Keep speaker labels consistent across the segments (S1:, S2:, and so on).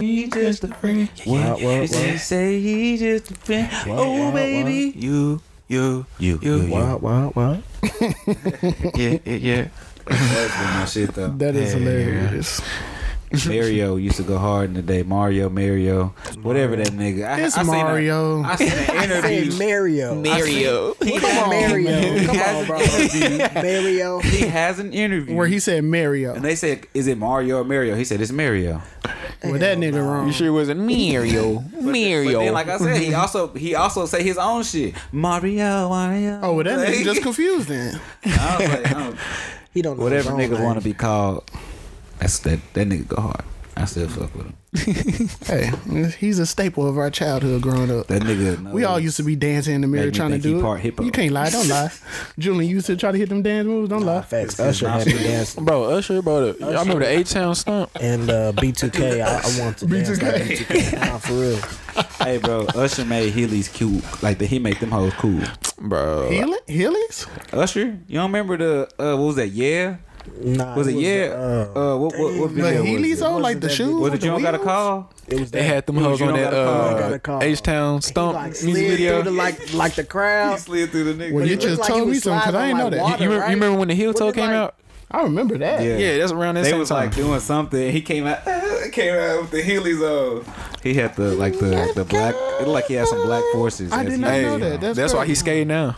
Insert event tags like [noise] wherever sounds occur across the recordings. S1: He just a friend.
S2: What, what,
S1: They
S2: what?
S1: say he just a friend.
S2: what,
S1: oh
S2: what?
S1: baby, you, you, You.
S3: You, you, you.
S2: What, what, what?
S1: yeah, yeah, yeah.
S4: That's been my shit [laughs] though.
S5: That is
S4: Yeah.
S5: hilarious.
S4: Mario used to go hard in the day. Mario, Mario, whatever that nigga. I,
S5: It's
S4: I seen a-
S5: Mario.
S4: [laughs] I seen an
S6: Say
S4: interview.
S6: Mario.
S1: Mario.
S4: [laughs]
S1: He
S6: Come on, Mario. Come on, bro. Mario.
S4: [laughs] He has an interview
S5: Where he said Mario.
S4: and they said, "Is it Mario or Mario?" He said, "It's Mario."
S5: Well, that nigga wrong.
S2: You sure it wasn't [laughs] Mario?
S4: But
S2: Mario.
S4: then, like I said, [laughs] he also he also say his own shit. Mario, Mario.
S5: Oh, well, that
S4: Like,
S5: nigga just confused then.
S4: [laughs] I was like, I don't-
S6: He don't know
S4: whatever
S6: his own
S4: niggas
S6: name.
S4: want to be called. That's that that nigga go hard. I still fuck with him.
S5: Hey, he's a staple of our childhood growing up.
S4: That nigga.
S5: We all used to be dancing in the mirror
S4: Make me
S5: trying to
S4: think he
S5: do it.
S4: part hippo.
S5: You can't lie, don't
S4: [laughs]
S5: lie. Julian, you used to try to hit them dance moves, don't lie.
S6: Facts. Usher had me dancing.
S2: bro, Usher brought a. I remember the A Town stomp.
S6: And [laughs] uh, B2K, I, I want to dance like B2K. Nah, for real.
S4: Hey, bro, Usher made Heelys cute. Like that, he made them hoes cool.
S2: Bro,
S5: Healy? Healy's?
S4: Usher, you don't remember the uh, what was that? Yeah,
S6: Nah,
S4: was it, yeah?
S6: the,
S4: Uh, what what what
S6: dang.
S4: video
S5: The
S4: was
S5: Healy's
S4: it?
S5: on,
S6: Wasn't
S5: like the
S6: that
S5: shoes?
S6: big.
S4: Was
S5: with
S4: it
S5: the
S4: you don't got a
S5: wheels?
S4: call?
S6: it was that.
S2: they had them hoes
S4: You
S2: on
S4: don't
S2: that
S4: gotta call. You
S6: don't gotta
S2: uh,
S6: call.
S2: H Town
S6: He,
S2: stomp
S6: like,
S2: music
S6: slid
S2: video.
S6: through the, like, like the crowd.
S4: Slid through the nigga.
S5: Well, you
S6: It looked
S5: just
S6: like
S5: told
S6: he
S5: me
S6: was
S5: something because I
S6: sliding
S5: ain't know
S6: on,
S5: that.
S6: like,
S2: You, you remember,
S6: right?
S2: you remember when the heel
S6: Was
S2: toe
S6: it
S2: came
S6: like-
S2: out?
S5: I remember that.
S4: Yeah.
S2: Yeah, that's around that
S4: They
S2: same
S4: was
S2: time.
S4: like doing something. He came out, [laughs] came out with the Heelys on. He had the like the the black. It looked like he had some black forces.
S5: I
S4: as
S5: did
S4: he
S5: not
S4: was
S5: know
S4: going.
S5: that. That's
S2: That's, why
S5: crazy.
S2: he's skating [laughs] now.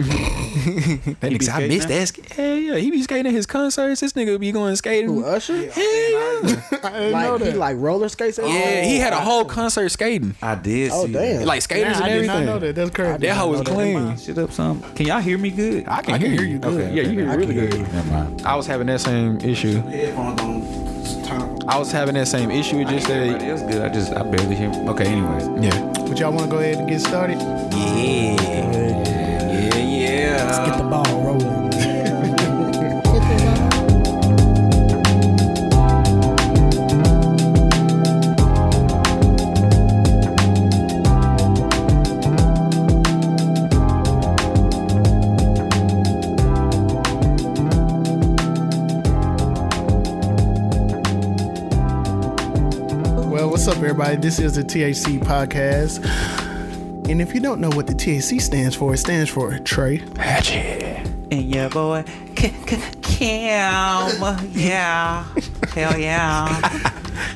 S2: that
S4: He be
S2: nigga, said, I
S4: skating
S2: missed
S4: now?
S2: that. sk- Hell yeah, he be skating at his concerts. This nigga be going skating.
S6: Who, Usher?
S2: Hell yeah.
S5: I didn't know
S6: Like,
S5: that.
S6: he like roller skates? and
S2: Yeah,
S6: shit?
S2: he had a whole concert skating.
S4: I did.
S6: Oh,
S4: see
S6: damn.
S2: Like skaters
S5: Nah, I did
S2: and
S5: not know
S2: everything.
S5: that. That's crazy.
S2: That hoe was
S4: That.
S2: clean.
S4: Shit up some. Can y'all hear me good?
S2: I can, hear, you.
S4: Okay,
S2: yeah, you
S4: okay,
S2: hear me
S4: I
S2: really
S4: can
S2: good.
S4: hear you. Never mind.
S2: I was having that same issue. I was having that same issue. It just
S4: Everybody
S2: that.
S4: else good. I just I barely hear. Okay, anyways.
S2: Yeah.
S5: But y'all want to go ahead and get started?
S4: Yeah, yeah.
S6: Get the ball rolling.
S5: Well, what's up, everybody? This is the THC podcast. And if you don't know what the THC stands for, it stands for Trey,
S1: And your boy, K- K- Cam. Yeah. Hell
S4: [laughs]
S1: yeah.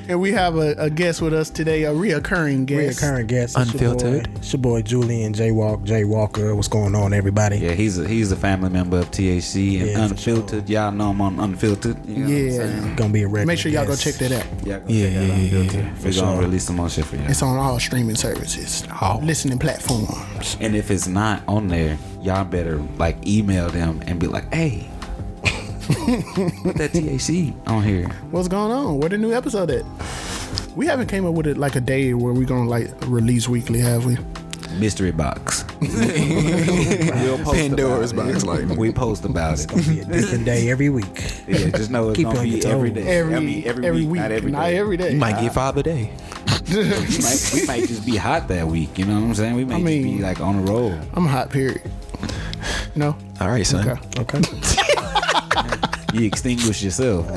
S5: and we have a, a guest with us today, a reoccurring guest.
S6: Reoccurring guest. It's your boy-
S2: Unfiltered.
S6: It's your boy Julian J Walk, J Walker. What's going on, everybody?
S4: Yeah, he's a, he's a family member of THC and
S6: Yeah, for sure.
S4: Unfiltered. Y'all know I'm on Unfiltered. You know
S5: Yeah.
S4: What I'm saying?
S6: Gonna be a regular.
S5: Make sure y'all go
S6: guest.
S5: check that out.
S4: Y'all go
S6: Yeah,
S4: check out
S6: yeah,
S4: Unfiltered.
S6: yeah, yeah, for
S4: We're gonna
S6: sure.
S4: release some more shit for y'all.
S5: It's on all streaming services, all listening platforms.
S4: And if it's not on there, y'all better like email them and be like, hey, put that THC on here.
S5: What's going on? Where the new episode at? We haven't came up with it like a day where we're gonna like release weekly, have we?
S4: Mystery box. We'll post
S2: Pandora's
S4: about it.
S2: box, like-
S4: [laughs] we post about it.
S6: Be a different day every week.
S4: Yeah, just know it's
S6: Keep
S4: gonna
S6: you on
S4: be
S6: your
S4: every
S6: toes.
S4: day.
S5: Every
S4: I mean, every, week, not every
S5: not
S4: day.
S5: every day.
S2: You might get five a day.
S4: We might, we might just be hot that week. You know what I'm saying? We might
S5: I mean-
S4: just be like on the roll.
S5: I'm a hot period. No,
S2: All right, son.
S5: Okay.
S6: Okay.
S4: You extinguish yourself. [laughs]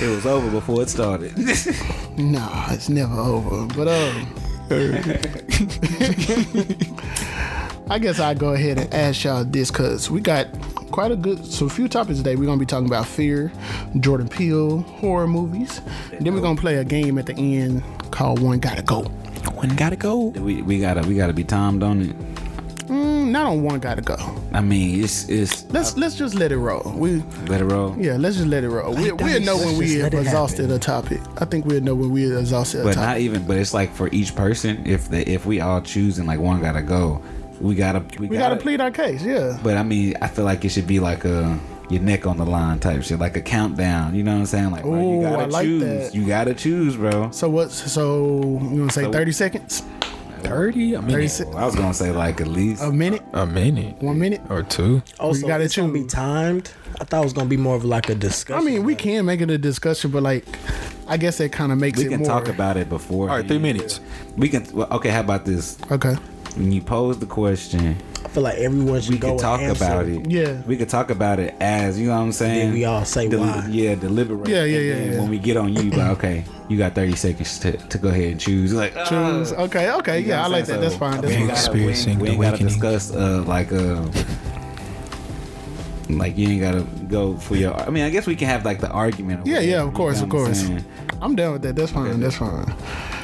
S4: it was over before it started.
S5: nah, it's never over.
S4: [laughs]
S5: But um, I guess I go ahead and ask y'all this because we got quite a good, so a few topics today. We're gonna be talking about fear, Jordan Peele, horror movies. Then we're gonna play a game at the end called One Gotta Go.
S2: One gotta go.
S4: we we gotta we gotta be timed on it.
S5: Mm, not on One Gotta Go.
S4: I mean, it's it's
S5: Let's let's just let it roll. We
S4: let it roll.
S5: yeah, let's just let it roll. We, we'll know when
S6: Let's
S5: we
S6: just
S5: have
S6: let it
S5: exhausted a topic. I think we'll know when we have exhausted a
S4: But
S5: topic.
S4: not even. But it's like for each person, if they if we all choose and like one gotta go, we gotta we,
S5: we gotta plead our case. Yeah.
S4: But I mean, I feel like it should be like a your neck on the line type shit, like a countdown. You know what I'm saying? Like, bro,
S5: Ooh,
S4: you
S5: I
S4: gotta
S5: like
S4: choose.
S5: that.
S4: You gotta choose, bro.
S5: So what's so you gonna say thirty seconds?
S2: Thirty. I
S5: Thirty
S2: mean,
S5: se-
S4: I was gonna say like at least
S5: a minute,
S2: a minute
S5: one minute.
S2: or two.
S6: Also,
S5: gotta
S6: it's gonna be
S5: choose.
S6: timed. I thought it was gonna be more of like a
S5: I
S6: discussion.
S5: mean, we can make it a discussion, but like, I guess that kind of makes
S4: we
S5: it
S4: can
S5: more.
S4: talk about it before.
S2: All right, three minutes.
S4: We can. Well, okay, how about this?
S5: okay.
S4: when you pose the question,
S6: I feel like everyone should
S4: we
S6: go
S4: could talk
S6: and answer.
S4: about it.
S5: Yeah.
S4: we could talk about it as you know what I'm saying.
S6: Then we all say why.
S4: Yeah, deliberate.
S5: Yeah, yeah,
S4: And
S5: yeah,
S4: then
S5: yeah.
S4: When we get on you,
S5: [clears throat]
S4: but okay, you got 30 seconds to, to go ahead and choose. Like ah,
S5: Choose. Uh, Okay, okay,
S4: you know
S5: yeah, I
S4: what I'm
S5: like
S4: saying?
S5: that. That's
S4: So, we
S5: fine. That's
S4: ain't
S5: fine.
S4: gotta-
S7: Experiencing
S4: we ain't
S7: the
S4: gotta
S7: awakening.
S4: discuss uh, like uh, like you ain't gotta go for your. I mean, I guess we can have like the argument. or
S5: Yeah, yeah,
S4: whatever,
S5: of
S4: you
S5: course,
S4: know
S5: of
S4: what I'm
S5: course.
S4: saying?
S5: I'm down with that. That's fine. That's fine.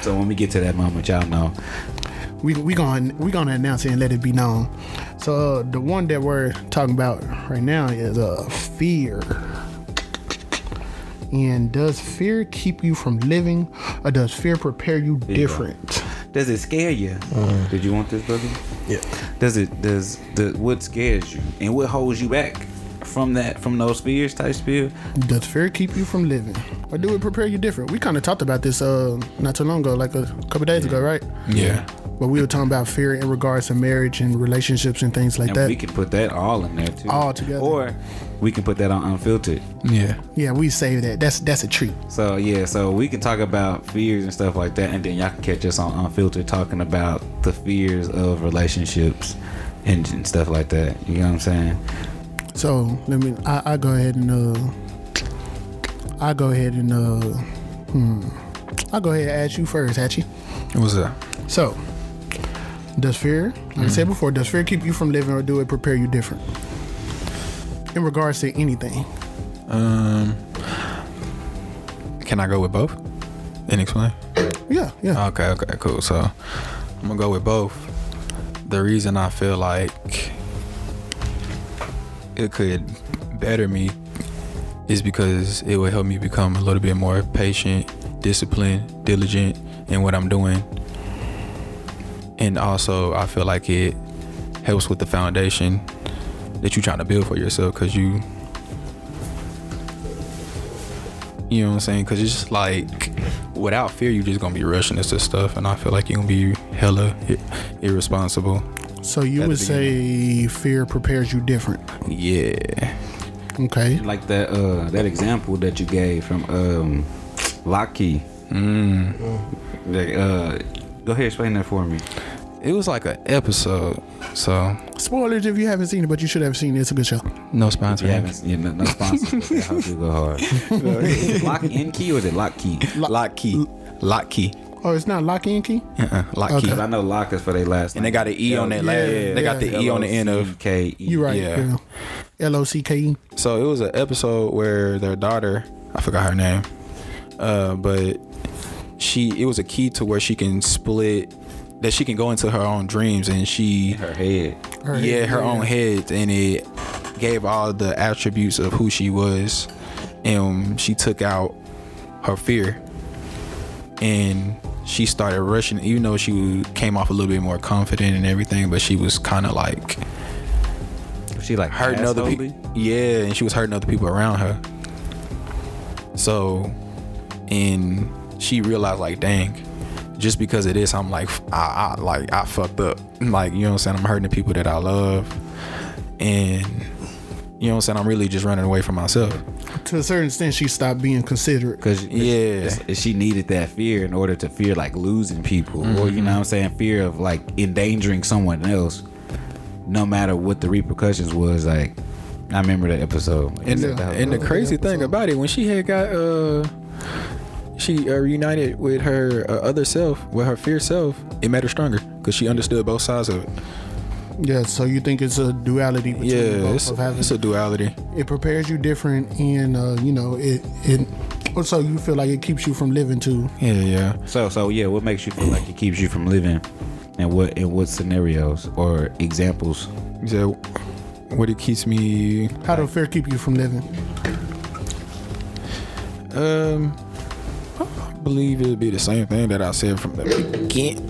S4: So when we get to that moment, y'all know.
S5: We we going we gonna announce it and let it be known. So uh, the one that we're talking about right now is uh fear. And does fear keep you from living, or does fear prepare you
S4: you go.
S5: different?
S4: Does it scare you? Did you want this, brother?
S6: Yeah.
S4: Does it? Does the what scares you and what holds you back from that from those fears type spiel?
S5: Does fear keep you from living, or do it prepare you different? We kind of talked about this uh not too long ago, like a couple days ago, right?
S7: Yeah.
S5: But we were talking about fear in regards to marriage and relationships and things like
S4: And
S5: that.
S4: we can put that all in there too.
S5: All together.
S4: Or we can put that on unfiltered.
S7: Yeah.
S5: yeah, we save that. That's that's a treat.
S4: So yeah, so we can talk about fears and stuff like that, and then y'all can catch us on Unfiltered talking about the fears of relationships and, and stuff like that. You know what I'm saying?
S5: So let me. I, I go ahead and uh, I go ahead and uh, hmm, I go ahead and ask you first, Hatchie.
S7: It was a
S5: So, does fear, like I said before, does fear keep you from living, or do it prepare you different? In regards to anything,
S7: um. Can I go with both? And explain.
S5: yeah, yeah,
S7: Okay, okay, cool. So I'm gonna go with both. The reason I feel like it could better me is because it will help me become a little bit more patient, disciplined, diligent in what I'm doing. And also, I feel like it helps with the foundation that you're trying to build for yourself because you, you know what I'm saying? Because it's just like without fear, you're just going to be rushing into stuff. And I feel like you're going to be hella ir- irresponsible.
S5: so you would say fear prepares you different.
S7: Yeah.
S5: Okay,
S4: Like that uh that example that you gave from um Lockheed. Mm. Like, uh, go ahead, explain that for me.
S7: It was like an episode. So,
S5: spoilers if you haven't seen it, but you should have seen it. It's a good show.
S7: no sponsor.
S4: You haven't, you know, no sponsor.
S7: [laughs]
S4: but that helps you go hard. Is
S5: [laughs]
S4: it Lock in key or is it lock key?
S7: Lock key. Lock key.
S5: Oh, it's not lock in key.
S7: Uh-uh. Lock
S5: Okay.
S7: key.
S4: Because I know lock is for their last.
S7: And they got an E on that last.
S5: Yeah,
S7: they got the E on the end of.
S4: K.
S5: You right?
S7: Yeah.
S5: Yeah. L o c k e.
S7: So it was an episode where their daughter, I forgot her name, uh, but she it was a key to where she can split that she can go into her own dreams and she
S4: Her head.
S5: Her
S7: yeah
S5: head,
S7: her
S5: yeah.
S7: own head and it gave all the attributes of who she was and she took out her fear and she started rushing even though she came off a little bit more confident and everything but she was kind of like
S4: She like
S7: hurting other
S4: assholey?
S7: people. Yeah, and she was hurting other people around her. So, and she realized like, dang, just because of this, I'm like, f- I, I like I fucked up. Like you know what I'm saying? I'm hurting the people that I love, and you know what I'm saying? I'm really just running away from myself.
S5: To a certain extent, she stopped being considerate.
S4: Cause
S7: Yeah.
S4: it's- she needed that fear in order to fear like losing people, or
S7: Mm-hmm.
S4: you know what I'm saying, fear of like endangering someone else, no matter what the repercussions was. Like, I remember that episode. Like,
S7: And
S4: is
S7: the,
S4: that how it
S7: and the
S4: goes?
S7: crazy thing about it, when she had got uh, she uh, reunited with her uh, other self, with her fear self, it made her stronger because she understood both sides of it.
S5: Yeah, so you think it's a duality between
S7: Yeah,
S5: both
S7: it's,
S5: of having
S7: it's a duality.
S5: it prepares you different and uh, you know it it also you feel like it keeps you from living too.
S7: Yeah, yeah.
S4: so so yeah, what makes you feel like it keeps you from living, and what in what scenarios or examples?
S7: You said what it keeps me
S5: How do fear keep you from living?
S7: um I believe it'd be the same thing that I said from the begin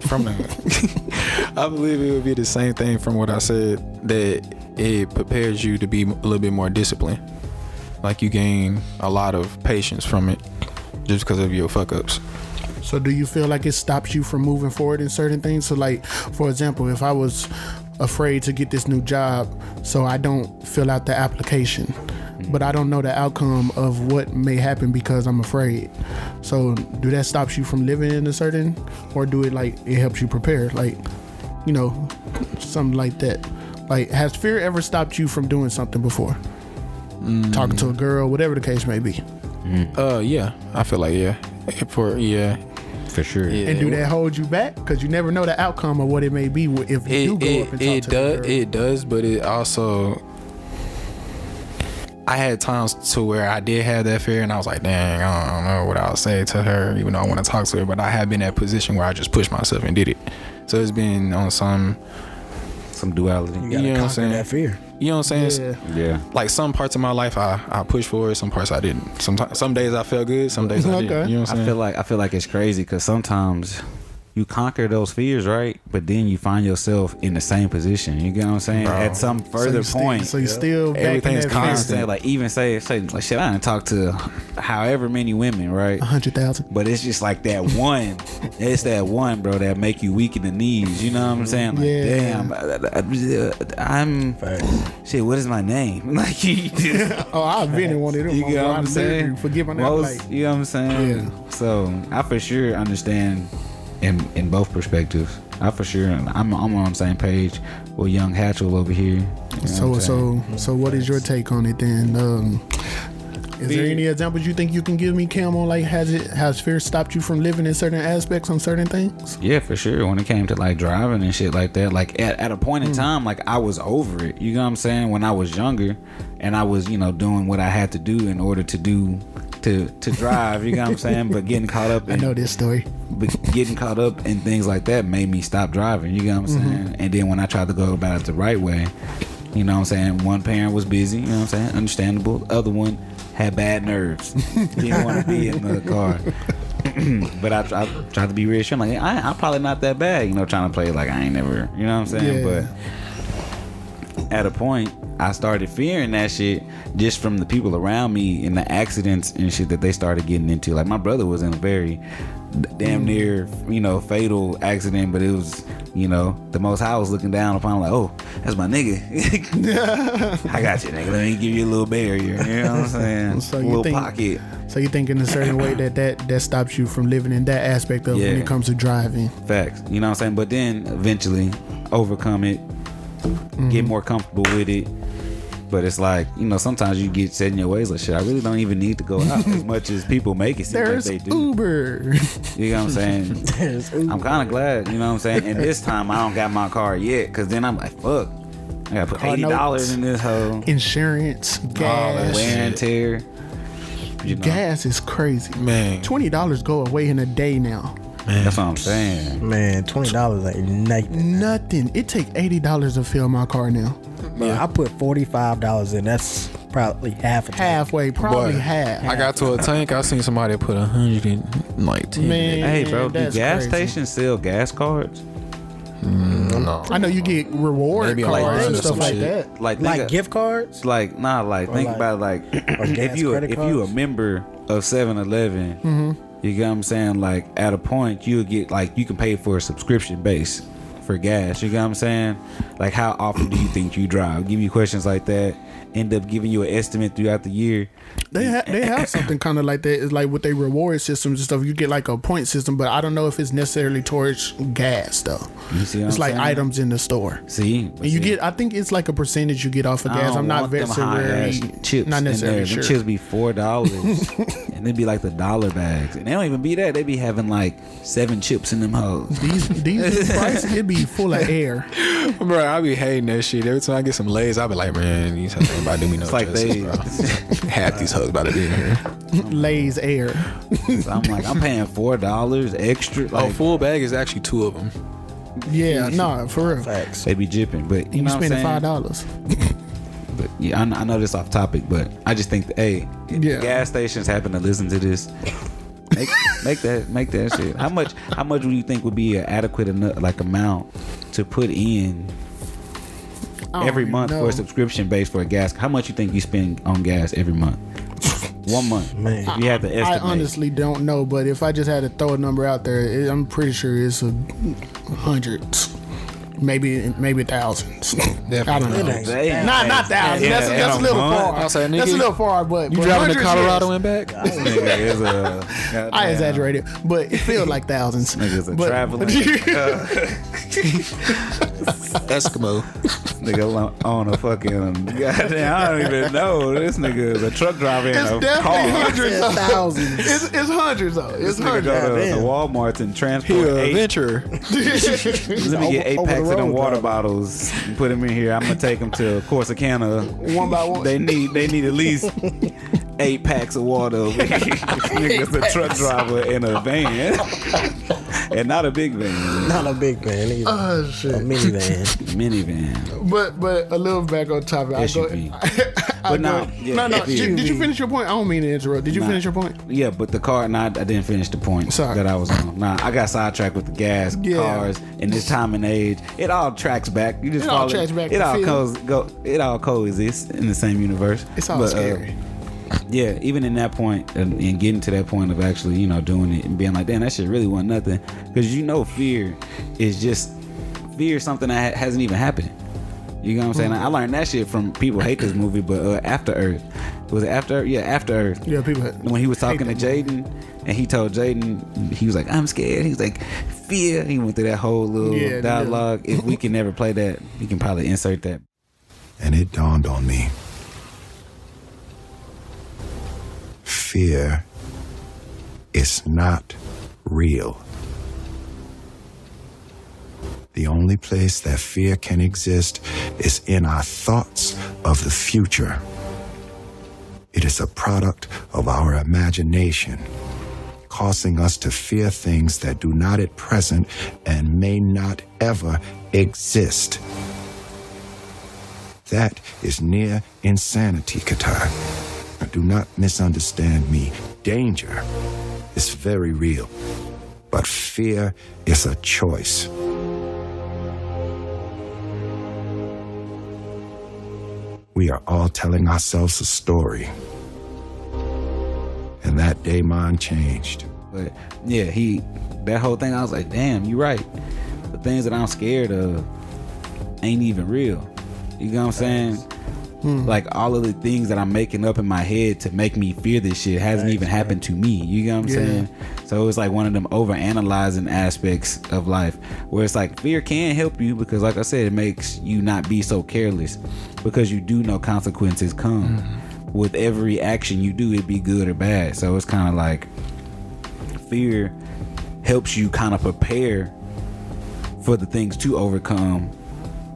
S7: from the [laughs] I believe it would be the same thing from what I said that it prepares you to be a little bit more disciplined. Like you gain a lot of patience from it just because of your fuck ups.
S5: So do you feel like it stops you from moving forward in certain things? So like for example, if I was afraid to get this new job, so I don't fill out the application. but I don't know the outcome of what may happen because I'm afraid. So, do that stops you from living in a certain, or do it like it helps you prepare, like you know, something like that? Like, has fear ever stopped you from doing something before? Talking to a girl, whatever the case may be.
S2: Uh, yeah, I feel like yeah, for yeah,
S4: for sure.
S2: yeah.
S5: And do that hold you back? Because you never know the outcome of what it may be wi- if you do
S2: It
S5: go
S2: it,
S5: up and talk
S2: it
S5: to
S2: does
S5: the girl.
S2: it does, but it also. I had times to where I did have that fear, and I was like, "Dang, I don't know what I'll say to her, even though I want to talk to her." But I have been in that position where I just pushed myself and did it. So it's been on some,
S4: Some duality.
S2: you know what I'm
S6: Conquer
S2: saying?
S6: that fear.
S2: You know what I'm saying?
S5: Yeah.
S4: Yeah.
S2: Like some parts of my life, I I pushed forward. Some parts I didn't. Sometimes, some days I felt good. Some days I didn't.
S5: Okay.
S2: You know what I'm
S4: I
S2: saying?
S4: feel like I feel like it's crazy because sometimes you conquer those fears, right? But then you find yourself in the same position. You get what I'm saying? At some further
S5: so you
S4: point,
S5: Still, so you still back in
S2: Everything's
S5: that
S4: I'm
S2: constant.
S5: fear.
S4: saying like even say say like shit. I didn't talk to however many women, right?
S5: A hundred thousand. [laughs]
S4: But it's just like that one. [laughs] it's that one, bro, that make you weak in the knees. You know what I'm saying? Like,
S5: Yeah.
S4: damn, I, am shit. What is my name? [laughs] Like you just.
S5: Oh, I've been in one of them.
S4: You get
S5: bro.
S4: what
S5: I
S4: I'm saying?
S5: literally Forget my name.
S4: Most-
S5: like,
S4: you know what I'm saying?
S5: Yeah.
S4: So I for sure understand in in both perspectives. I for sure I'm I'm on the same page with young Hatchell over here. You know what
S5: so
S4: I'm saying?
S5: so so. What is your take on it then? Um, is there any examples you think you can give me, Cam? On like, has it has fear stopped you from living in certain aspects on certain things?
S4: yeah, for sure. When it came to like driving and shit like that, like at, at a point
S5: Mm.
S4: in time, like I was over it. You know what I'm saying? When I was younger, and I was you know doing what I had to do in order to do. To, to drive, you know what I'm saying, but getting caught up
S5: [laughs] I
S4: in
S5: know this story.
S4: but getting caught up in things like that made me stop driving. You know what I'm saying? And then when I tried to go about it the right way, you know what I'm saying? One parent was busy, you know what I'm saying? Understandable. Other one had bad nerves. Didn't want to be in the car. [clears throat] but I, I tried to be reassuring, like I, I'm probably not that bad, you know, trying to play it like I ain't never, you know what I'm saying?
S5: Yeah.
S4: But at a point, I started fearing that shit just from the people around me and the accidents and shit that they started getting into. Like my brother was in a very d- damn near, you know, fatal accident, but it was, you know, the most high was looking down upon him like, oh, that's my nigga. [laughs] I got you, nigga. Let me give you a little barrier. You know what I'm saying?
S5: So
S4: a
S5: you
S4: little
S5: think-
S4: pocket.
S5: So you think in a certain way that that that stops you from living in that aspect of when
S4: Yeah.
S5: it comes to driving?
S4: Facts. You know what I'm saying? But then eventually overcome it,
S5: Mm-hmm.
S4: get more comfortable with it. But it's like, you know, sometimes you get set in your ways like shit, I really don't even need to go out
S5: [laughs]
S4: as much as people make it seem
S5: There's
S4: like they do.
S5: Uber. [laughs]
S4: You know what I'm saying? I'm kind of glad, you know what I'm saying? And this time I don't got my car yet, because then I'm like, fuck. I gotta put
S5: Car
S4: eighty dollars
S5: notes.
S4: in this hoe.
S5: Insurance,
S4: All the
S5: gas.
S4: wear and tear. You know,
S5: gas is crazy.
S2: Man,
S5: Twenty dollars go away in a day now.
S4: that's what I'm saying.
S6: Man, twenty dollars ain't nothing.
S5: Nothing. It take eighty dollars to fill my car now.
S6: Bro, I put forty five dollars in. That's probably half a tank.
S5: Halfway, probably
S2: Boy,
S5: half.
S2: I got to a tank. I seen somebody put a hundred and like ten.
S5: Man,
S4: Hey, bro, do
S5: that's
S4: gas
S5: crazy.
S4: stations sell gas cards?
S2: no.
S5: I know you get reward
S2: Maybe a
S5: cards
S2: loan or
S5: and stuff
S2: some
S5: like
S2: shit.
S5: that.
S4: Like,
S6: Like
S4: nigga-
S6: gift cards.
S4: It's like nah, like think
S6: like-
S4: about it,
S5: [clears throat]
S4: like if
S6: gas
S4: you a-
S6: credit
S4: if you a
S6: cards?
S4: member of 7-Eleven, you get what I'm saying. Like at a point, you'll get like you can pay for a subscription base for gas. You get what I'm saying. Like how often do you think you drive? Give you questions like that. End up giving you an estimate throughout the year.
S5: They ha- they have
S4: [laughs]
S5: something kind of like that. It's like with their reward systems and stuff. You get like a point system, but I don't know if it's necessarily towards gas though.
S4: You see, what
S5: It's
S4: I'm
S5: like
S4: saying?
S5: items in the store.
S4: See,
S5: And you get, I think it's like a percentage you get off of gas. I'm not
S4: very
S5: necessarily
S4: chips.
S5: not
S4: in there.
S5: necessarily
S4: Them
S5: sure.
S4: chips be four
S5: [laughs]
S4: dollars, and they be like the dollar bags, and they don't even be that. They be having like seven chips in them hoes.
S5: These
S4: [laughs]
S5: these prices, it'd be full of air.
S4: Oh,
S2: Bro, I be hating that shit. Every time I get some lays, I be like, man, you talking about [laughs] do me no
S4: It's like they-
S2: justice, bro. [laughs] Half these hoes about to be in here.
S5: Lays air.
S4: So I'm like, I'm paying four dollars extra. Like,
S2: Oh, full bag is actually two of them.
S5: Yeah, nah, for real.
S6: Facts.
S4: they be jipping, but you,
S5: You,
S4: know what
S5: spending
S4: I'm
S5: five
S4: saying.
S5: dollars.
S4: But yeah, I, kn- I know this off topic, but I just think, that, hey, if
S5: Yeah.
S4: gas stations happen to listen to this. Make, make that make that shit. How much how much would you think would be an adequate enough like amount to put in every month for a subscription base for a gas? How much you think you spend on gas every month? One month,
S6: Man.
S4: If you have to
S5: I
S4: estimate.
S5: honestly don't know, but if I just had to throw a number out there, it, I'm pretty sure it's a hundreds. maybe maybe thousands. [laughs] I don't know.
S2: Definitely.
S6: They-
S5: Not not thousands.
S1: Yeah,
S5: that's,
S1: that
S5: that's a
S1: don't
S5: little
S1: want.
S5: far.
S2: I'll
S5: That's
S2: say,
S5: a
S2: nigga,
S5: little far. But
S2: You
S5: but
S2: driving to
S5: hundreds,
S2: Colorado
S5: yes.
S2: and back?
S4: Nigga is a.
S5: [laughs] I
S4: goddamn-
S5: exaggerated, but it feels like thousands.
S4: [laughs] Niggas a
S5: but, [laughs]
S4: traveling.
S2: Eskimo.
S4: Nigga lo- on a fucking [laughs] goddamn. I don't even know. This nigga is a truck driver in
S5: It's
S4: a
S5: definitely
S4: car.
S5: hundreds. Of,
S6: thousands.
S5: it's, it's hundreds though. It's
S4: This nigga go
S5: hundreds.
S4: to the
S6: Goddamn.
S4: Walmart and transport
S2: He a
S4: eight.
S2: adventurer.
S4: Let me get eight
S6: over the
S4: packs of them
S6: road
S4: water
S6: driver.
S4: bottles and put them in here. I'm gonna take them to Corsicana.
S5: One by one.
S4: They need they need at least eight packs of water.
S5: [laughs]
S4: Nigga's a truck driver in a van, and not a big van,
S6: [laughs] Not a big van either.
S5: [laughs] Oh, shit.
S6: a [laughs] minivan.
S4: minivan.
S5: But but a little back on topic. I go, [laughs]
S4: SUV.
S5: I
S4: But
S5: go,
S4: no, yeah,
S5: no, no.
S4: SUV.
S5: Did, did you finish your point? I don't mean to interrupt. Did you
S4: Nah.
S5: finish your point?
S4: Yeah, but the car, not I didn't finish the point
S5: Sorry.
S4: that I was on. Nah, I got sidetracked with the gas,
S5: Yeah.
S4: cars, and this time and age. It all tracks back. You just
S5: It all
S4: follow-
S5: tracks back
S4: It
S5: to
S4: all
S5: feel.
S4: goes go. It all coexists in the same universe.
S5: It's all
S4: But, uh,
S5: scary.
S4: yeah, even in that point and, and getting to that point of actually, you know, doing it and being like, damn, that shit really wasn't nothing. Because you know, fear is just fear is something that ha- hasn't even happened. You know what I'm saying?
S5: Mm-hmm.
S4: I learned that shit from people hate this movie, but uh, After Earth was it After Earth? Yeah, After Earth.
S5: Yeah, people hate-
S4: When he was talking to Jaden, and he told Jaden, he was like, "I'm scared." He was like, "Fear." He went through that whole little
S5: Yeah, yeah.
S4: dialogue. If we can never play that, we can probably insert that.
S3: and it dawned on me. Fear is not real. The only place that fear can exist is in our thoughts of the future. It is a product of our imagination, causing us to fear things that do not at present and may not ever exist. That is near insanity, Qatar. Now, do not misunderstand me. Danger is very real, but fear is a choice. We are all telling ourselves a story. And that day mine changed.
S4: But yeah, he that whole thing I was like, damn, you right. The things that I'm scared of ain't even real. You know what I'm saying? Like all of the things that I'm making up in my head to make me fear this shit hasn't even happened to me. You know what I'm saying? So it's like one of them overanalyzing aspects of life where it's like fear can help you because, like I said, it makes you not be so careless because you do know consequences come with every action you do, it be good or bad. So it's kind of like fear helps you kind of prepare for the things to overcome.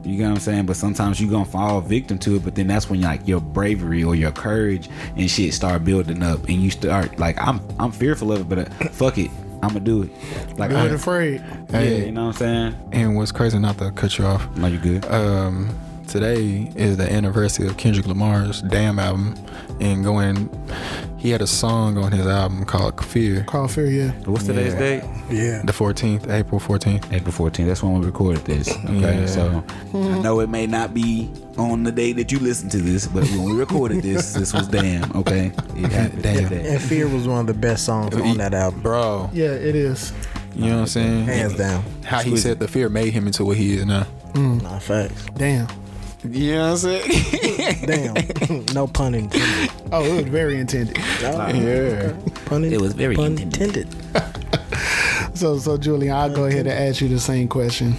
S4: You know what I'm saying? But sometimes you gonna fall victim to it, but then that's when like your bravery or your courage and shit start building up, and you start like I'm I'm fearful of it, but uh, fuck it, I'm gonna do it. Like
S5: I was
S4: I,
S5: afraid.
S4: yeah,
S2: Hey.
S4: you know what I'm saying?
S2: And what's crazy, not to cut you off,
S4: No, you good?
S2: um, today is the anniversary of Kendrick Lamar's Damn album. And going, he had a song on his album called Fear,
S5: Call fear, yeah.
S4: What's today's
S2: yeah.
S4: date?
S6: Yeah.
S2: the 14th, April 14th.
S4: April 14th. That's when we recorded this. Okay,
S2: Yeah.
S4: so I know it may not be on the day that you listen to this, but when we recorded this, this was damn. Okay, it happened.
S2: Damn.
S4: today.
S6: And Fear was one of the best songs on that album.
S2: Bro,
S5: Yeah, it is.
S2: you know what I'm saying?
S6: Hands down.
S2: How he said the fear made him into what he is now.
S6: Nah, facts.
S5: Damn.
S2: You know what I'm saying?
S6: Damn. [laughs] no pun intended.
S5: Oh, it was very intended.
S2: [laughs] yeah.
S6: Pun
S4: It was very
S6: pun
S4: intended.
S6: intended.
S5: So, so Julian, I'll go ahead and ask you the same question.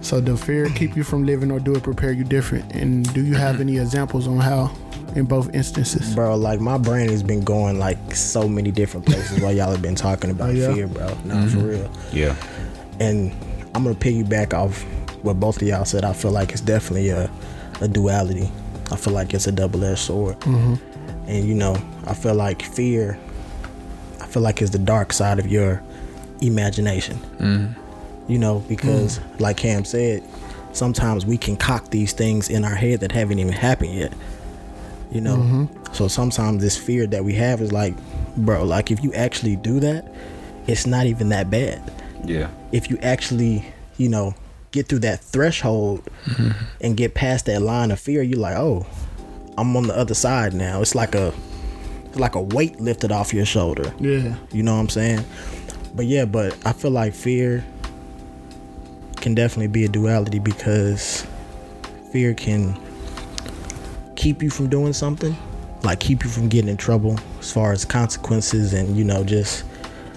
S5: So, do fear keep you from living, or do it prepare you different? And do you have any examples on how, in both instances?
S6: Bro, like my brain has been going like so many different places while y'all have been talking about
S5: Oh, yeah?
S6: fear, bro. No, for real.
S4: Yeah.
S6: and I'm gonna piggyback off what both of y'all said. I feel like it's definitely a, a duality. I feel like it's a double-edged sword,
S5: Mm-hmm.
S6: and you know, I feel like fear. I feel like it's the dark side of your imagination. You know, because like Cam said, sometimes we concoct these things in our head that haven't even happened yet. You know, so sometimes this fear that we have is like, bro, like if you actually do that, it's not even that bad
S4: Yeah.
S6: if you actually, you know, get through that threshold and get past that line of fear, you're like, oh, I'm on the other side now. It's like a it's like a weight lifted off your shoulder.
S5: Yeah.
S6: You know what I'm saying? But yeah, but I feel like fear can definitely be a duality because fear can keep you from doing something, like keep you from getting in trouble as far as consequences and you know just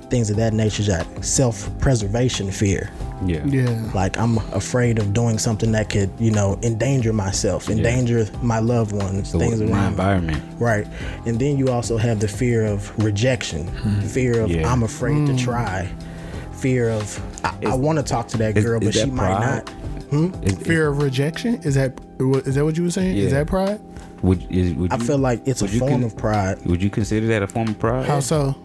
S6: things of that nature. That self-preservation fear.
S4: Yeah.
S5: Yeah.
S6: Like I'm afraid of doing something that could, you know, endanger myself, endanger my loved ones,
S4: So
S6: things
S4: what- my
S6: around. me.
S4: environment.
S6: Right. And then you also have the fear of rejection, fear of
S4: Hmm. Yeah.
S6: I'm afraid to try, fear of I, I want to talk to that
S4: is-
S6: girl,
S4: is
S6: but
S4: that
S6: she might
S4: pride?
S6: not.
S4: Is,
S5: Fear of rejection is that is that what you were saying? Is
S4: Yeah.
S5: that pride?
S4: is- would, is, would
S6: I
S4: you-
S6: feel like it's a
S4: would you
S6: form
S4: con-
S6: of pride
S4: Would you consider that a form of pride?
S5: How so?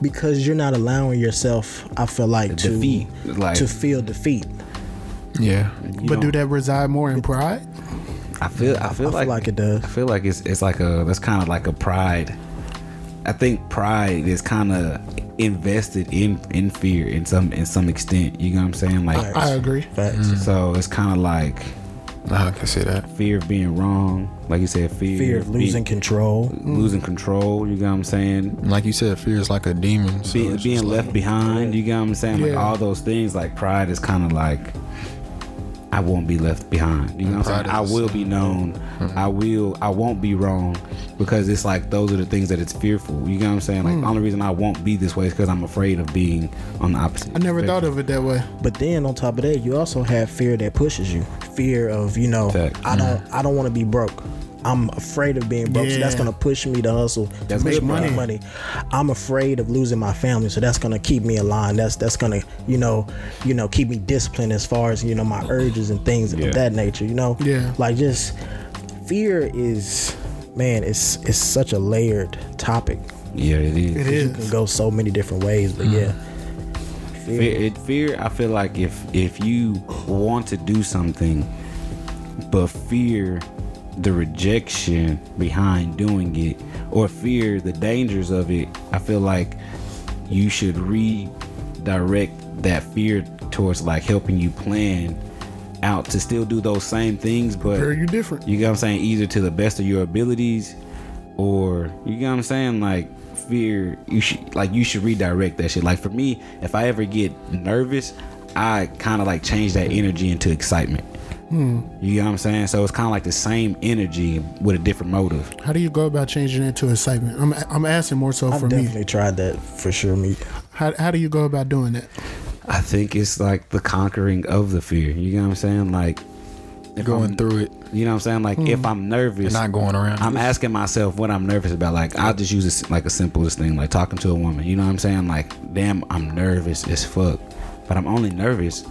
S6: because you're not allowing yourself. I feel like to
S4: Defeat, like-
S6: to feel defeat.
S2: Yeah.
S4: You
S5: but do
S4: don't-
S5: that reside more in pride?
S4: I feel I feel,
S6: I feel
S4: like,
S6: like it does.
S4: I feel like it's it's like a that's kind of like a pride. I think pride is kind of invested in in fear in some in some extent. You know what I'm saying? Like
S5: I
S4: Hmm.
S5: agree.
S6: Facts.
S4: so, it's kind of like
S2: Nah, I can see that.
S4: fear of being wrong. Like you said, fear
S6: Fear of losing mm.
S4: being,
S6: control.
S4: losing control. You know what I'm saying?
S2: Like you said, fear is like a demon. So
S4: Be,
S2: it's
S4: being
S2: just like-
S4: left behind. You know what I'm saying? Like
S5: Yeah.
S4: all those things. Like pride is kind of like. I won't be left behind. You know what I'm
S2: Pride
S4: saying? I
S2: is- Mm-hmm.
S4: will be known. I will. I won't be wrong because it's like those are the things that it's fearful. You know what I'm saying? Like
S5: Mm.
S4: the only reason I won't be this way is because I'm afraid of being on the opposite.
S5: I never thought of it that way.
S6: But then on top of that, you also have fear that pushes you. Fear of, you know,
S4: Fact.
S6: I don't I don't want to be broke. I'm afraid of being broke, so that's
S5: Mm-hmm. Yeah.
S6: gonna push me to hustle
S4: That's
S6: to make
S4: good, bro.
S6: money. money. I'm afraid of losing my family, so that's gonna keep me aligned. That's that's gonna, you know, you know, keep me disciplined as far as you know my urges and things
S4: Yeah.
S6: of that nature. You know,
S5: Yeah.
S6: like just fear is, man, it's it's such a layered topic.
S4: Yeah, it is.
S5: It
S6: You can
S5: is. Mm-hmm.
S6: go so many different ways, but yeah.
S4: Fear, it, fear. I feel like if if you want to do something, but fear the rejection behind doing it, or fear the dangers of it, I feel like you should redirect that fear towards like helping you plan out to still do those same things, but
S5: Prepare you different.
S4: you know what I'm saying? Either to the best of your abilities or you know what I'm saying? Like fear you should like you should redirect that shit. Like for me, if I ever get nervous, I kinda like change that energy into excitement. You know what I'm saying? So it's kinda like the same energy with a different motive.
S5: How do you go about changing it to excitement? I'm I'm asking more so
S6: I've
S5: for
S6: definitely
S5: me.
S6: tried that for sure. Me,
S5: How how do you go about doing that?
S4: I think it's like the conquering of the fear. You know what I'm saying? Like if
S2: going
S4: I'm-
S2: through it,
S4: You know what I'm saying? Like if I'm nervous,
S2: not going around.
S4: I'm asking myself what I'm nervous about. Like I'll just use this, like a simplest thing, like talking to a woman. You know what I'm saying? Like damn, I'm nervous as fuck, but I'm only nervous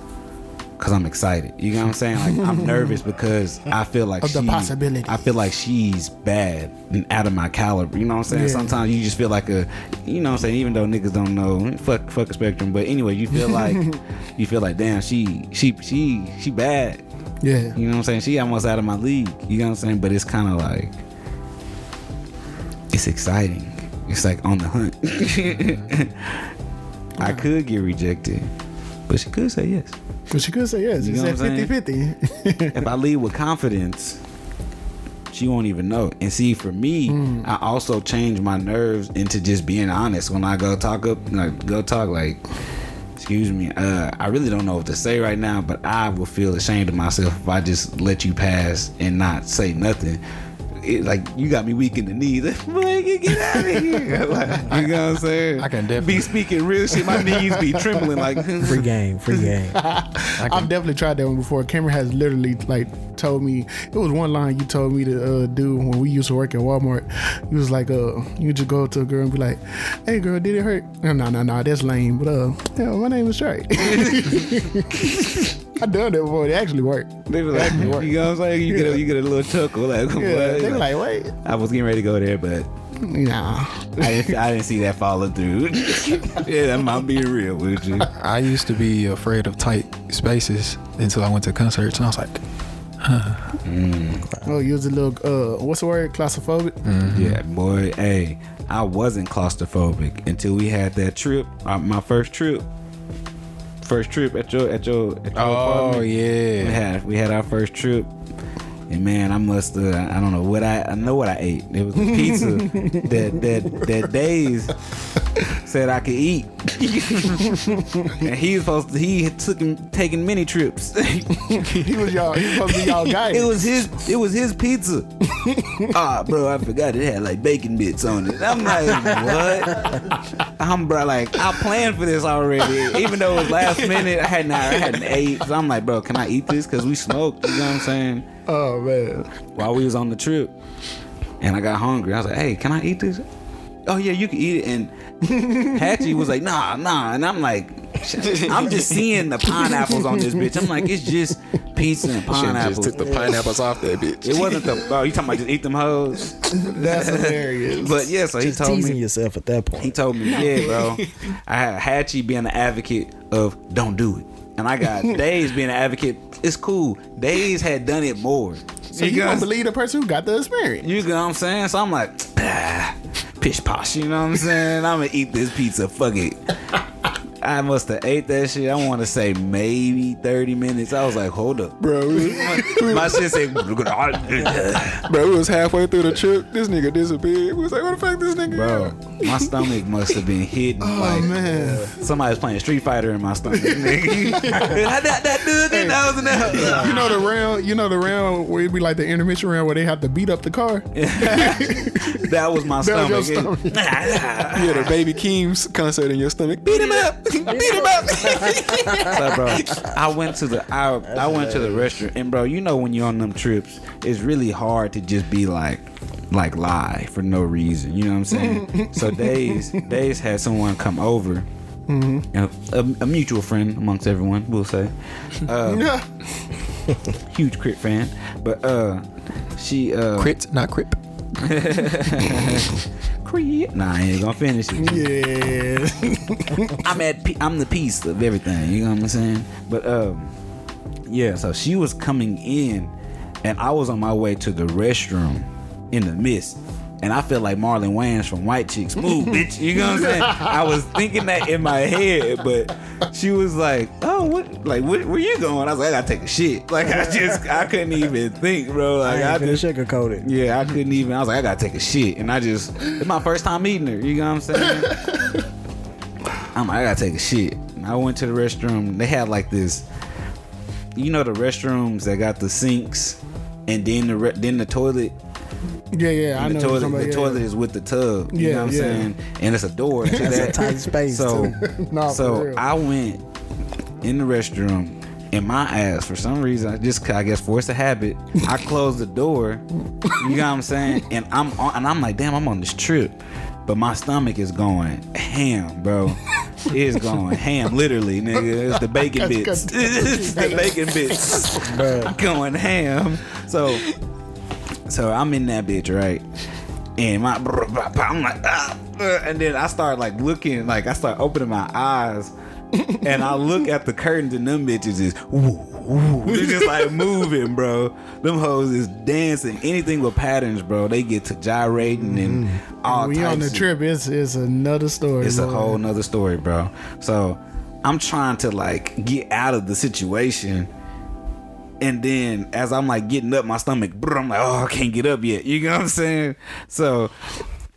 S4: because I'm excited. You know what I'm saying? Like I'm
S5: [laughs]
S4: nervous because I feel like
S5: Of the
S4: she-
S5: possibilities.
S4: I feel like she's bad and out of my caliber. You know what I'm saying?
S5: Yeah.
S4: Sometimes you just feel like a, you know what I'm saying? Even though niggas don't know, fuck, fuck a spectrum. But anyway, you feel
S5: [laughs]
S4: like, you feel like damn, she, she, she, she bad.
S5: Yeah.
S4: You know what I'm saying? She almost out of my league. You know what I'm saying? But it's kind of like it's exciting. It's like on the hunt. [laughs] I could get rejected, but she could say yes.
S5: But you could say yes.
S4: You
S5: It's
S4: know
S5: at
S4: what I'm
S5: 50 50.
S4: [laughs] If I leave with confidence, she won't even know. And see, for me,
S2: Hmm.
S4: I also change my nerves into just being honest when I go talk up, like go talk like. Excuse me. Uh, I really don't know what to say right now, but I will feel ashamed of myself if I just let you pass and not say nothing. It, like you got me weak in the knees. [laughs] Like, you get out of here. [laughs] Like, you know what I'm saying?
S2: I can definitely-
S4: be speaking real shit. My knees be trembling. Like
S6: free game,
S4: [laughs]
S6: free game.
S5: I've definitely tried that one before. Cameron has literally like told me it was one line you told me to uh, do when we used to work at Walmart. You was like, uh, you just go up to a girl and be like, "Hey, girl, did it hurt?" No, no, no, no, that's lame. But uh, yeah, my name is Trey. [laughs] I done that before. It actually worked.
S4: They be like, you know what I'm saying? You get a, you get a little chuckle. Like,
S5: Yeah,
S4: what?
S5: they be like, wait,
S4: I was getting ready to go there, but
S5: nah.
S4: I didn't, I didn't see that follow through. [laughs] yeah, I'm, I'm being real with you.
S2: I used to be afraid of tight spaces until I went to concerts, and I was like,
S5: Oh, you was a little uh, what's the word? Claustrophobic.
S4: Yeah, boy. Hey, I wasn't claustrophobic until we had that trip. Uh, my first trip, first trip at your at your. At your
S5: Oh,
S4: apartment.
S2: Oh,
S4: we
S2: yeah,
S4: had we had our first trip and man i must uh, i don't know what i i know what i ate it was a pizza that that that days said I could eat, and he was supposed to, he had took him taking many trips. [laughs]
S5: [laughs] He was y'all. He was supposed to be y'all guy.
S4: it was his it was his pizza. Ah, bro, I forgot it had like bacon bits on it. I'm like, what? I'm bro, like I planned for this already. Even though it was last minute, I hadn't I hadn't ate. So I'm like, bro, can I eat this? Cause we smoked. You know what I'm saying?
S5: Oh man.
S4: while we was on the trip, and I got hungry. I was like, "Hey, can I eat this?" Oh yeah, you can eat it. And [laughs] Hatchie was like, "Nah, nah," and I'm like, "I'm just seeing the pineapples on this bitch." I'm like, "It's just pizza and
S2: just
S4: pineapples."
S2: took the pineapples off that bitch.
S4: It wasn't the oh, you talking about just eat them hoes? [laughs]
S5: That's hilarious.
S4: But yeah, so he
S6: Just
S4: told
S6: teasing
S4: me.
S6: yourself at that
S4: He
S6: point.
S4: told me, yeah, bro. I had Hatchie being an advocate of don't do it, and I got Days being an advocate. It's cool. Days had done it more.
S5: So you don't believe the person who got the experience.
S4: You know what I'm saying? So I'm like, ah, pish posh, you know what I'm saying? I'm gonna eat this pizza. Fuck it. I must have ate that shit. I want to say maybe 30 minutes. I was like, hold up.
S2: Bro, we-
S4: My shit said, bro,
S2: bro, we was halfway through the trip. This nigga disappeared. We was like, what the fuck, this nigga? at?"
S4: my stomach must have been hidden. Oh, like, man. Somebody was playing Street Fighter in my stomach. nigga. [laughs] I got that dude, and I was in there.
S5: You know the round. You know the round where it'd be like the intermission round where they have to beat up the car.
S4: That was my
S5: That
S4: stomach.
S5: was your
S2: [laughs]
S4: [laughs]
S2: You had a baby Keem's concert in your stomach. Beat him up. Beat him up.
S4: So, bro, [laughs] I went to the I, I went to the restaurant and bro, you know when you're on them trips, it's really hard to just be like like lie for no reason. You know what I'm saying? so Days Days had someone come over. A, a- a mutual friend amongst everyone, we'll say. Uh, huge crit fan, but uh, she uh,
S2: Crit, not crip.
S4: crit. Nah, I ain't gonna finish it.
S5: Yeah. [laughs]
S4: I'm at pe- I'm the piece of everything. You know what I'm saying? But um, yeah. So she was coming in, and I was on my way to the restroom in the mist. And I felt like Marlon Wayans from White Chicks.
S6: [laughs]
S4: Move, bitch. You know what I'm saying? I was thinking that in my head, but she was like, "Oh, what? Like, where, where you going?" I was like, "I gotta take a shit." Like, I just, I couldn't even think, bro. Like,
S6: I
S4: I
S6: ain't gonna
S4: just,
S6: sugarcoat it.
S4: [laughs] yeah, I couldn't even. I was like, I gotta take a shit, and I just it's my first time meeting her. You know what I'm saying? I'm like, I gotta take a shit. And I went to the restroom. They had like this, you know, the restrooms that got the sinks, and then the re- then the toilet.
S5: Yeah, yeah. I
S4: And
S5: know
S4: the toilet,
S5: what you're talking
S4: the
S5: about,
S4: toilet is with the tub. You
S5: Yeah,
S4: know what I'm
S5: yeah.
S4: saying? And it's a door. to
S6: That's a
S4: that.
S6: tight space
S4: So,
S6: too.
S5: [laughs] Nah, for
S4: so
S5: real.
S4: I went in the restroom, and my ass, for some reason, I just I guess forced a habit. I closed the door. You know what I'm saying? And I'm on, and I'm like, damn, I'm on this trip, but my stomach is going ham, bro. It's going ham, literally, nigga. It's the bacon bits. [laughs] it's the bacon bits. going ham. So, so I'm in that bitch, right? And my, I'm like, ah, uh," and then I start like looking, like I start opening my
S5: [laughs]
S4: eyes, and I look at the curtains, and them bitches is, woo, woo. They're just
S5: [laughs]
S4: like moving, bro. Them hoes is dancing. Anything with patterns, bro, they get to gyrating and all
S5: Mm. We
S4: types
S5: on the
S4: of-
S5: trip. It's it's another story.
S4: it's a
S5: boy.
S4: whole nother story, bro. So I'm trying to like get out of the situation. And then as I'm like getting up, my stomach, brr, I'm like, oh, I can't get up yet. You know what I'm saying? So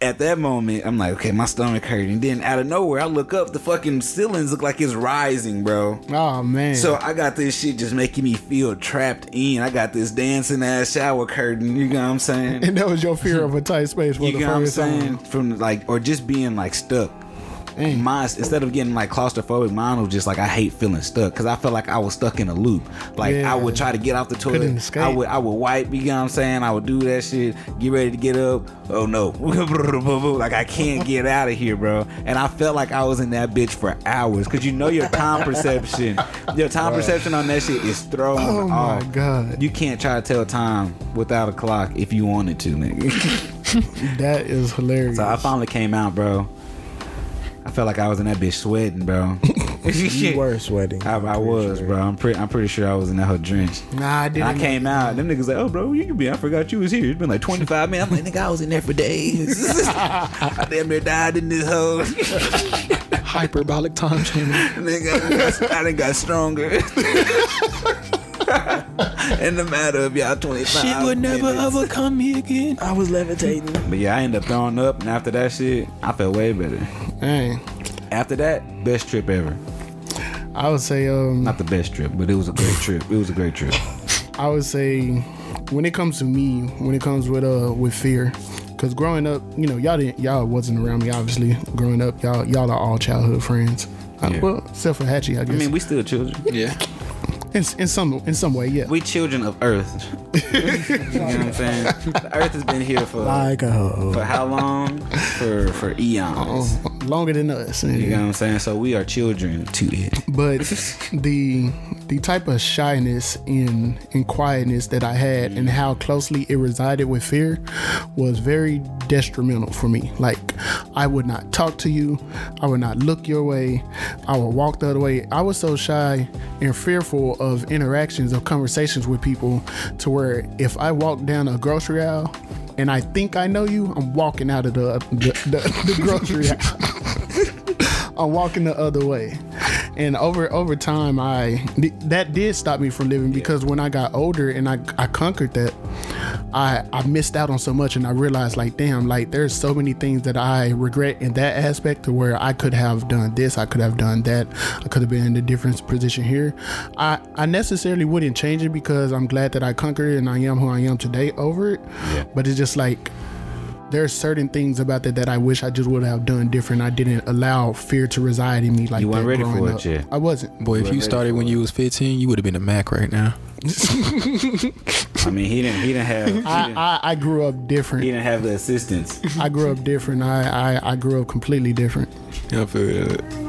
S4: at that moment, I'm like, okay, my stomach hurt. And then out of nowhere, I look up, the fucking ceilings look like it's rising, bro.
S5: Oh man.
S4: So I got this shit just making me feel trapped in. I got this dancing ass shower curtain. You know what I'm saying?
S5: and [laughs] that was your fear of a tight space for
S4: You
S5: the
S4: know what I'm
S5: first
S4: saying?
S5: time.
S4: From like, or just being like stuck.
S5: Dang.
S4: Mine, instead of getting like claustrophobic, mine was just like I hate feeling stuck because I felt like I was stuck in a loop. Like
S5: Yeah.
S4: I would try to get off the
S5: Couldn't
S4: toilet,
S5: escape.
S4: I would I would wipe. You know what I'm saying? I would do that shit, get ready to get up. Oh no, [laughs] like I can't get out of here, bro. And I felt like I was in that bitch for hours because you know your time perception, your time perception on that shit is thrown
S5: Oh my
S4: off.
S5: God.
S4: you can't try to tell time without a clock if you wanted to, nigga.
S5: That is hilarious.
S4: So I finally came out, bro. I felt like I was in that bitch sweating, bro.
S6: You were sweating.
S4: I, I was, bro. I'm pretty. I'm pretty sure I was in that whole drenched.
S5: nah, I
S4: And
S5: didn't.
S4: I came out. Them niggas like, oh, bro, you be. I forgot you was here. It's been like 25 minutes. I'm like, nigga, I was in there for days. I damn near died in this hole.
S2: Hyperbolic time chamber.
S4: nigga, I done got stronger. in the matter of y'all 25
S2: Shit would never
S4: minutes.
S2: ever come me again.
S6: I was levitating.
S4: But yeah, I ended up throwing up, and after that shit, I felt way better.
S5: Dang.
S4: After that, best trip ever.
S5: I would say um
S4: Not the best trip, but it was a great trip. It was a great trip.
S5: I would say when it comes to me, when it comes with uh with fear, because growing up, you know, y'all didn't y'all wasn't around me obviously. Growing up, y'all y'all are all childhood friends. Uh,
S4: Yeah.
S5: well, except for Hatchie, I guess.
S4: I mean, we still children.
S2: Yeah.
S5: in, in some in some way, yeah.
S4: We children of Earth.
S5: [laughs]
S4: you know what I'm saying? The Earth has been here for
S6: Like a hoe.
S4: for how long? For for eons.
S5: Uh, Longer than us.
S4: You know what I'm saying? So we are children to it.
S5: but the the type of shyness and and quietness that I had and how closely it resided with fear was very detrimental for me. Like I would not talk to you, I would not look your way, I would walk the other way. I was so shy and fearful of interactions of conversations with people to where if I walked down a grocery aisle and I think I know you, I'm walking out of the the, the, the grocery aisle. I'm walking the other way. And over over time, I th- that did stop me from living because when I got older and I, I conquered that, I I missed out on so much and I realized like damn like there's so many things that I regret in that aspect to where I could have done this, I could have done that, I could have been in a different position here. I I necessarily wouldn't change it because I'm glad that I conquered it and I am who I am today over it. But it's just like there's certain things about that that I wish I just would have done different. I didn't allow fear to reside in me like
S4: You
S5: that
S4: weren't ready for
S5: growing
S4: it,
S5: up.
S4: yeah.
S5: I wasn't.
S2: Boy, if you started when you was 15, you would have been a Mac right now.
S4: I mean, he didn't he didn't have he
S5: [laughs] I,
S4: didn't,
S5: I, I grew up
S4: he
S5: different.
S4: didn't have the assistance.
S5: I grew up different. I, I, I grew up completely different.
S2: I feel that.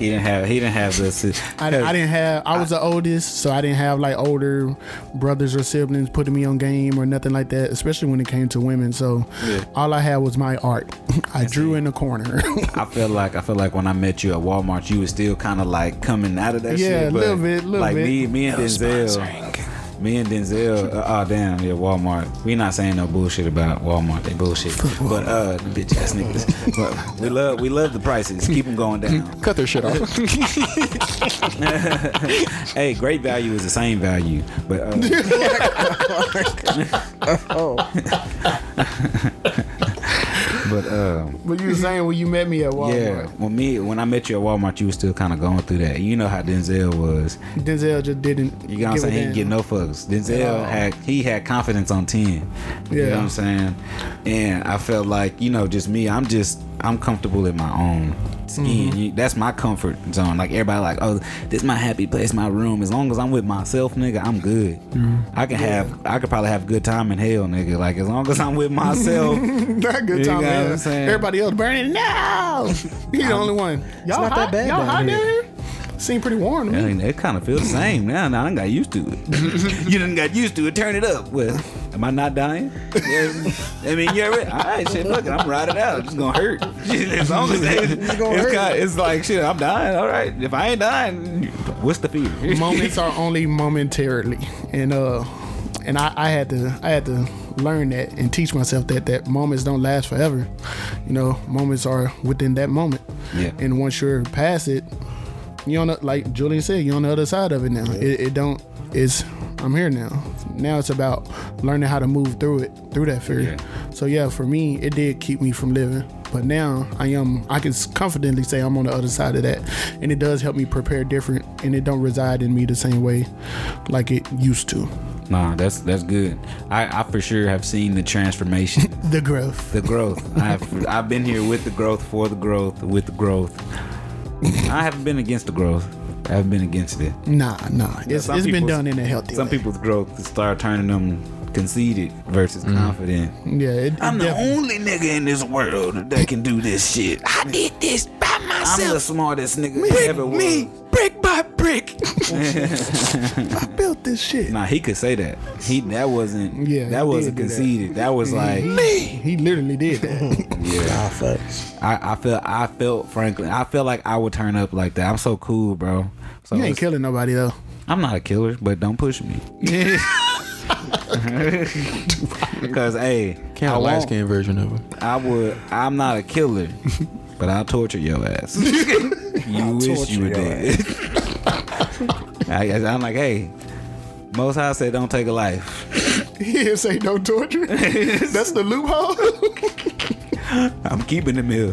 S4: He didn't have he didn't have the assistance.
S5: I, I didn't have. I was the oldest, so I didn't have like older brothers or siblings putting me on game or nothing like that. Especially when it came to women. So all I had was my art. [laughs] I drew in a corner. [laughs]
S4: I feel like I feel like when I met you at Walmart, you were still kind of like coming out of that
S5: Yeah,
S4: shit.
S5: a
S4: but
S5: little bit, little
S4: like
S5: bit.
S4: me, me and Denzel, me and Denzel. Uh, oh damn, yeah, Walmart. We not saying no bullshit about Walmart. They bullshit. But uh, bitch ass niggas. But we love we love the prices. Keep them going down.
S2: Cut their shit [laughs] off.
S4: hey, great value is the same value. But uh,
S5: [laughs]
S4: [laughs]
S5: Oh.
S4: but um.
S5: but you were saying when you met me at
S4: Yeah,
S5: Walmart,
S4: when me when I met you at Walmart, you was still kind of going through that. You know how Denzel was.
S5: Denzel just didn't.
S4: You know what I'm
S5: give a
S4: saying? He didn't
S5: damn.
S4: get no fucks. Denzel had he had confidence on ten. You know
S5: Yeah.
S4: what I'm saying? And I felt like, you know, just me, I'm just I'm comfortable in my own
S5: Mm-hmm.
S4: skin. You- That's my comfort zone. Like everybody like, oh, this my happy place, my room. As long as I'm with myself, nigga, I'm good.
S5: Mm-hmm.
S4: I can have I could probably have a good time in hell, nigga. Like as long as I'm with
S5: [laughs]
S4: myself,
S5: Not a good
S4: You
S5: time.
S4: know what I'm
S5: man.
S4: saying?
S5: Everybody else
S4: [laughs]
S5: burning. No, he the only one. Y'all
S6: not that
S5: hot?
S6: bad
S5: Y'all
S6: down
S5: hot down
S6: here.
S5: here? Seem pretty warm. To
S4: I
S5: me.
S4: mean, it kind of feels the same now. Now I done got used to
S6: [laughs]
S4: it. you done got used to it. Turn it up. Well, am I not dying? Yeah, I mean, you're right. All right, shit. Look, I'm riding out. It's gonna hurt. [laughs] Shit, as long as it- it's,
S6: gonna hurt.
S4: kinda- it's like shit. I'm dying. All right. If I ain't dying, what's the fear? [laughs]
S6: [laughs]
S5: Moments are only momentarily, and uh, and I, I had to I had to learn that and teach myself that that moments don't last forever. You know, moments are within that moment.
S4: Yeah.
S5: And once you're past it, you on the, like Julian said, you're on the other side of it now. It, it don't. It's I'm here now. Now it's about learning how to move through it, through that fear.
S4: Yeah.
S5: So yeah, for me, it did keep me from living. But now I am. I can s- confidently say I'm on the other side of that, and it does help me prepare different, and it don't reside in me the same way, like it used to.
S4: Nah, that's that's good. I, I for sure have seen the transformation.
S6: [laughs]
S5: The growth.
S4: the growth. I've I've been here with the growth, for the growth, with the growth. I haven't been against the growth. I haven't been against it.
S5: Nah, nah. It's,
S4: some
S5: it's been
S4: people's-
S5: done in a healthy
S4: Some
S5: way.
S4: people's growth start turning them conceited versus confident.
S5: Yeah. It,
S1: I'm
S5: it
S1: the
S5: definitely-
S1: only nigga in this world that can do this shit. I did this by
S4: I'm the
S1: myself.
S4: smartest nigga ever
S1: Brick
S4: was.
S1: me, brick by brick.
S5: I built this shit.
S4: Nah, he could say that. He that wasn't.
S5: Yeah,
S4: Yeah,
S5: he
S4: that wasn't
S5: did do that. Mm-hmm.
S4: conceited. That. was like
S5: He literally did that.
S4: [laughs]
S6: Nah, facts.
S4: I, I felt. I felt Franklin. I felt like I would turn up like that. I'm so cool, bro. So
S5: you ain't
S4: it's-
S5: killing nobody though. [laughs]
S4: I'm not a killer, but don't push me. [laughs] Because hey,
S2: Kind
S4: I
S2: of light
S4: won't-
S2: skin version of [laughs] him.
S4: I would. I'm not a killer, but I'll torture your ass. you wish
S6: torture
S4: you were
S6: your
S4: dead. [laughs] I, guess I'm like, hey, Most High said don't take a life.
S5: He didn't say
S4: [laughs]
S5: no torture. That's the loophole.
S4: I'm keeping the mill.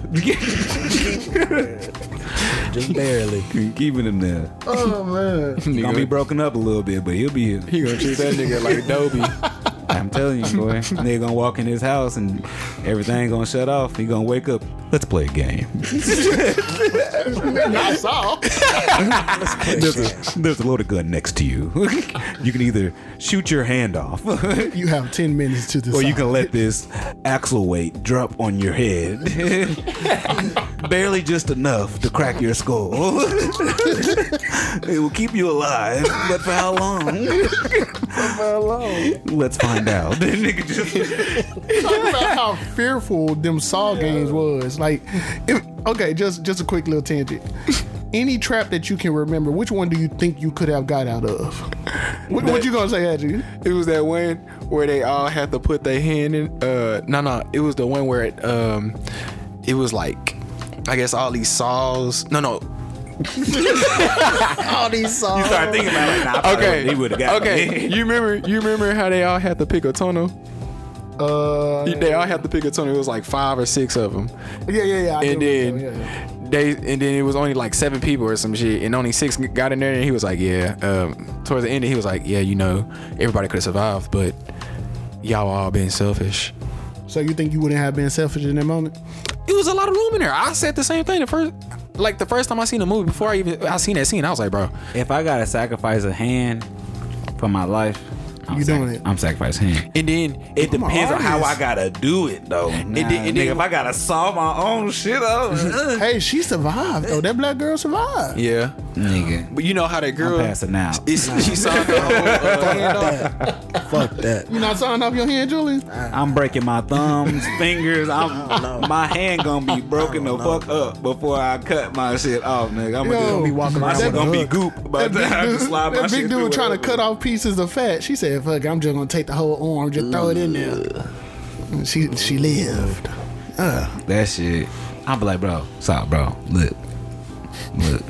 S4: [laughs]
S6: Just barely.
S4: Keeping him there.
S5: Oh man.
S4: He gonna be broken up a little bit, but he'll be here.
S7: He gonna treat
S2: [laughs]
S7: that nigga like Adobe.
S4: I'm telling you, boy. Nigga gonna walk in his house and everything gonna shut off. He gonna wake up. Let's play a game.
S5: I saw.
S4: There's a, there's a loaded gun next to you. [laughs] you can either shoot your hand off, or
S5: You have ten minutes to decide.
S4: you can let this axle weight drop on your head, [laughs] barely just enough to crack your skull. [laughs] it will keep you alive, but for how [laughs] long? Let's find [laughs] out. Nigga just-
S5: talk about how fearful them Saw games was. Like, if, okay, just just a quick little tangent. Any trap that you can remember, which one do you think you could have got out of? What, what you gonna say, Andrew?
S7: It was that one where they all had to put their hand in. Uh, no, no, it was the one where it, um, it was like, I guess all these saws. No, no.
S6: All these songs.
S4: start thinking about it. Nah, I probably
S7: Okay.
S4: would've- He would have got
S7: okay.
S4: me. [laughs]
S7: you remember? You remember how they all had to pick a tunnel?
S5: Uh,
S7: They all had to pick a tunnel. It was like five or six of them,
S5: yeah, yeah, yeah. I get
S7: and then
S5: what you're saying, yeah,
S7: they and then it was only like seven people or some shit, and only six got in there. And he was like, "Yeah." Um, towards the end, he was like, "Yeah, you know, everybody could have survived, but y'all all been selfish."
S5: yeah. So you think you wouldn't have been selfish in that moment?
S7: it was a lot of room in there. I said the same thing the first, like the first time I seen the movie before I even I seen that scene. I was like, bro,
S4: If I gotta sacrifice a hand for my life, I'm
S5: You
S4: sac-
S5: doing it.
S4: I'm sacrificing hand.
S7: and then it
S4: It depends on how I
S7: got.
S4: gotta do it though. Nah,
S7: did- it
S4: nigga,
S7: did-
S4: if I gotta solve my own shit up,
S5: Hey, she survived though. That black girl survived.
S7: Yeah,
S4: [laughs] nigga,
S7: but you know how that girl.
S4: passing out.
S7: It's, [laughs] she saw the [laughs] whole uh, hand off.
S6: Fuck that.
S5: You not signing off your hand, Julie?
S4: I'm breaking my thumbs, fingers. I'm my hand gonna be broken the fuck up before I cut my shit off, nigga. I'm
S5: Yo,
S4: gonna
S5: be walking
S4: My
S5: around
S4: shit
S5: with a
S4: gonna be
S5: hook.
S4: goop by
S5: That
S4: the
S5: big
S4: time I
S5: dude,
S4: slide my
S5: that
S4: shit
S5: big
S4: through
S5: dude trying to
S4: whatever.
S5: cut off pieces of fat. She said, "Fuck, it, I'm just gonna take the whole arm, just throw it in there." And she she lived.
S4: that shit. I'm like, bro, stop, bro. Look, look.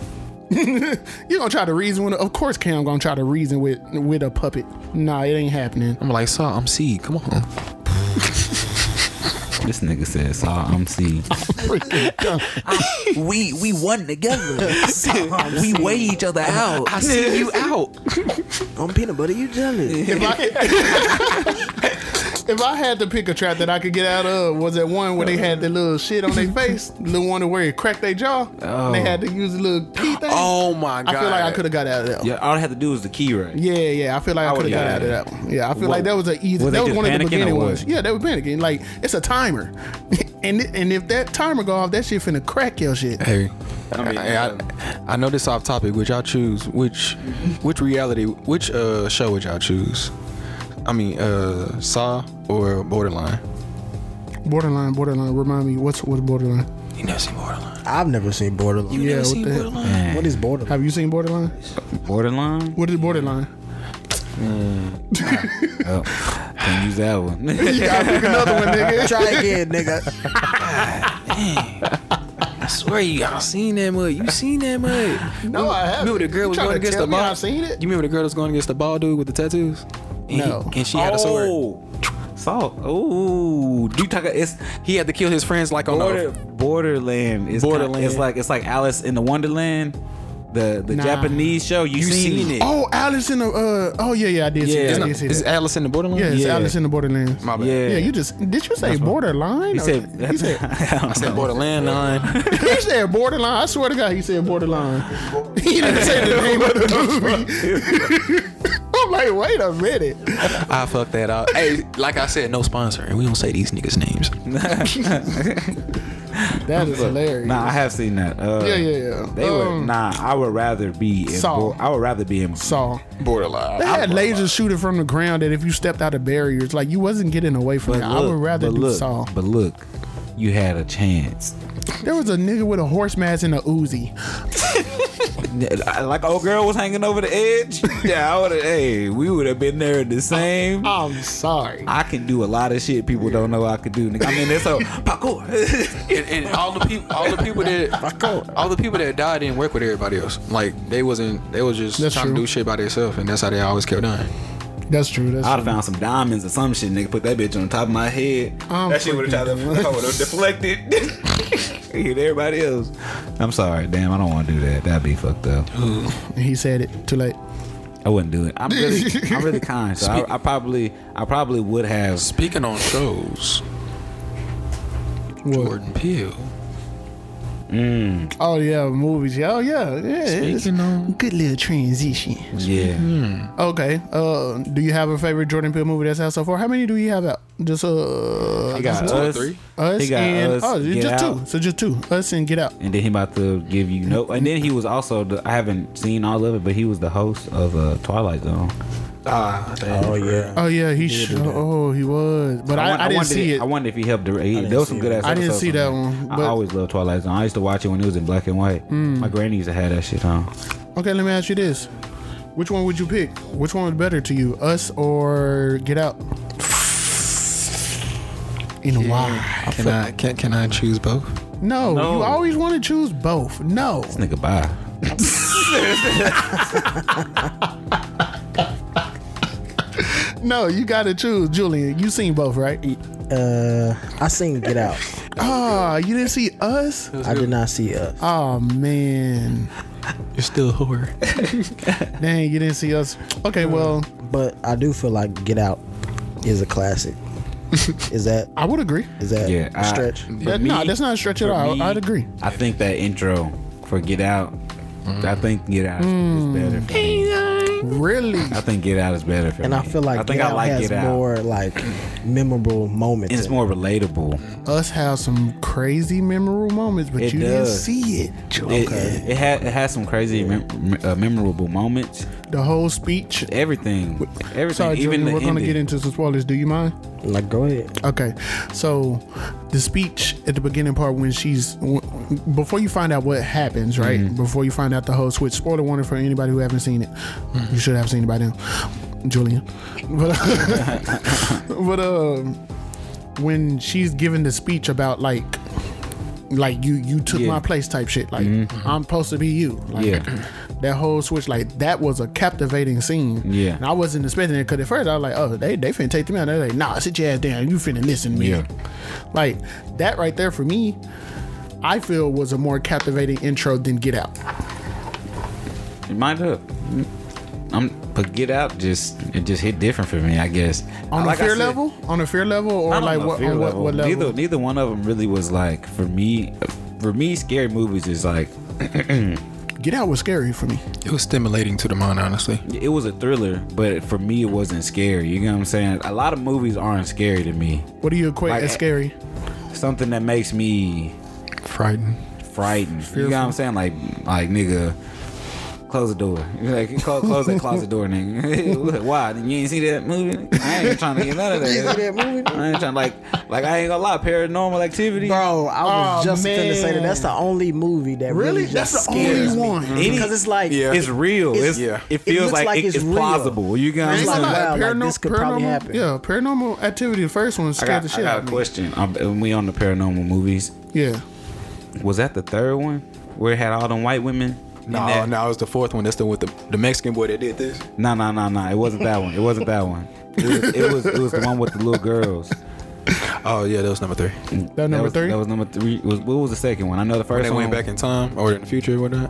S5: You gonna try to reason with? Of course, Cam gonna try to reason with with a puppet. Nah, it ain't happening.
S7: I'm like, saw, I'm seed. Come on.
S4: This nigga said, so I'm C. [laughs] we we won together. Uh-huh. we weigh each other out.
S7: I see you out.
S6: I'm peanut butter, you jelly.
S5: If I, if I had to pick a trap that I could get out of, was that one where they had the little shit on their face, the little one where it cracked their jaw, and they had to use the little key thing.
S7: Oh my god.
S5: I feel like I could have got out of that.
S4: [laughs]
S5: One.
S4: Yeah, all I had to do was the key right.
S5: Yeah, yeah. I feel like I, could have
S4: would've
S5: got
S4: got
S5: out of
S4: it.
S5: that one. Yeah, I feel
S4: What-
S5: like that was an easy.
S4: were they
S5: That was
S4: just
S5: one of the
S4: panicking or
S5: beginning
S4: what?
S5: ones. Yeah, they were panicking. Like it's a timer, [laughs] and and if that timer go off, that shit finna crack your shit.
S7: Hey,
S4: I mean,
S7: hey, I, I know this off topic. Would y'all choose which, which reality, which uh show would y'all choose? I mean, uh, Saw or Borderline?
S5: Borderline, borderline. Remind me, what's what's borderline?
S7: You never seen Borderline.
S6: I've never seen Borderline.
S5: yeah,
S7: never
S5: what
S7: seen
S5: the hell?
S7: Borderline?
S4: Man,
S6: What is Borderline?
S5: Have you seen borderline?
S4: borderline?
S5: What is borderline?
S4: Oh, can't use that one. [laughs]
S5: you gotta pick another one, nigga.
S6: Try again, nigga.
S7: I swear you, y'all seen that mud. You seen that mud.
S5: [laughs] No, I haven't.
S7: Remember the girl
S5: You
S7: was
S5: trying
S7: going
S5: to
S7: against
S5: tell
S7: the
S5: me
S7: ball?
S5: I've seen it?
S7: You remember the girl that's going against the bald dude with the tattoos? And he-
S5: No.
S7: and she had a sword.
S4: Saw. Oh, you talk. It's
S7: He had to kill his friends like on
S4: border,
S7: the.
S4: borderland. It's
S7: Borderland.
S4: Kind of, it's like it's like Alice in the Wonderland, the the
S5: Nah.
S4: Japanese show. You, seen, it?
S5: Oh, Alice in the. Uh, oh yeah, yeah, I did see.
S4: Yeah.
S5: That.
S7: It's,
S5: I
S7: not,
S5: did see
S7: it's
S5: that.
S7: Alice in the Borderland.
S5: Yeah, it's
S4: yeah.
S5: Alice in the borderlands.
S7: My bad.
S4: Yeah.
S5: Yeah, you just did you say borderline?
S4: He
S5: Or-
S4: said.
S5: he said
S4: [laughs] I
S7: I said Borderland line.
S5: he said borderline. I swear to God, he said borderline. he didn't say the name of the movie. [laughs] I'm like, wait a minute.
S7: I fucked that up. Hey, like I said, no sponsor, and we don't say these niggas names.
S5: That is [laughs] hilarious.
S4: Nah, I have seen that. Uh,
S5: Yeah, yeah, yeah.
S4: They were
S5: Um,
S4: nah. I would rather be in.
S5: Saw.
S4: Bo- I would rather be in.
S5: Saw.
S7: [laughs] Borderline.
S5: They had lasers shooting from the ground that if you stepped out of barriers, like you wasn't getting away from it. I would rather
S4: but
S5: do
S4: look,
S5: Saw.
S4: But look, you had a chance.
S5: There was a nigga with a horse mask and a Uzi.
S4: Like old girl was hanging over the
S5: [laughs]
S4: edge. Yeah, I would have. Hey, we would have been there
S5: Oh,
S4: the same.
S5: I'm sorry.
S4: I can do a lot of shit people don't know I could do. Nigga. I mean, it's
S5: [laughs]
S4: a parkour. [laughs]
S7: and, and all the people, all the
S5: [laughs]
S7: people that, all the people that died didn't work with everybody else. Like they wasn't, they was just
S5: That's
S7: trying
S5: true.
S7: to do shit by themselves, and that's how they always kept dying.
S5: That's true. That's
S4: I'd have found some diamonds or some shit, nigga. Put that bitch on the top of my head.
S5: I'm
S4: that shit would have tried
S5: freaking
S4: to I would have deflected. [laughs] Hit everybody else. I'm sorry, damn. I don't want to do that. That'd be fucked up.
S5: true. He said it too late.
S4: I wouldn't do it. I'm really, I'm really kind. So I, I probably, I probably would have.
S2: Speaking on shows, Jordan Peele.
S5: Oh yeah, movies. Yeah, oh yeah, yeah. it's-
S2: Speaking on
S5: Good little transition.
S4: Yeah.
S5: Hmm, Okay. Uh, do you have a favorite Jordan Peele movie that's out so far? How many do you have out? Just uh,
S4: He got
S2: Two or
S4: us.
S2: three.
S5: us
S4: He got
S5: and
S4: us.
S5: oh, it's
S4: Get
S5: just
S4: Out.
S5: two. So just two. Us and Get Out.
S4: and then he about to give you no. And then he was also the, I haven't seen all of it, but he was the host of uh, Twilight Zone.
S2: Ah,
S6: Oh yeah.
S5: Oh yeah, he. sh- oh, he was. But I,
S4: won-
S5: I, didn't
S4: wondered
S5: see
S4: if-
S5: it.
S4: I wondered if he helped direct. He, there was some
S6: see
S4: good
S6: it.
S4: ass.
S5: I didn't
S4: episodes
S5: see
S4: on
S5: that
S4: it.
S5: one,
S4: I
S5: but- Hmm.
S4: always loved Twilight Zone. I used to watch it when it was in black and white. My granny used to have that shit on.
S5: okay, let me ask you this: Which one would you pick? Which one was better to you, Us or Get Out? In a while.
S2: can I can, can I choose both?
S5: No, you always want to choose both. No.
S4: Nigga, bye.
S5: No, you gotta choose, Julian. You seen both, right?
S6: Uh, I seen Get Out.
S5: Ah, you didn't see us?
S6: I did not see Us.
S5: Oh man,
S2: You're still a whore.
S5: dang, you didn't see us. Okay, well,
S6: But I do feel like Get Out is
S4: [laughs]
S6: a classic. is that
S5: I would agree.
S6: is that
S4: Yeah,
S6: a
S4: I-
S6: stretch?
S5: That,
S4: me-
S5: no, that's not a stretch at
S4: for
S5: all.
S4: me-
S5: I'd agree.
S4: I think that intro for Get Out.
S6: Mm-hmm.
S4: I think Get Out
S5: Hmm.
S4: is better. For me.
S5: Really?
S4: I think Get Out is better for
S6: and
S4: me.
S6: I feel like
S4: I think
S6: Get
S4: I
S6: Out
S4: like
S6: has
S4: Get Out.
S6: more like memorable moments.
S4: It's
S6: in it.
S4: more relatable.
S5: Us have some crazy memorable moments, but
S4: It
S5: you
S4: does.
S5: didn't see it. Ju-
S4: It, it had it had some crazy mem- uh, memorable moments.
S5: The whole speech.
S4: Everything, everything,
S5: Sorry,
S4: even
S5: Julian,
S4: the
S5: we're gonna
S4: ending.
S5: get into some spoilers. Do you mind?
S6: Like go ahead.
S5: Okay, so the speech at the beginning part when she's w- before you find out what happens, right?
S4: Mm-hmm.
S5: Before you find out the whole switch. Spoiler warning for anybody who haven't seen it. You should have seen it by now, Julian. But [laughs] but um, when she's giving the speech about like like you you took
S4: Yeah. Mm-hmm.
S5: my place type shit, like I'm supposed to be you, like,
S4: Yeah.
S5: That whole switch, like that, was a captivating scene.
S4: Yeah.
S5: and I wasn't expecting it because at first I was like, "Oh, they they finna take them out." They're like, "Nah, sit your ass down. You finna listen to me."
S4: Yeah.
S5: Like that right there for me, I feel was a more captivating intro than Get Out.
S4: Mind up. I'm but get out. Just it just hit different for me. I guess
S5: On
S4: Like
S5: a
S4: I
S5: fear
S4: said,
S5: level, on a fear level, or
S4: not
S5: like
S4: on a
S5: what,
S4: fear
S5: on what,
S4: level.
S5: what level?
S4: Neither neither one of them really was like for me. For me, scary movies is like
S5: Get Out was scary for me.
S2: It was stimulating to the mind, honestly.
S4: it was a thriller, but for me it wasn't scary. You know what I'm saying? A lot of movies aren't scary to me.
S5: What do you equate
S4: Like-
S5: as scary?
S4: Something that makes me
S2: Frightened.
S4: frightened. You know what I'm saying? Like like nigga. Close the door. [laughs] Like,
S6: [laughs]
S4: close, close that closet door, nigga. [laughs] Why? You ain't see that movie? I ain't trying to get none of
S6: [laughs]
S4: that.
S6: see that movie?
S4: I ain't trying like like I ain't gonna lie. Paranormal activity.
S6: Bro, I was
S5: Oh,
S6: just finna say
S5: man.
S6: that that's the only movie that really,
S5: Really?
S6: just
S5: That's the
S6: scares
S5: only
S6: me.
S5: one.
S4: Any-
S6: because it's like
S2: Yeah.
S4: It's real. It's,
S6: It's-
S2: yeah.
S4: It
S6: It
S4: feels
S6: looks
S4: like,
S6: like
S4: it-
S6: it's
S4: it's,
S6: real.
S4: plausible. You got what
S5: I
S4: I'm
S5: ain't
S6: like,
S5: gonna
S4: saying?
S5: lie,
S6: wow, like,
S5: parano-
S6: this could probably
S5: paranormal-
S6: happen.
S5: Yeah, paranormal activity. The first one
S4: I
S5: scared
S4: got,
S5: the
S4: I
S5: shit
S4: got
S5: out
S4: a
S5: of me.
S4: question. I'm, and we on the paranormal movies.
S5: Yeah,
S4: Was that the third one where it had all them white women? in
S2: No,
S4: that?
S2: no, it was the fourth one. That's the with the, the Mexican boy that did this.
S4: no, no, no, no. It wasn't that one. It wasn't that one. It was, it was it was the one with the little girls.
S2: Oh yeah, that was number three.
S5: that number
S4: was,
S5: three.
S4: That was number three. It was, what was the second one? I know the first
S2: They
S4: one
S2: went back in time or in the future or whatnot.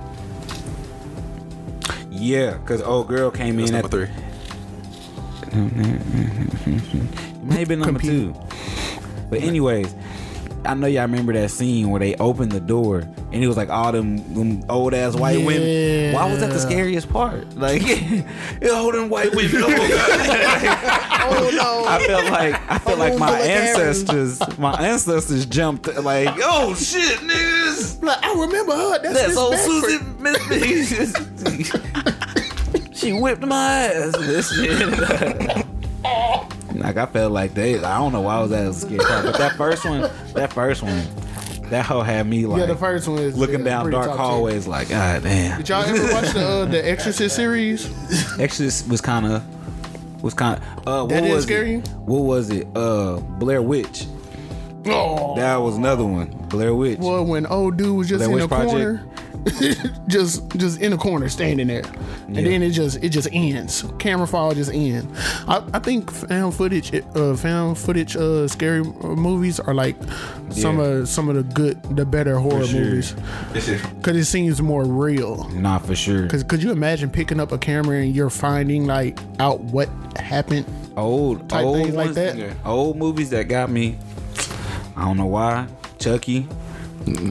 S4: Yeah, because old girl came
S2: It was
S4: in
S2: number
S4: at
S2: three.
S4: Maybe number two. But anyways, I know y'all remember that scene where they opened the door and it was like all them, them old ass white women. Why was that the scariest part? Like, [laughs] it all them white
S2: [laughs]
S4: women.
S6: oh no.
S4: I felt like I felt like my ancestors, my ancestors jumped like, oh shit, niggas,
S5: Like, I remember her. That's,
S4: that's
S5: Miss
S4: old
S5: Beckford.
S4: Susie Miss B. She whipped my ass. This shit. like I felt like they. I don't know why I was that scared, but that first one, that first one, that hoe had me like
S5: Yeah, the first one is
S4: looking
S5: yeah,
S4: down
S5: pretty
S4: dark
S5: top tier.
S4: hallways, like God damn.
S5: Did y'all ever watch the uh, the Exorcist series?
S4: Exorcist was kind of was kind of uh, what
S5: That didn't
S4: was
S5: scare
S4: it?
S5: you?
S4: What was it? Uh, Blair Witch.
S5: Oh,
S4: That was another one. Blair Witch.
S5: well, when old dude was just
S4: Blair
S5: in
S4: Witch
S5: the
S4: Project.
S5: corner [laughs] just just in a corner standing there and then it just it just ends camera file just ends i, I think found footage uh found footage uh scary uh, movies are like some of some of the good the better horror movies because it seems more real
S4: Nah, for sure.
S5: because could you imagine picking up a camera and you're finding like out what happened
S4: old
S5: type
S4: old
S5: things like
S4: ones-
S5: that?
S4: yeah. Old movies that got me. I don't know why. Chucky.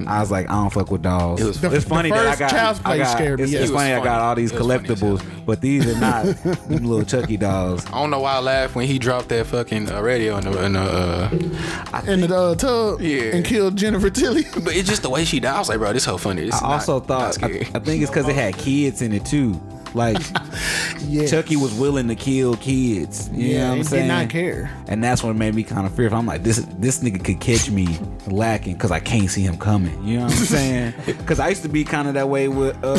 S4: I was like, I don't fuck with dolls.
S2: was
S5: Mm-hmm. The-
S4: it's
S5: the
S4: funny that I
S5: first
S4: got,
S5: Child's Play
S4: I got
S5: scared me.
S4: It's,
S5: Yeah.
S4: it's
S5: It
S2: was
S4: funny I got
S2: funny.
S4: all these
S2: It was funny as
S4: collectibles, but these are
S5: [laughs]
S4: not them little Chucky dolls.
S7: I don't know why I laughed when he dropped that fucking uh, radio in the, in the uh,
S5: in the uh, tub
S7: Yeah.
S5: and killed jennifer tilly [laughs]
S7: but it's just the way she died. I was like, bro, this so funny. This is
S4: I also
S7: not, not
S4: thought I,
S7: scary.
S4: I think it's because it had kids in it too. Like
S5: [laughs] Yes.
S4: Chucky was willing to kill kids. You know
S5: Yeah,
S4: what I'm
S5: and did
S4: saying?
S5: not care.
S4: And that's what made me kind of fearful. I'm like, this this nigga could catch me lacking because I can't see him coming. You know what I'm
S5: [laughs]
S4: saying? Because I used to be kind of that way with uh,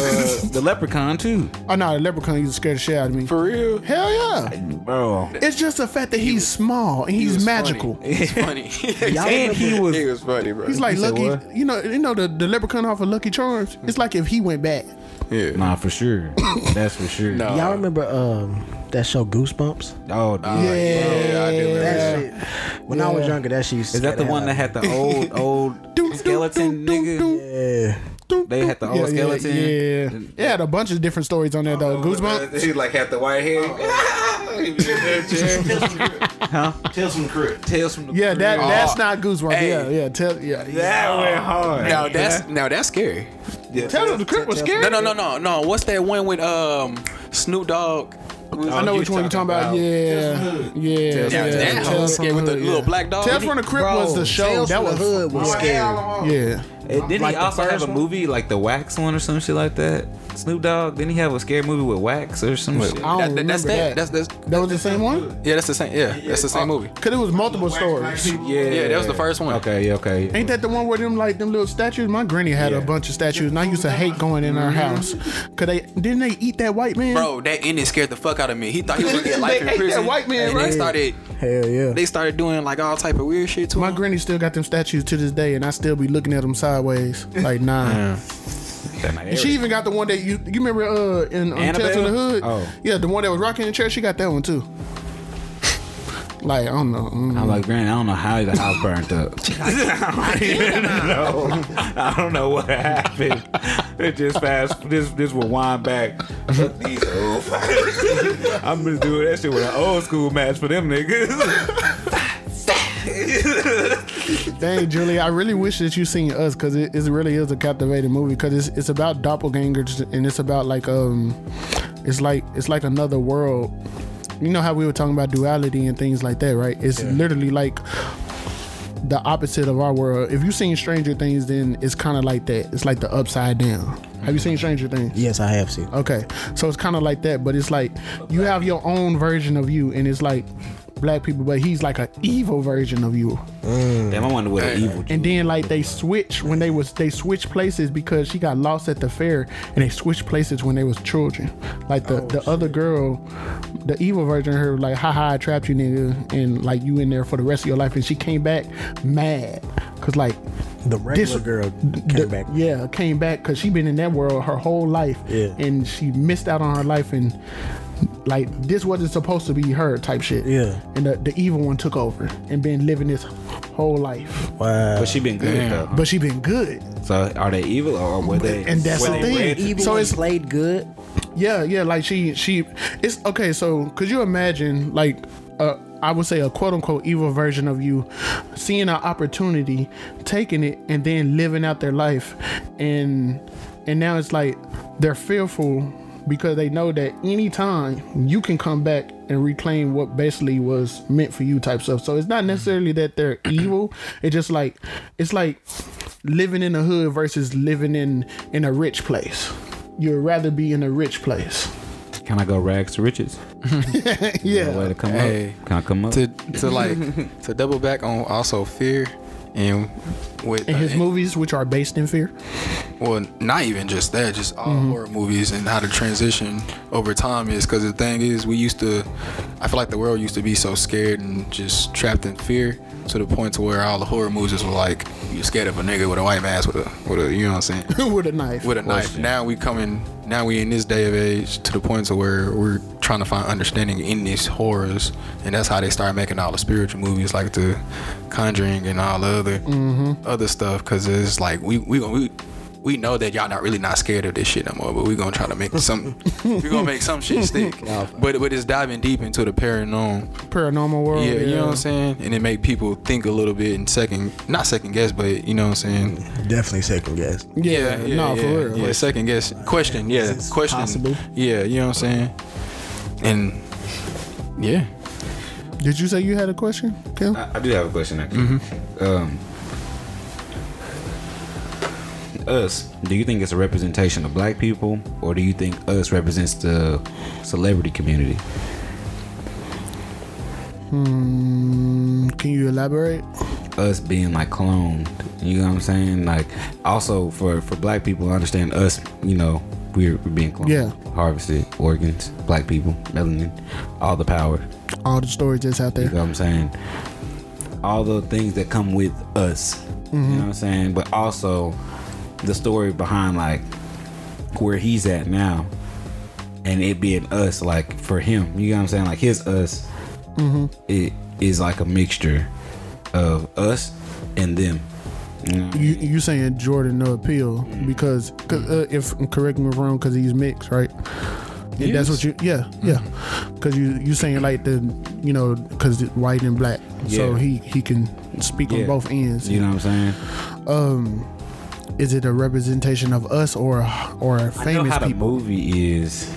S4: the leprechaun too,
S5: oh no the leprechaun used to scare the shit out of me
S7: for real.
S5: hell yeah
S4: bro.
S5: It's just the fact that he's small and
S7: He
S5: he's
S7: was
S5: magical.
S7: Funny. He's [laughs] funny.
S4: Y'all and he was-
S7: He was funny, bro.
S5: He's like
S4: You said
S5: Lucky.
S4: what?
S5: You know, you know the, the leprechaun off of Lucky Charms. It's like if he went back.
S7: yeah.
S4: Nah, for
S5: [coughs]
S4: sure. That's for sure.
S7: No.
S6: Y'all remember um, that show Goosebumps?
S4: Oh, dude.
S7: Yeah, I do remember.
S6: That shit. When I was younger, that shit. Used to
S4: Is that the
S6: scare
S4: one that
S6: hell
S4: had the old
S5: [laughs] Doom,
S4: old
S5: doom,
S4: skeleton
S5: doom,
S4: nigga?
S5: doom,
S6: out of me.
S5: doom,
S4: They
S5: doom.
S4: had the old
S5: Yeah,
S4: skeleton.
S5: Yeah, yeah. It had a bunch of different stories on
S4: Uh,
S5: there though. Goosebumps.
S4: [laughs] He like had the white [laughs] hair.
S1: Tell some crib.
S4: Tales from the
S5: Yeah, that
S7: Oh,
S5: that's not Goosebumps.
S7: hey.
S5: Yeah, yeah. Tell yeah.
S4: that went hard.
S7: Now that's now that's scary.
S5: Tell him the crib was scary.
S7: No, no, no, no, no. What's that one with um Snoop Dogg?
S5: I know which one you're talking about. Yeah, yeah.
S4: Tales
S7: Yeah,
S5: yeah.
S7: that
S5: Tales
S7: whole
S5: from
S7: scary with
S5: the
S7: the
S5: Hood,
S7: little
S5: yeah.
S7: black dog.
S5: Tales from the Crypt was the show.
S6: Tales
S5: That
S6: from the
S5: was
S6: Hood was scary.
S5: yeah.
S4: And didn't
S6: Like
S4: he
S6: the
S4: also
S6: first
S4: have a
S6: one?
S4: movie like the Wax one or some shit like that? Snoop Dogg. Didn't he have a scary movie with Wax or some shit?
S5: I don't
S7: That, that, that's
S5: remember
S7: that.
S5: that. Oh.
S7: That's that's
S5: That was the same one.
S7: yeah. That's the same. Yeah, that's the same movie.
S5: Cause it was multiple stories.
S7: Yeah, that was the first one.
S4: Okay, yeah, okay.
S5: Ain't that the one where them like them little statues? My granny had a bunch of statues, and I used to hate going in
S4: Mm-hmm.
S5: her house. Cause they didn't they eat that white man?
S7: Bro, that ending scared the fuck out of me. He thought he was gonna get life
S5: [laughs] They
S7: in
S5: ate that
S7: prison.
S5: white man,
S7: and they
S5: right?
S7: started
S6: Hell yeah.
S7: they started doing like all type of weird shit to
S5: My
S7: him.
S5: granny still got them statues to this day, and I still be looking at them sideways. Like [laughs] nah. And she even got the one that you you remember uh in um, Tales from the
S4: Annabelle?
S5: Hood?
S4: Oh.
S5: Yeah, the one that was rocking the chair. She got that one too. [laughs] Like I don't know. Mm.
S4: I'm like, Grant, I don't know how the house burnt up. [laughs] I don't know. I don't know what happened. It just fast. This this will wind back. Fuck these old [laughs] fuckers. I'm just doing that shit with an old school match for them niggas. [laughs]
S5: Dang, Julie, I really wish that you seen us because it, it really is a captivating movie because it's, it's about doppelgangers and it's about like um, it's like it's like another world. You know how we were talking about duality and things like that, right? It's literally like the opposite of our world. If you seen Stranger Things, then it's kind of like that. It's like the upside down. Have you seen Stranger Things?
S6: Yes, I have seen.
S5: Okay, so it's kind of like that, but it's like you have your own version of you, and it's like black people, but he's like an evil version of you.
S4: Mm. Damn, I wonder what an evil.
S5: And then like they switch when they was they switched places because she got lost at the fair and they switched places when they was children. Like the, the other girl, the evil version of her, like, haha, I trapped you nigga and like you in there for the rest of your life and she came back mad. Cause like
S6: The regular
S5: This-
S6: girl came
S5: the-
S6: back.
S5: Yeah, came back because she been in that world her whole life.
S6: Yeah.
S5: And she missed out on her life and like this wasn't supposed to be her type shit.
S6: Yeah.
S5: And the, the evil one took over and been living this whole life.
S6: Wow.
S4: But she been good though.
S5: But she been good.
S4: So are they evil or were they?
S5: and that's
S4: were
S5: the
S4: they
S5: thing.
S4: red?
S5: Evil
S6: so
S5: when
S6: it's played good.
S5: Yeah, yeah. Like she, she. It's okay. So could you imagine, like, uh, I would say a quote unquote evil version of you, seeing an opportunity, taking it, and then living out their life, and and now it's like they're fearful because they know that anytime you can come back and reclaim what basically was meant for you type stuff. So it's not necessarily that they're evil. It's just like it's like living in the hood versus living in in a rich place. You'd rather be in a rich place.
S4: Can I go rags to
S5: [laughs]
S4: riches?
S5: Yeah.
S4: Way to come
S7: Hey.
S4: up. Can I come up?
S7: to to like to double back on also fear. and with
S5: in his
S7: uh,
S5: movies, which are based in fear.
S7: Well, not even just that, just all horror movies and how the transition over time is. Because the thing is, we used to, I feel like the world used to be so scared and just trapped in fear to the point to where all the horror movies were like, you're scared of a nigga with a white mask with a, with a, you know what I'm saying?
S5: with a knife.
S7: With a knife. Now we coming, now we in this day of age to the point to where we're trying to find understanding in these horrors, and that's how they start making all the spiritual movies like the Conjuring and all the other other stuff. Because it's like we we gonna we. We know that y'all not really not scared of this shit no more, but we gonna try to make some. we gonna make some shit stick. But but it's diving deep into the paranormal.
S5: paranormal world.
S7: Yeah, you know what I'm saying. And it make people think a little bit and second, not second guess, but you know what I'm saying.
S6: Definitely second guess.
S5: Yeah, no,
S7: yeah,
S5: for real.
S7: Yeah, second guess. Question, yeah.
S6: this
S7: Question.
S6: possible?
S7: Yeah, you know what I'm saying? And yeah.
S5: Did you say you had a question, Kel?
S4: I, I do have a question actually.
S5: Mm-hmm.
S4: Um, us, do you think it's a representation of black people, or do you think us represents the celebrity community?
S5: Mm, Can you elaborate?
S4: Us being like cloned, you know what I'm saying? Like, also for for black people, I understand us, you know, we're, we're being cloned,
S5: Yeah.
S4: harvested organs, black people, melanin, all the power.
S5: All the stories that's out
S4: You
S5: there.
S4: know what I'm saying? All the things that come with us. You know what I'm saying? But also the story behind like where he's at now and it being us, like for him. You know what I'm saying? Like his us Mm-hmm. it is like a mixture of us and them. You know?
S5: You you saying Jordan no appeal because 'cause, uh, if correct me if wrong because he's mixed, right? And that's what you yeah
S4: Hmm.
S5: yeah because you you saying like the you know because white and black so
S4: Yeah.
S5: he he can speak
S4: Yeah.
S5: on both ends.
S4: You know what I'm saying?
S5: Is it a representation of us or or
S4: I know
S5: famous
S4: how the
S5: people?
S4: movie is.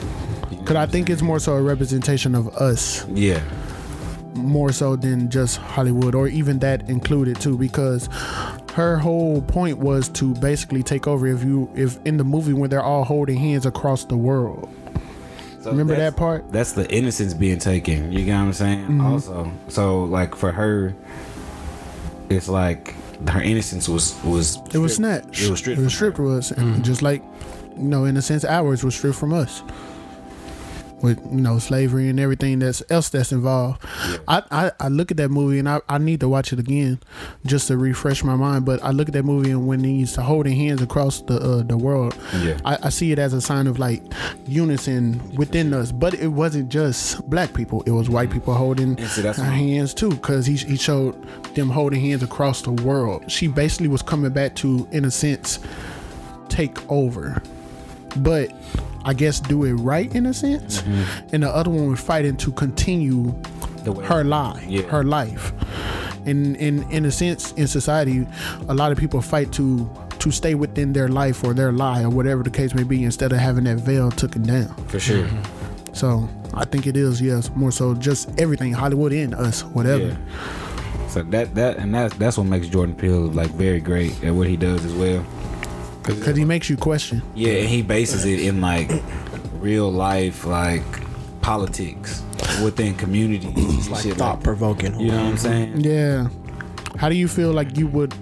S5: Because I think it's more so a representation of us.
S4: Yeah.
S5: more so than just Hollywood or even that included too because her whole point was to basically take over if you if in the movie when they're all holding hands across the world
S4: So
S5: Remember
S4: that's-
S5: that part? Mm-hmm.
S4: That's the innocence being taken. You get what I'm saying? Also, so like for her, it's like her innocence was was
S5: it was snatched
S4: It was stripped.
S5: it was stripped from us and just like you know in a sense ours was stripped from us with you know slavery and everything that's else that's involved I, I I look at that movie and I, I need to watch it again just to refresh my mind but I look at that movie and when he's holding hands across the uh, the world
S4: Yeah.
S5: I, I see it as a sign of like unison within us but it wasn't just black people it was
S4: Mm-hmm.
S5: white people holding
S4: And see, that's
S5: our
S4: what-
S5: hands too because he, he showed them holding hands across the world she basically was coming back to in a sense take over but I guess do it right in a sense. And the other one was fighting to continue
S4: Mm-hmm. The way-
S5: her lie,
S4: Yeah.
S5: her life. And in in a sense, in society, a lot of people fight to to stay within their life or their lie or whatever the case may be, instead of having that veil taken down.
S4: for sure.
S5: So I think it is yes, more so just everything Hollywood and us, whatever.
S4: Yeah. So that that and that's that's what makes Jordan Peele like very great at what he does as well.
S5: Cause he makes you question.
S4: Yeah, and he bases it in like real life, like politics within communities, and shit like
S6: Thought provoking.
S4: You know what I'm saying?
S5: Yeah. How do you feel like you would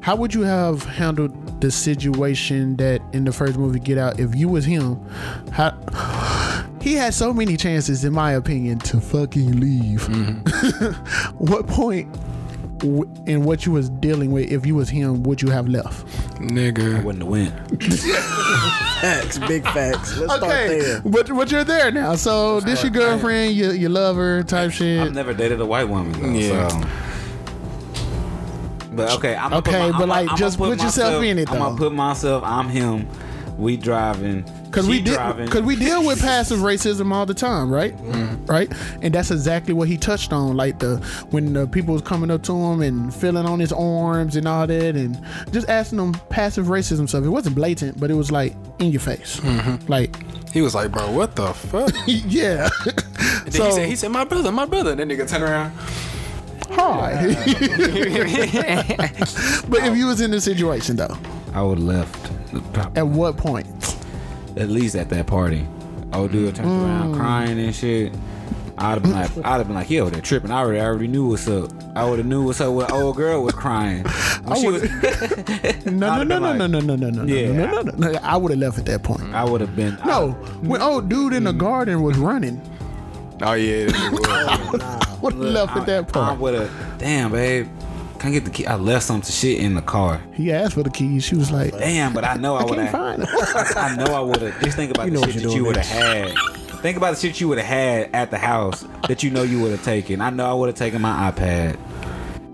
S5: how would you have handled the situation that in the first movie Get Out if you was him? How he had so many chances in my opinion to fucking leave. [laughs] what point w- in what you was dealing with if you was him would you have left?
S7: Nigga.
S4: Wouldn't have went.
S6: Facts, big facts. Let's start there.
S5: But but you're there now. So this your girlfriend, you you love her type shit.
S4: I've never dated a white woman. Though,
S7: Yeah.
S4: So. But okay, I'm
S5: Okay, but, like, just put yourself in it,
S4: I'm
S5: though.
S4: gonna put myself. I'm him. We driving.
S5: Cause
S4: she
S5: we did,
S4: driving.
S5: cause we deal with passive racism all the time, right? Right, and that's exactly what he touched on, like the when the people was coming up to him and feeling on his arms and all that, and just asking him passive racism stuff. It wasn't blatant, but it was like in your face, like [laughs]
S7: He was like, bro, what the fuck? And
S5: yeah,
S7: then
S5: So-
S7: he said, he said, my brother, my brother. And then nigga
S5: [laughs]
S7: turn around. [laughs] Oh,
S5: hi. but if you was in this situation though,
S4: I would left at,
S5: at what point? Mm.
S4: at least at that party. I would do a turn around crying and shit. I'd have been like, I'd have been like, yo, they're tripping. I already, I already knew what's up. I would have knew what's up when old girl was crying.
S5: [laughs]
S4: When she was,
S5: No, no,
S4: I'd have
S5: no, no,
S4: been
S5: no,
S4: like-
S5: no, no, no, no,
S4: Yeah.
S5: no, no, no, no, no. I would have left at that point.
S4: [laughs] I would have been.
S5: No, when old dude in the garden was running,
S7: Oh yeah, that nigga was.
S5: would have left at that
S4: I
S5: point.
S4: would have. Damn, babe. Can I get the key? I left some shit in the car.
S5: He asked for the keys. She was like,
S4: Damn, but I know I,
S5: I
S4: would
S5: can't
S4: have.
S5: find them. [laughs]
S4: I know I would have. Just think about
S6: You know
S4: the
S6: what
S4: shit
S6: you're
S4: that you would
S6: doing,
S4: have had. Think about the shit you would have had at the house that you know you would have taken. I know I would have taken my iPad.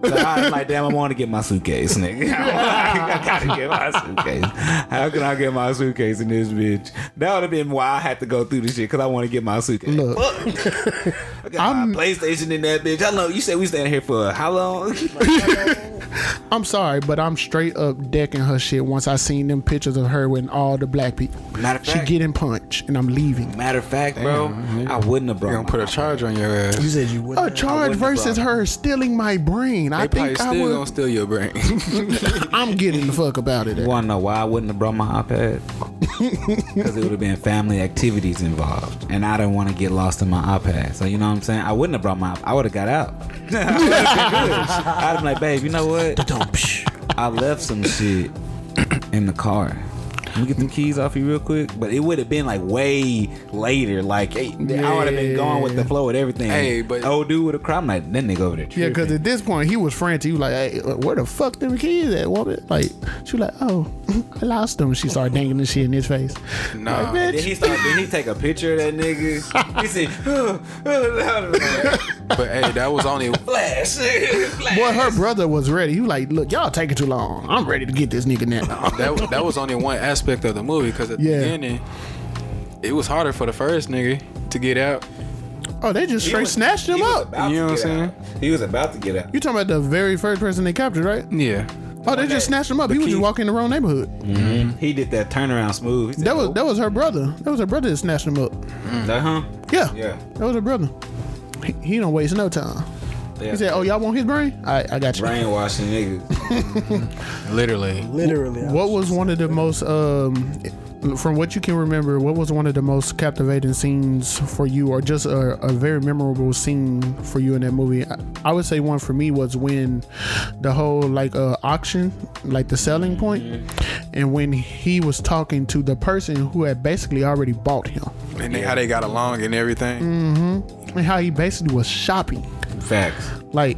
S4: So I was like, damn, I want to get my suitcase, nigga. [laughs] I gotta get my suitcase. How can I get my suitcase in this bitch? That would have been why I had to go through this shit because I want to get my suitcase.
S5: Look.
S4: Fuck. I got
S5: I'm-
S4: my PlayStation in that bitch. I know you said we stand here for how long?
S5: I'm sorry, but I'm straight up decking her shit once I seen them pictures of her with all the black people.
S4: Matter of
S5: she
S4: fact-
S5: getting punched, and I'm leaving.
S4: Matter of fact, bro, I wouldn't have
S7: You
S4: brought.
S7: gonna put a charge on your ass.
S6: You said you
S5: A
S6: wouldn't.
S5: charge
S4: wouldn't have
S5: versus
S4: brought
S5: her stealing my brain. I
S7: They probably
S5: think I
S7: still gonna
S5: would.
S7: steal your brain. [laughs]
S5: I'm getting the fuck about it.
S4: You want to know why I wouldn't have brought my
S7: [laughs]
S4: iPad? Because it would have been family activities involved, and I didn't want to get lost in my iPad. So you know what I'm saying? I wouldn't have brought my. I would have got out. [laughs] I would've been good. I'd have been like, babe, you know what? I left some shit in the car. Let me get them keys off you real quick. But it would have been like way later. Like hey, I would have been going with the flow with everything.
S7: Hey, but-
S4: old dude would have cried. I'm like, that nigga over there.
S5: Yeah,
S4: Tripping.
S5: because at this point he was frantic. He was like, "Hey, where the fuck them kids at, woman?" Like she was like, "Oh, [laughs] I lost them." She started dangling the shit in his face.
S7: nah,
S5: Like, bitch.
S4: Then he started. Then he take a picture of that
S7: [laughs]
S4: nigga. He said,
S7: but hey, that
S5: [laughs]
S7: was only
S4: "Flash, flash."
S5: Boy, her brother was ready. He was like, "Look, y'all taking too long. I'm ready to get this
S4: [laughs]
S5: nigga now."
S7: that that was only one aspect of the movie because at
S5: Yeah.
S7: the beginning, it was harder for the first nigga to get out.
S5: oh, they just
S4: He
S5: straight
S4: was-
S5: snatched him
S4: he was
S5: up.
S4: about
S7: You
S4: to
S7: know what
S4: get
S7: I'm
S4: out. He was about to get out.
S5: You talking about the very first person they captured, right?
S7: Yeah,
S5: Oh, they just snatched him up. He was just
S7: key-
S5: walking in the wrong neighborhood.
S4: He did that turnaround smooth. He said,
S5: That was that was her brother. That was her brother that snatched him up.
S4: "Uh huh."
S5: Yeah,
S4: Yeah.
S5: that was her brother. He, he don't waste no time.
S4: Yeah.
S5: He said, "Oh, y'all want his brain? All right, I got you."
S4: brainwashing niggas.
S7: literally.
S6: Literally.
S5: What was one of the most, um, from what you can remember, what was one of the most captivating scenes for you, or just a, a very memorable scene for you in that movie? I, I would say one for me was when the whole like uh, auction, like the
S4: Mm-hmm.
S5: selling point, and when he was talking to the person who had basically already bought him,
S7: And they, how they got along and everything.
S5: and how he basically was shopping,
S4: Facts.
S5: like.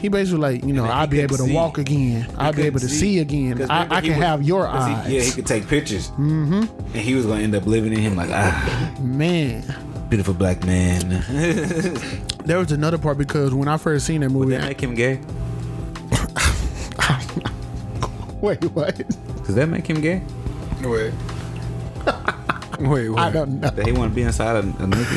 S5: He basically like you know I'll be able
S4: couldn't
S5: to
S4: see.
S5: walk again. I'll be
S4: couldn't
S5: able to
S4: see.
S5: see, again.
S4: 'Cause
S5: I,
S4: remember
S5: I
S4: he
S5: can
S4: was-
S5: have your
S4: 'cause he-
S5: eyes.
S4: yeah, he could take pictures. Mm-hmm. And he was gonna end up living in him like ah,
S5: Man,
S4: beautiful black man.
S5: There was another part because when I first seen that movie,
S4: Would that make him gay?
S5: [laughs] wait, what?
S4: Does that make him gay?
S7: Wait. Wait,
S5: I
S7: wait.
S5: don't know. [laughs]
S4: That he want to be inside a, a nigga?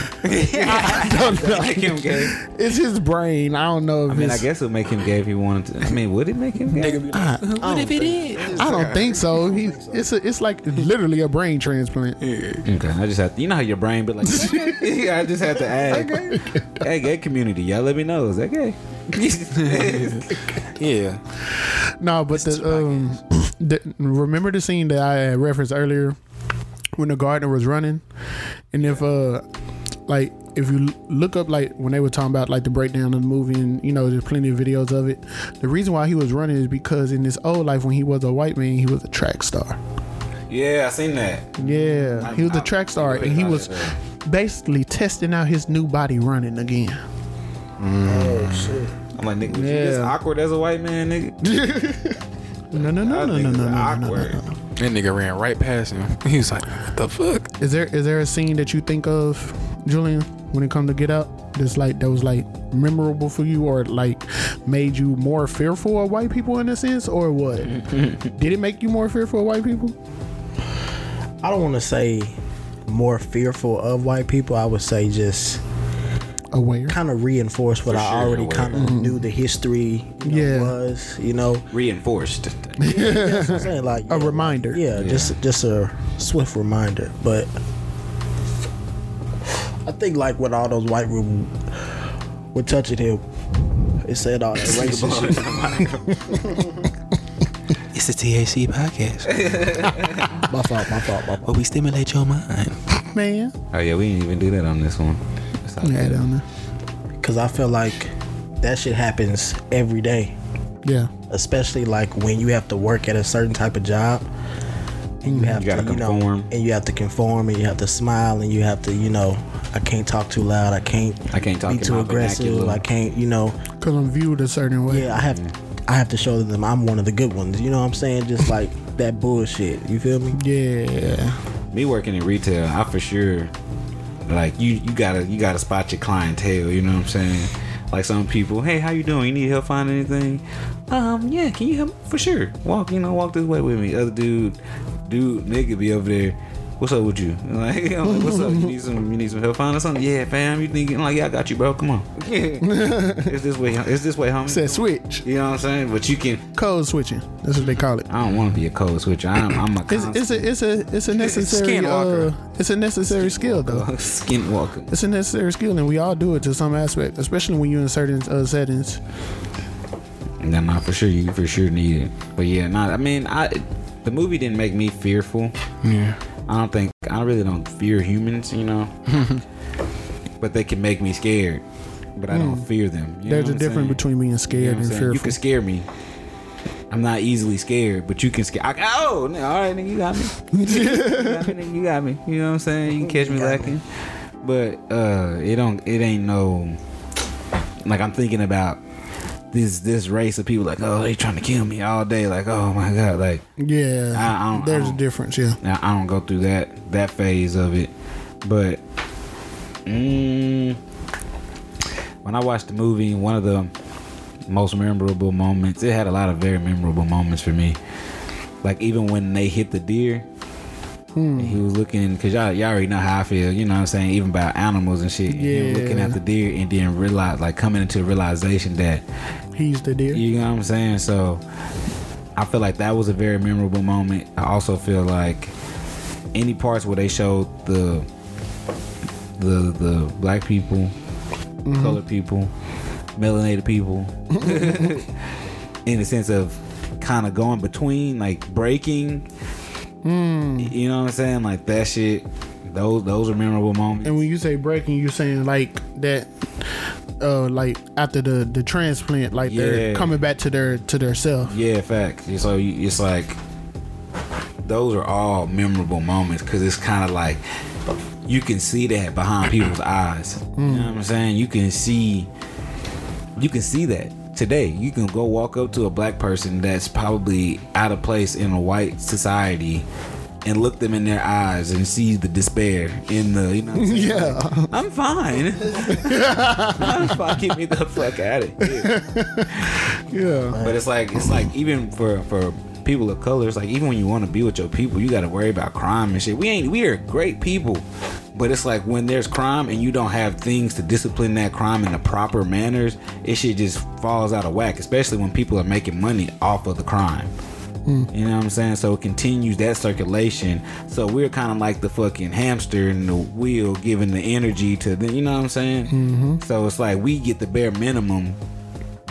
S5: I don't
S4: [laughs] make
S5: know.
S4: him gay?
S5: It's his brain. I don't know if
S4: I mean, I
S5: it's.
S4: guess it would make him gay if he wanted to. I mean, would it make him gay?
S5: what if it is? I
S4: [laughs]
S5: don't think so. He, it's a, it's like literally a brain transplant.
S4: Okay, I just had to, you know how your brain be
S5: [laughs]
S4: like, [laughs] yeah, I just had to add, hey, gay community, y'all let me know, is that gay?
S7: Yeah.
S5: No, but the, um, [sniffs] the remember the scene that I had referenced earlier when the gardener was running, and if uh, like if you l- look up like when they were talking about like the breakdown of the movie, and you know there's plenty of videos of it. The reason why he was running is because in his old life when he was a white man, he was a track star.
S4: yeah, I seen that.
S5: Yeah, he was a
S4: I'm-
S5: track star,
S4: I'm
S5: and he
S4: about
S5: was
S4: it, uh,
S5: basically testing out his new body running again.
S6: Oh shit.
S4: I'm like, nigga, was you this
S5: Yeah.
S4: awkward as a white man, nigga?
S5: No, no, no,
S4: I
S5: no,
S4: think
S5: no,
S4: it's
S5: no, no, no, no.
S4: awkward.
S7: That nigga ran right past him. [laughs] He was like, what the fuck?
S5: Is there is there a scene that you think of, Julian, when it comes to Get Out, that's like that was like memorable for you, or like made you more fearful of white people in a sense,
S4: [laughs]
S5: or what? Did it make you more fearful of white people?
S6: I don't want to say more fearful of white people. I would say just
S5: Aware.
S6: kind of reinforce what I
S4: sure,
S6: already
S4: aware.
S6: kind of knew the history you know,
S5: Mm-hmm. Yeah.
S6: was. You know,
S4: Reinforced.
S6: That's what I'm saying, like
S5: A
S6: yeah,
S5: reminder.
S6: Yeah, just just a swift reminder. But I think like with all those white women were touching him, it said
S1: [laughs]
S6: all that racist shit.
S1: It's a TAC podcast
S6: [laughs] My fault, my fault, my fault.
S1: where we stimulate your mind.
S5: Man,
S4: Oh yeah, we didn't even do that on this one.
S8: That's how
S5: Yeah,
S8: it is.
S5: down there.
S6: Cause I feel like that shit happens every day.
S5: Yeah.
S6: Especially like when you have to work at a certain type of job. And you have
S8: You gotta
S6: to, you know,
S8: conform.
S6: and you have to conform, and you have to smile, and you have to, you know, I can't talk too loud, I can't,
S8: I can't talk
S6: be
S8: in
S6: too
S8: my
S6: aggressive,
S8: vernacular.
S6: I can't, you know,
S5: Because I'm viewed a certain way.
S6: yeah, I have, I have to show them I'm one of the good ones. You know what I'm saying? Just like that bullshit. You feel me?
S5: Yeah.
S8: me working in retail, I for sure like you you gotta you gotta spot your clientele, you know what I'm saying? Like some people, hey, how you doing? You need help finding anything? Um, yeah, can you help me? for sure? Walk, you know, walk this way with me. Other dude, dude, nigga be over there. What's up with you? [laughs] And Like, I'm like, what's up? You need some you need some help finding something? Yeah, fam, you thinking like yeah, I got you, bro. Come on. [laughs] Yeah. it's this way, it's this way, homie.
S5: Said switch.
S8: You know what I'm saying? But you can
S5: Code switching. That's what they call it.
S8: I don't wanna be a code switcher. I'm I'm a
S5: It's,
S8: constant
S5: it's a it's a it's a necessary uh,
S7: Skinwalker.
S5: it's a necessary skill though.
S8: skinwalker.
S5: It's a necessary skill, and we all do it to some aspect, especially when you're in certain uh, settings.
S8: No, not for sure. You for sure need it. But yeah, not. I mean, I the movie didn't make me fearful.
S7: Yeah.
S8: I don't think I really don't fear humans.
S5: [laughs]
S8: You know, but they can make me scared. But I don't fear them. You know
S5: Hmm. There's
S8: what
S5: a
S8: I'm
S5: difference
S8: saying?
S5: between being
S8: You know
S5: scared
S8: what I'm
S5: and
S8: saying? You
S5: fearful.
S8: can scare me. I'm not easily scared, but you can scare. I, oh, nigga, all right, nigga,
S5: [laughs]
S8: you got me. you got me, nigga, you got me. You know what I'm saying? You can catch me lacking, but uh, it don't. It ain't no. Like I'm thinking about this this race of people. Like, oh, they trying to kill me all day. Like, oh my god, like
S5: yeah,
S8: I- I don't-
S5: there's
S8: I don't-
S5: a difference. Yeah,
S8: now I don't go through that that phase of it, but mm, when I watched the movie, one of the most memorable moments. It had a lot of very memorable moments for me. Like even when they hit the deer, and he was looking because y'all y'all already know how I feel. You know what I'm saying? Even about animals and shit. and him
S5: Yeah.
S8: looking at the deer and then realize like coming into the realization that
S5: he's the deer.
S8: you know what I'm saying? So I feel like that was a very memorable moment. I also feel like any parts where they showed the the the black people, colored people, melanated people in the sense of kind of going between like breaking you know what I'm saying? Like that shit those those are memorable moments.
S5: And when you say breaking, you're saying like that, uh, like after the the transplant, like
S8: Yeah.
S5: they're coming back to their to their self.
S8: Yeah, facts. Yeah, So you, it's like those are all memorable moments because it's kind of like you can see that behind people's eyes. You know what I'm saying? You can see, you can see that today. You can go walk up to a black person that's probably out of place in a white society. And look them in their eyes and see the despair in the, you know. What I'm
S5: [laughs]
S8: saying?
S5: Yeah,
S8: I'm fine. [laughs] I'm fine. Get me the fuck out of here.
S5: yeah,
S8: But it's like it's like even for for people of color, it's like even when you want to be with your people, you got to worry about crime and shit. We ain't we are great people, but it's like when there's crime and you don't have things to discipline that crime in the proper manners, it shit just falls out of whack. Especially when people are making money off of the crime. You know what I'm saying? So it continues that circulation. So we're kind of like the fucking hamster and the wheel giving the energy to the, you know what I'm saying?
S5: Mm-hmm.
S8: So it's like we get the bare minimum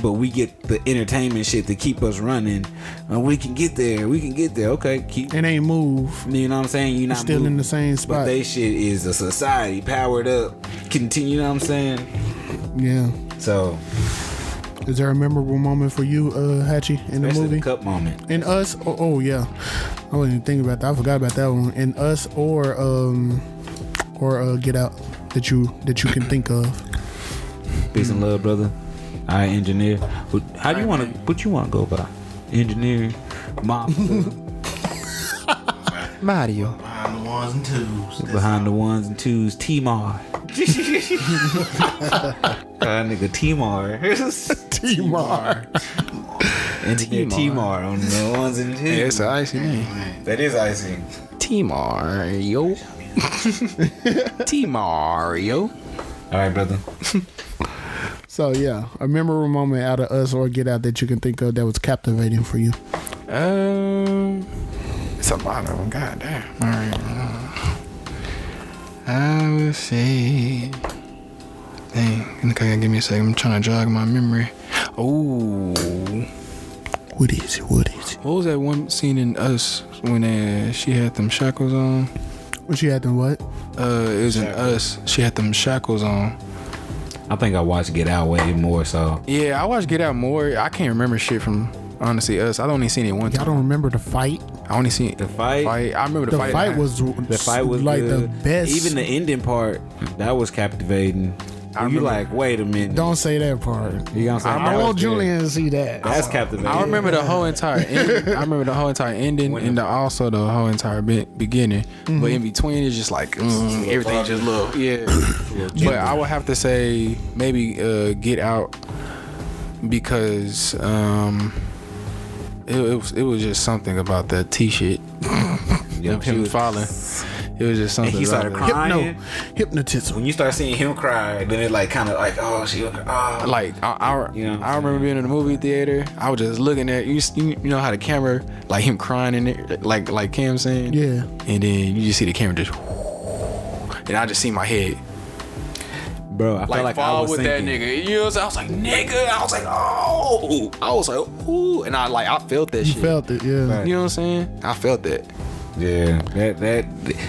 S8: but we get the entertainment shit to keep us running. Uh, we can get there. We can get there. Okay, keep.
S5: and ain't move.
S8: [laughs] You know what I'm saying? You're not
S5: Still in
S8: moving.
S5: the same
S8: But
S5: spot.
S8: they shit is a society powered up. Continue. You know what I'm saying?
S5: yeah.
S8: So
S5: Is there a memorable moment for you, uh, Hatchie, in the
S8: especially
S5: movie?
S8: the cup moment.
S5: In Us, oh, oh yeah, I wasn't even thinking about that. I forgot about that one. In Us or um or uh, Get Out that you that you can think of.
S8: Peace and love, brother. All right, engineer. What- How do you want to? What you want to go by? Engineer, mom,
S9: Mario.
S10: Behind the ones and twos.
S8: behind the ones and twos,
S10: [laughs]
S8: Timar.
S4: Uh,
S8: That nigga Timar.
S4: [laughs]
S5: Timar.
S8: Engineer Timar on the ones and twos.
S7: Yeah, it's an icy name.
S8: That is icing.
S9: T
S7: [laughs]
S9: Mario. T Mario.
S8: All right, brother.
S5: So yeah, a memorable moment out of Us or Get Out that you can think of that was captivating for you.
S7: Um, it's a lot of them. Goddamn. All right. I would say. Dang, okay, give me a second. I'm trying to jog my memory. Oh.
S5: What is it? What is it?
S7: What was that one scene in Us when uh, she had them shackles on?
S5: What you had them what?
S7: Uh, it was in Us. She had them shackles on,
S4: I think I watched Get Out way more so.
S7: Yeah, I watched Get Out more. I can't remember shit from honestly us. I only seen it
S5: Y'all
S7: one time.
S5: don't remember the fight?
S7: I only seen
S4: The fight-
S7: I remember the,
S5: The
S7: fight.
S5: fight was
S4: The fight was
S5: like the
S4: good.
S5: best.
S4: Even the ending part that was captivating.
S7: I
S4: you
S7: remember-
S4: like, wait a minute.
S5: Don't say that part.
S4: you know what I'm saying?
S5: I
S4: That was
S5: want
S4: good.
S5: Julian to see that.
S4: That's captivating.
S7: I remember the whole entire. Ending. I remember the whole entire ending, and the, also the whole entire be- beginning.
S4: Mm-hmm.
S7: But in between, it's just like mm, everything just
S4: [coughs]
S7: look. Yeah, but I would have to say maybe uh, Get Out because um, it, it was it was just something about that T-shirt [laughs]
S4: Yeah,
S7: of him
S4: she was-
S7: falling. It was just something.
S4: And [laughs] he started
S7: about it.
S4: crying.
S5: Hypno, hypnotism.
S4: When you start seeing him cry, then it like kind of like, oh, she, oh.
S7: like I, I,
S4: You know what I'm
S7: I remember being in the movie theater. I was just looking at you. You you know how the camera, like him crying in it, like like Cam saying.
S5: Yeah.
S7: And then you just see the camera just, and I just see my head
S4: bro, I felt
S7: like,
S4: like I
S7: fall
S4: was
S7: with
S4: sinking.
S7: that nigga. You know what I'm saying? I was like nigga. I was like oh. I was like ooh, and I like I felt that
S5: You
S7: shit.
S5: felt it, yeah.
S7: You know what I'm saying? I felt that.
S4: Yeah, that that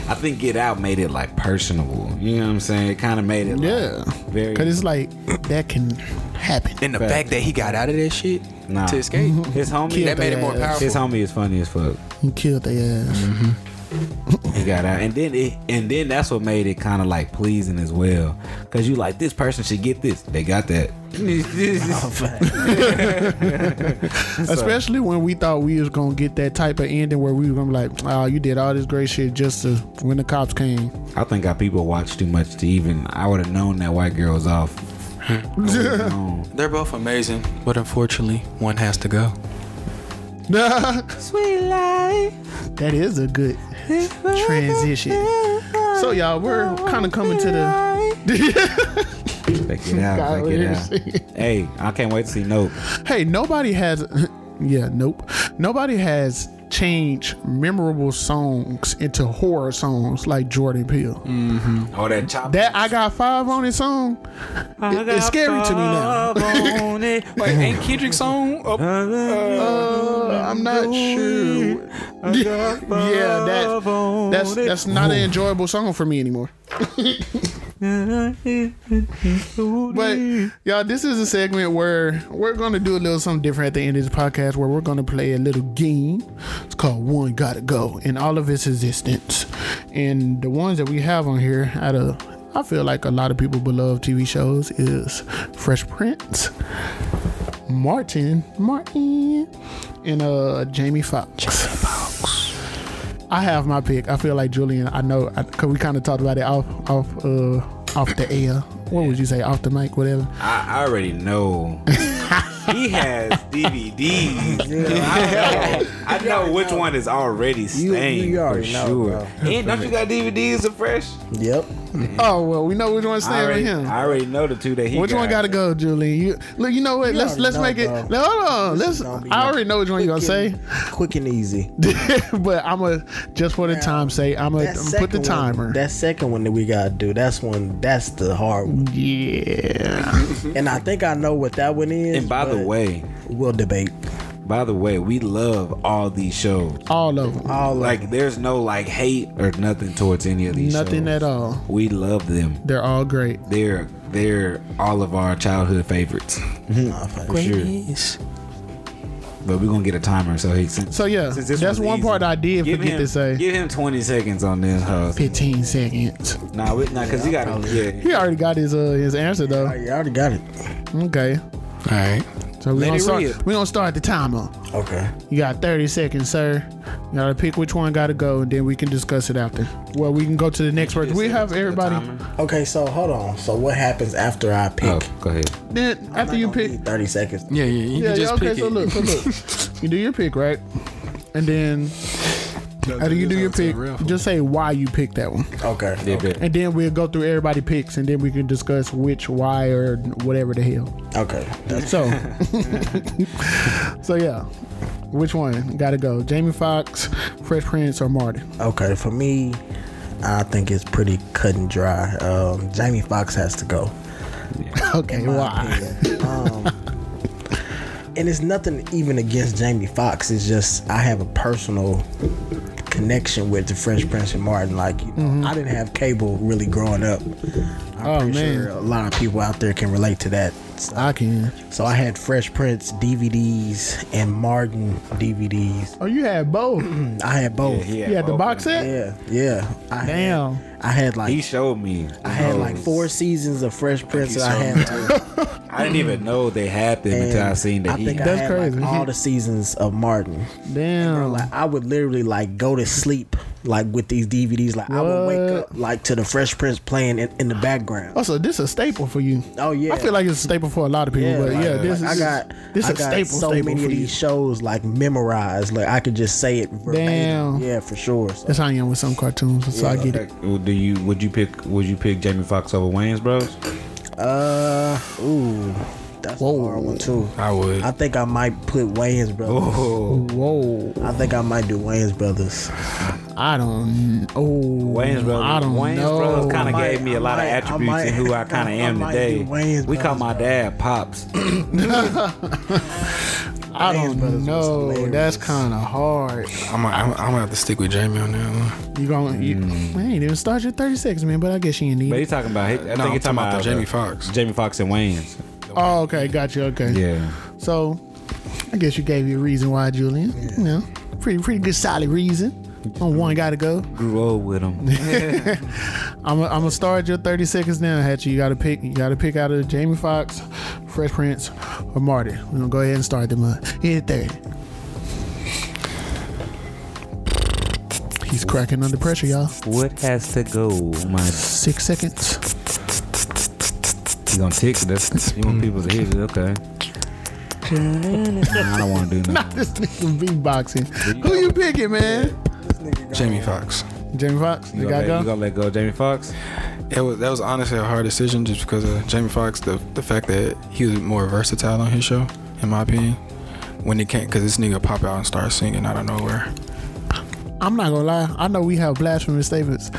S4: I think Get Out made it like personable. You know what I'm saying? It kind of made it. Like,
S5: Yeah.
S4: Very-
S5: Because it's like, that can happen.
S7: And the
S4: Fact.
S7: fact that Mm-hmm. he got out of that shit
S4: Nah.
S7: to escape,
S4: His homie.
S5: Killed
S7: that made it more
S5: their ass.
S7: powerful.
S4: his homie is funny as fuck.
S5: You killed their ass.
S4: He got out, and then it, and then that's what made it kind of like pleasing as well, cause you like this person should get this. They got that.
S5: Especially when we thought we was gonna get that type of ending where we were gonna be like, "Oh, you did all this great shit just to when the cops came." [laughs]
S4: I think our people watch too much to even. I would have known that white girl was off. I would've known.
S7: They're both amazing, but unfortunately, one has to go.
S5: that is a good transition. So y'all, we're kind of coming to the.
S4: They get out.
S5: God,
S4: They get
S5: what you
S4: out. Hey, I can't wait to see Nope.
S5: hey, nobody has. [laughs] Yeah, nope. Nobody has changed memorable songs into horror songs like Jordan Peele.
S4: Oh, that chop.
S5: That I got five on his song. it- it's scary to me now. [laughs]
S7: Wait, ain't Kendrick's song up?
S5: Uh, I'm not sure. [laughs] Yeah, that, that's that's not an enjoyable song for me anymore. but y'all, this is a segment where we're gonna do a little something different at the end of this podcast, where we're gonna play a little game. It's called One Gotta Go, in all of its existence, and the ones that we have on here out of. I feel like a lot of people beloved TV shows is Fresh Prince, Martin, Martin, and uh Jamie Foxx. Jamie I have my pick. I feel like Julian. I know because we kind of talked about it off, off, uh, off the air. What would you say? Off the mic, whatever.
S4: I, I already
S6: [laughs]
S4: know. he has DVDs. I know, I know which one is already stained
S6: you
S4: for
S6: already know,
S4: sure.
S6: bro.
S4: And don't you got DVDs of fresh?
S6: Yep.
S5: Oh well, we know which one's
S4: I
S5: staying with
S4: already,
S5: him.
S4: I already know the two that he.
S5: which
S4: got.
S5: one got to go, Julian? You look. You know what? let's
S6: already
S5: let's
S6: know,
S5: make it.
S6: bro.
S5: no, Hold on. Let's.
S6: gonna be
S5: I already know which one you gonna say,
S6: Quick and easy.
S5: [laughs] but I'm a just for the time sake. I'm gonna
S6: That
S5: put the
S6: second
S5: timer.
S6: One, that second one that we gotta do. That's one. That's the hard one.
S5: yeah.
S8: Mm-hmm.
S6: And I think I know what that one is.
S4: And by the
S6: but
S4: way,
S6: we'll debate.
S4: by the way, we love all these shows.
S5: All of them.
S6: All like
S4: Like, there's no like hate or nothing towards any of these.
S5: Nothing
S4: shows.
S5: at all.
S4: We love them.
S5: They're all great.
S4: They're they're all of our childhood favorites. For sure. But we're gonna get a timer, so he. Since,
S5: So yeah,
S4: since this
S5: that's
S4: was
S5: one
S4: easy,
S5: part I did
S4: give
S5: forget
S4: him,
S5: to say.
S4: Give him 20 seconds on this. Huh?
S5: 15 seconds.
S4: Nah, we, nah, cause you got to yeah.
S5: He already got his uh, his answer though.
S6: you already got it.
S5: Okay.
S7: All right.
S5: So we're gonna
S7: it
S5: start
S7: rip.
S5: we gonna start the timer.
S6: Okay.
S5: You got 30 seconds, sir. You gotta pick which one gotta go and then we can discuss it after. Well we can go to the next word. We have everybody
S6: Okay. So hold on. So what happens after I pick?
S4: Oh, go ahead.
S5: then after you
S6: Gonna
S5: pick
S6: be Thirty seconds.
S7: Yeah, yeah. You
S5: Yeah,
S7: can
S5: yeah
S7: just
S5: okay,
S7: pick
S5: so
S7: it.
S5: look, so look. you do your pick, right? And then after you do your pick, just say why you picked that one.
S6: Okay.
S4: Yeah,
S6: Okay.
S4: bet.
S5: And then we'll go through everybody picks and then we can discuss which, why, or whatever the hell.
S6: okay. That's
S5: So, [laughs] so yeah, which one got to go? Jamie Foxx, Fresh Prince, or Martin?
S6: okay. For me, I think it's pretty cut and dry. Um, Jamie Foxx has to go.
S5: Okay, why?
S6: opinion. Um, and it's nothing even against Jamie Foxx. It's just I have a personal connection with the Fresh Prince and Martin. Like, you know, I didn't have cable really growing up. I'm
S5: Oh,
S6: pretty
S5: man.
S6: sure a lot of people out there can relate to that. So,
S5: I can.
S6: so I had Fresh Prince DVDs and Martin DVDs.
S5: Oh, you had both.
S6: I had both. [clears throat] Yeah,
S5: you had the box set.
S6: yeah. I had-
S5: Damn.
S6: I had like
S4: He showed me.
S6: I had like four seasons of Fresh Prince. and I had
S4: [laughs]
S6: like,
S4: I didn't even know they had them until I
S6: and
S4: seen that.
S6: I
S4: he
S6: think I
S5: That's
S6: had like,
S5: crazy.
S6: all the seasons of Martin.
S5: Damn.
S6: Like I would literally like go to sleep like with these DVDs. Like I would wake
S5: What?
S6: up like to the Fresh Prince playing in, in the background.
S5: Oh, so this a staple for you.
S6: Oh, yeah.
S5: I feel like it's a staple for a lot of people, but
S6: like,
S5: Oh, yeah, this
S6: like,
S5: is
S6: I got
S5: this
S6: I
S5: a
S6: got
S5: staple
S6: so
S5: staple
S6: many
S5: for
S6: of
S5: you.
S6: these shows like memorized. Like I could just say it verbatim.
S5: Damn.
S6: Yeah, for sure. So,
S5: That's how I am with some cartoons, so I get it.
S4: Well, Do you would you pick would you pick Jamie Foxx over Wayne's Bros?
S6: uh ooh. That's a hard one too.
S7: I would.
S6: I think I might put Wayans Brothers.
S4: Oh.
S5: Whoa,
S6: I think I might do Wayans Brothers.
S5: I don't. Oh,
S4: Wayne's Brothers.
S5: I don't
S4: Wayne's
S5: know.
S4: Brothers kind
S6: I
S4: of
S6: might-
S4: gave me a
S6: I
S4: lot
S6: might- I
S4: of attributes
S6: might-
S4: in who I kind
S6: [laughs] I
S4: of am
S6: might
S4: today.
S6: do Wayans
S4: We call my
S6: Brothers,
S4: dad pops.
S5: I
S6: Wayans Brothers was
S5: don't know.
S6: hilarious.
S5: That's kind of hard.
S7: I'm gonna I'm, I'm gonna have to stick with Jamie on that one.
S5: You gonna? You,
S6: Mm.
S5: Man, you didn't start your thirty six, man. But I guess you ain't need.
S4: But
S5: It.
S4: he's talking about. I think
S7: No, I'm
S4: he's
S7: talking about the
S4: uh,
S7: Jamie Foxx.
S4: Jamie Foxx and Wayne's.
S5: Oh, okay, gotcha. Okay,
S4: Yeah.
S5: So, I guess you gave you a reason why, Julian. You know, pretty pretty good solid reason. On one got to go.
S4: Grew old with him.
S5: I'm gonna I'm start your 30 seconds now, Hatchie. You gotta pick. You gotta pick out of Jamie Foxx, Fresh Prince, or Marty. We're gonna go ahead and start them up. Hit 30. He's cracking under pressure, y'all.
S4: what has to go? My
S5: Six seconds. [laughs]
S4: you gonna tick [laughs] this? You want people to hit it? Okay. Nah, I don't want to do nothing.
S5: This nigga beatboxing. Who you picking, man?
S7: Jamie Fox.
S5: Jamie Foxx. You
S4: You gonna,
S5: gotta
S4: let, you
S5: go.
S4: gonna let go of Jamie Foxx?
S7: It was that was honestly a hard decision just because of Jamie Foxx. The the fact that he was more versatile on his show, in my opinion, when it can't because this nigga pop out and start singing out of nowhere.
S5: I'm not gonna lie. I know we have blasphemous statements.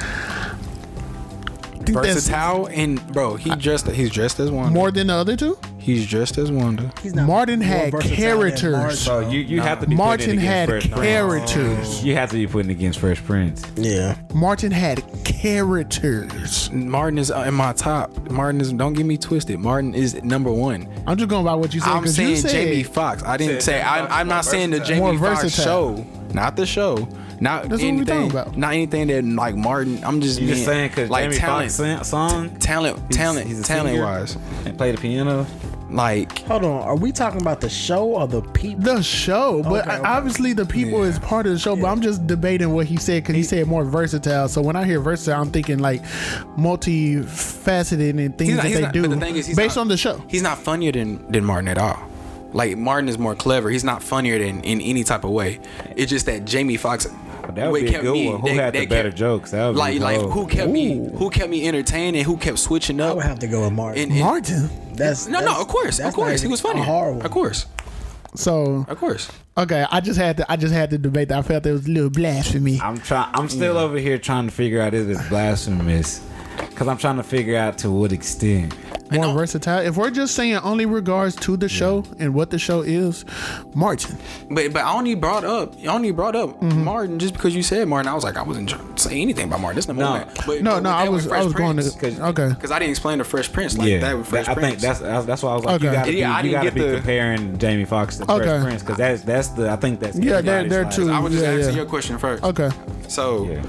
S5: Think that's
S7: Versatile and bro, he dressed he's dressed as Wanda.
S5: more than the other two.
S7: He's dressed as Wanda.
S6: He's not
S5: Martin
S6: more
S5: had
S6: versatile than
S5: characters.
S6: Martin.
S4: So Oh, you, you have to be putting
S5: Martin
S4: against
S5: had
S4: Fresh Prince.
S5: characters.
S4: You have to be putting against Fresh Prince.
S6: Yeah.
S5: Martin had characters.
S7: Martin is uh, in my top. Martin is don't get me twisted. Martin is number one.
S5: I'm just going by what you said.
S7: I'm
S5: 'cause you
S7: saying
S5: said,
S7: Jamie Foxx. I didn't
S4: Said
S7: say
S4: Jamie Foxx
S7: I, I'm
S4: more
S7: not saying the
S4: versatile.
S7: Jamie
S5: More
S7: Foxx
S5: versatile.
S7: show, not the show, not
S5: That's what we
S7: anything,
S5: talking about.
S7: not anything that like Martin. I'm just
S4: You
S7: being,
S4: just saying because
S7: like
S4: Jamie
S7: talent,
S4: Foxx sang- song
S7: talent, talent,
S4: he's a
S7: talent
S4: singer.
S7: wise,
S4: and play the piano.
S7: like
S6: Hold on. Are we talking about the show or the people?
S5: the show, but
S6: Okay,
S5: I-
S6: okay.
S5: obviously the people is part of the show. But I'm just debating what he said because he, said more versatile. So when I hear versatile, I'm thinking like multifaceted and things
S7: he's not,
S5: that
S7: he's
S5: they
S7: not,
S5: do
S7: But the thing is, he's
S5: based
S7: not-
S5: on the show.
S7: he's not funnier than than Martin at all. Like Martin is more clever. He's not funnier than in any type of way. It's just that Jamie Foxx.
S4: That
S7: what
S4: would be a
S7: kept
S4: good
S7: me-
S4: one. Who
S7: that-
S4: had the
S7: that
S4: better
S7: kept-
S4: jokes? That would be
S7: Like, like
S4: dope.
S7: who kept me, who kept me entertained, and who kept switching
S6: I
S7: up.
S6: would have to go with Martin.
S7: And- and-
S5: Martin.
S6: that's
S7: no,
S6: that's-
S7: no, of course, of
S6: that's
S7: course,
S6: not
S7: he
S6: even
S7: was funny.
S6: A hard one.
S7: Of course,
S5: So
S7: of course.
S5: okay, I just had to I just had to debate that. I felt it was a little blasphemy.
S4: I'm trying. I'm still over here trying to figure out if it's blasphemous, because I'm trying to figure out to what extent.
S5: More versatile. If we're just saying only regards to the show and what the show is, Martin.
S7: But but I only brought up I only brought up
S5: Mm-hmm.
S7: Martin just because you said Martin. I was like I wasn't trying to say anything about Martin. That's number
S4: No.
S7: one. But,
S5: No, no, I was I was going to okay.
S7: because I didn't explain the Fresh Prince like
S4: yeah,
S7: that with Fresh
S4: I
S7: Prince.
S4: think that's that's that's why I was like,
S5: Okay.
S4: you gotta
S7: Yeah, I
S4: be, you
S7: didn't
S4: gotta
S7: get
S4: be
S7: the-
S4: comparing Jamie Foxx to
S5: Okay.
S4: Fresh Prince, because that's that's the I think that's
S5: Yeah, they're- they're
S4: everybody's
S5: two.
S4: like-
S7: I was just
S5: yeah,
S7: asking
S5: yeah. Oh,
S7: your question first.
S5: Okay.
S7: So
S4: Yeah.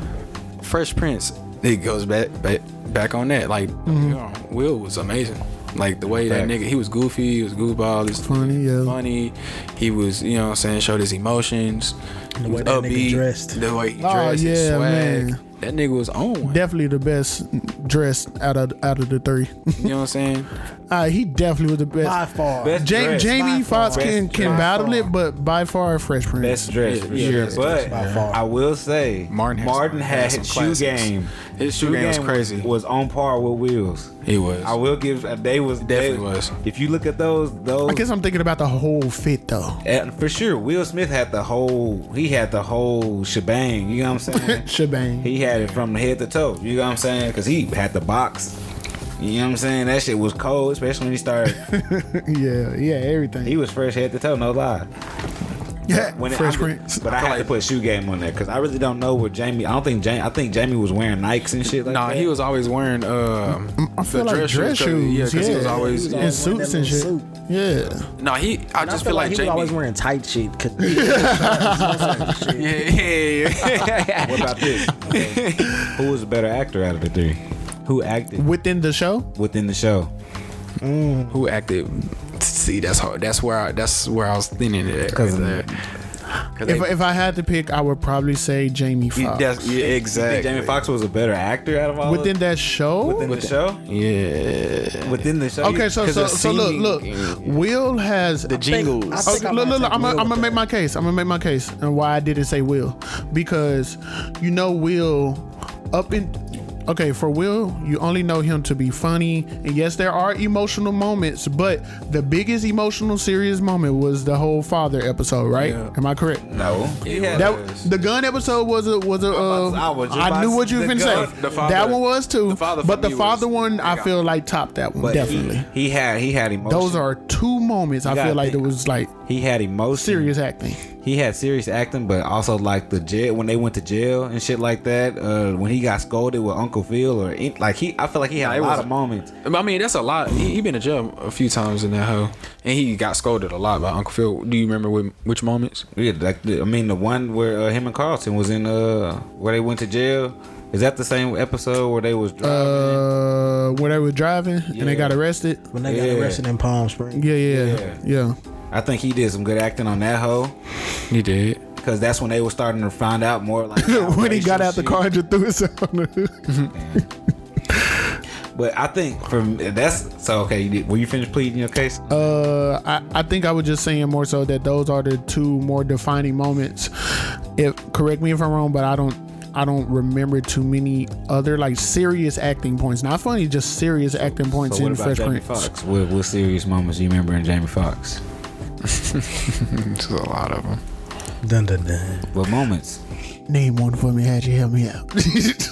S7: Fresh Prince, it goes back back back on that. Like
S5: Mm-hmm.
S7: yeah, Will was amazing. Like the way that
S4: Facts.
S7: nigga, he was goofy, he was goofball, he's
S5: Funny, yeah.
S7: funny. He was, you know, what I'm saying, showed his emotions. The
S6: way that nigga dressed.
S7: the way he
S5: Oh,
S7: dressed, his
S5: yeah,
S7: swag.
S5: man.
S7: That nigga was on. one.
S5: Definitely the best dressed out of out of the three. [laughs]
S7: You know what I'm saying?
S5: Uh, he definitely was the best.
S6: By far.
S4: Best
S5: Ja-
S4: dressed.
S5: Jamie
S6: By
S5: Foxx
S6: far.
S5: can,
S4: Best
S5: can
S6: dressed.
S5: battle
S6: By
S5: it, but by far Fresh Prince.
S4: Best dress for
S7: Yeah,
S4: sure,
S7: best
S4: but
S6: by far.
S4: I will say
S7: Martin
S4: Martin
S7: has-
S4: had
S7: has some
S4: his shoe
S7: classics.
S4: game.
S7: His shoe game was crazy.
S4: Was on par with Will's.
S7: He was.
S4: I will give. uh, They was they-
S7: Definitely was.
S4: If you look at those, those
S5: I guess I'm thinking about the whole fit though.
S4: And for sure, Will Smith had the whole he had the whole shebang. You know what I'm saying?
S5: [laughs] Shebang.
S4: he had it from head to toe. You know what I'm saying? Because he had the box. You know what I'm saying? That shit was cold,
S5: [laughs]
S4: especially when he started.
S5: yeah, yeah, everything.
S4: he was fresh head to toe, no lie.
S5: Yeah,
S4: When it-
S5: Fresh
S4: I-
S5: Prince.
S4: But I had to put shoe game on there because I really don't know what Jamie. I don't think Jamie. I think Jamie was wearing Nikes and shit like
S7: Nah,
S4: that.
S7: he was always wearing um,
S5: I feel like dress, shoes.
S7: Yeah, because
S5: yeah.
S7: he was always.
S5: in suits and shit.
S6: Suit.
S5: Yeah,
S7: Nah, he. I
S6: I
S7: just
S6: feel like, he
S7: Jamie.
S6: was always
S4: [laughs]
S6: wearing tight shit. 'cause-
S7: yeah, yeah, yeah.
S4: What about
S7: [laughs]
S4: this? Okay. Who was a better actor out of the three? Who acted
S5: within the show.
S4: within the show?
S7: Who acted? See, that's hard. That's where. I, that's where I was thinking it. Because
S5: If, if I had to pick, I would probably say Jamie Foxx.
S7: that's yeah,
S4: You think
S7: exactly.
S4: Jamie Foxx was a better actor out of all
S5: within
S4: of,
S5: that show.
S4: within the show. Yeah, within the show.
S5: okay, so
S7: 'cause
S5: so,
S7: of
S5: so look
S7: singing
S5: look. Will has the
S7: Jingles.
S6: I
S5: Okay,
S6: think I
S5: look,
S6: might
S5: look, look,
S6: take
S5: I'm
S6: Will
S5: gonna
S6: with
S5: make my case. I'm gonna make my case and why I didn't say Will because you know Will up in okay for Will you only know him to be funny and yes there are emotional moments but the biggest emotional serious moment was the whole father episode right am I correct
S4: no, he had
S5: that the gun episode was a was a uh,
S4: I was just
S5: I
S4: about
S5: knew
S4: to-
S5: what you were
S4: the
S5: finna
S4: gun-
S5: say
S7: the father-
S5: that one was too
S7: the father for
S5: but the
S7: me
S5: father
S7: was-
S5: one I
S7: yeah.
S5: feel like topped that one
S4: but he-
S5: definitely
S4: He, had he had emotion.
S5: those are two moments I
S4: Oh, gotta
S5: feel like it
S4: think.
S5: was like
S4: he had emotion.
S5: serious acting.
S4: He had serious acting, but also like the jail when they went to jail and shit like that. Uh, when he got scolded with Uncle Phil or any- like he, I feel like he had
S7: it
S4: a lot
S7: was-
S4: of moments.
S7: I mean, that's a lot. He, he been in jail a few times in that hoe, and he got scolded a lot by Uncle Phil. Do you remember which, which moments?
S4: Yeah, like the, I mean the one where uh, him and Carlton was in uh where they went to jail. Is that the same episode where they was driving?
S5: uh where they were driving and they got arrested.
S6: when they
S4: Yeah.
S6: got arrested in Palm Springs.
S5: Yeah, yeah, yeah.
S4: I think he did some good acting on that hoe
S7: He did.
S4: because that's when they were starting to find out more
S5: [laughs]
S4: like
S5: when he
S4: racial
S5: got out the
S4: shit.
S5: car and just threw himself on
S4: [laughs]
S5: the
S4: But I think from that's so okay. You did, were you finished pleading your case?
S5: Uh I, I think I was just saying more so that those are the two more defining moments. If correct me if I'm wrong, but I don't I don't remember too many other like serious acting points. Not funny, just serious acting points
S4: So what
S5: in
S4: about
S5: Fresh
S4: Jamie
S5: Prince.
S4: Foxx? What, what serious moments you remember in Jamie Foxx?
S7: There's a lot of them.
S6: Dun, dun, dun.
S4: What moments?
S5: Name one for me, had you help me out.
S4: [laughs]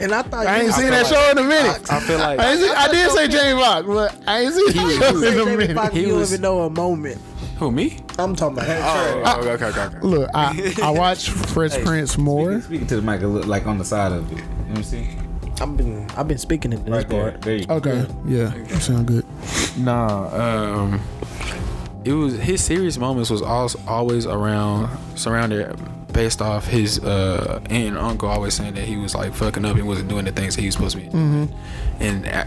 S6: And I thought
S5: I ain't
S6: you-
S5: seen that show in a minute. I, feel like I, ain't see- I did say Jamie Foxx, but I ain't seen that
S6: You
S5: show
S6: said
S5: in a
S6: Jamie
S5: minute.
S6: Foxx, you don't
S7: was-
S6: even know a moment.
S7: Who me?
S6: I'm talking about that show.
S7: okay, okay, okay. okay.
S5: Look, I,
S4: [laughs]
S5: I watch Fresh Prince more.
S4: Speaking to the mic, a little, like on the side of it. You know what I'm saying?
S6: I've been I've been speaking it to this
S4: Right there.
S6: part.
S4: There you go.
S5: Okay, yeah, sound good.
S7: Nah, um, it was his serious moments was also always around surrounded based off his uh aunt and uncle always saying that he was like fucking up and wasn't doing the things that he was supposed to be. doing. And uh,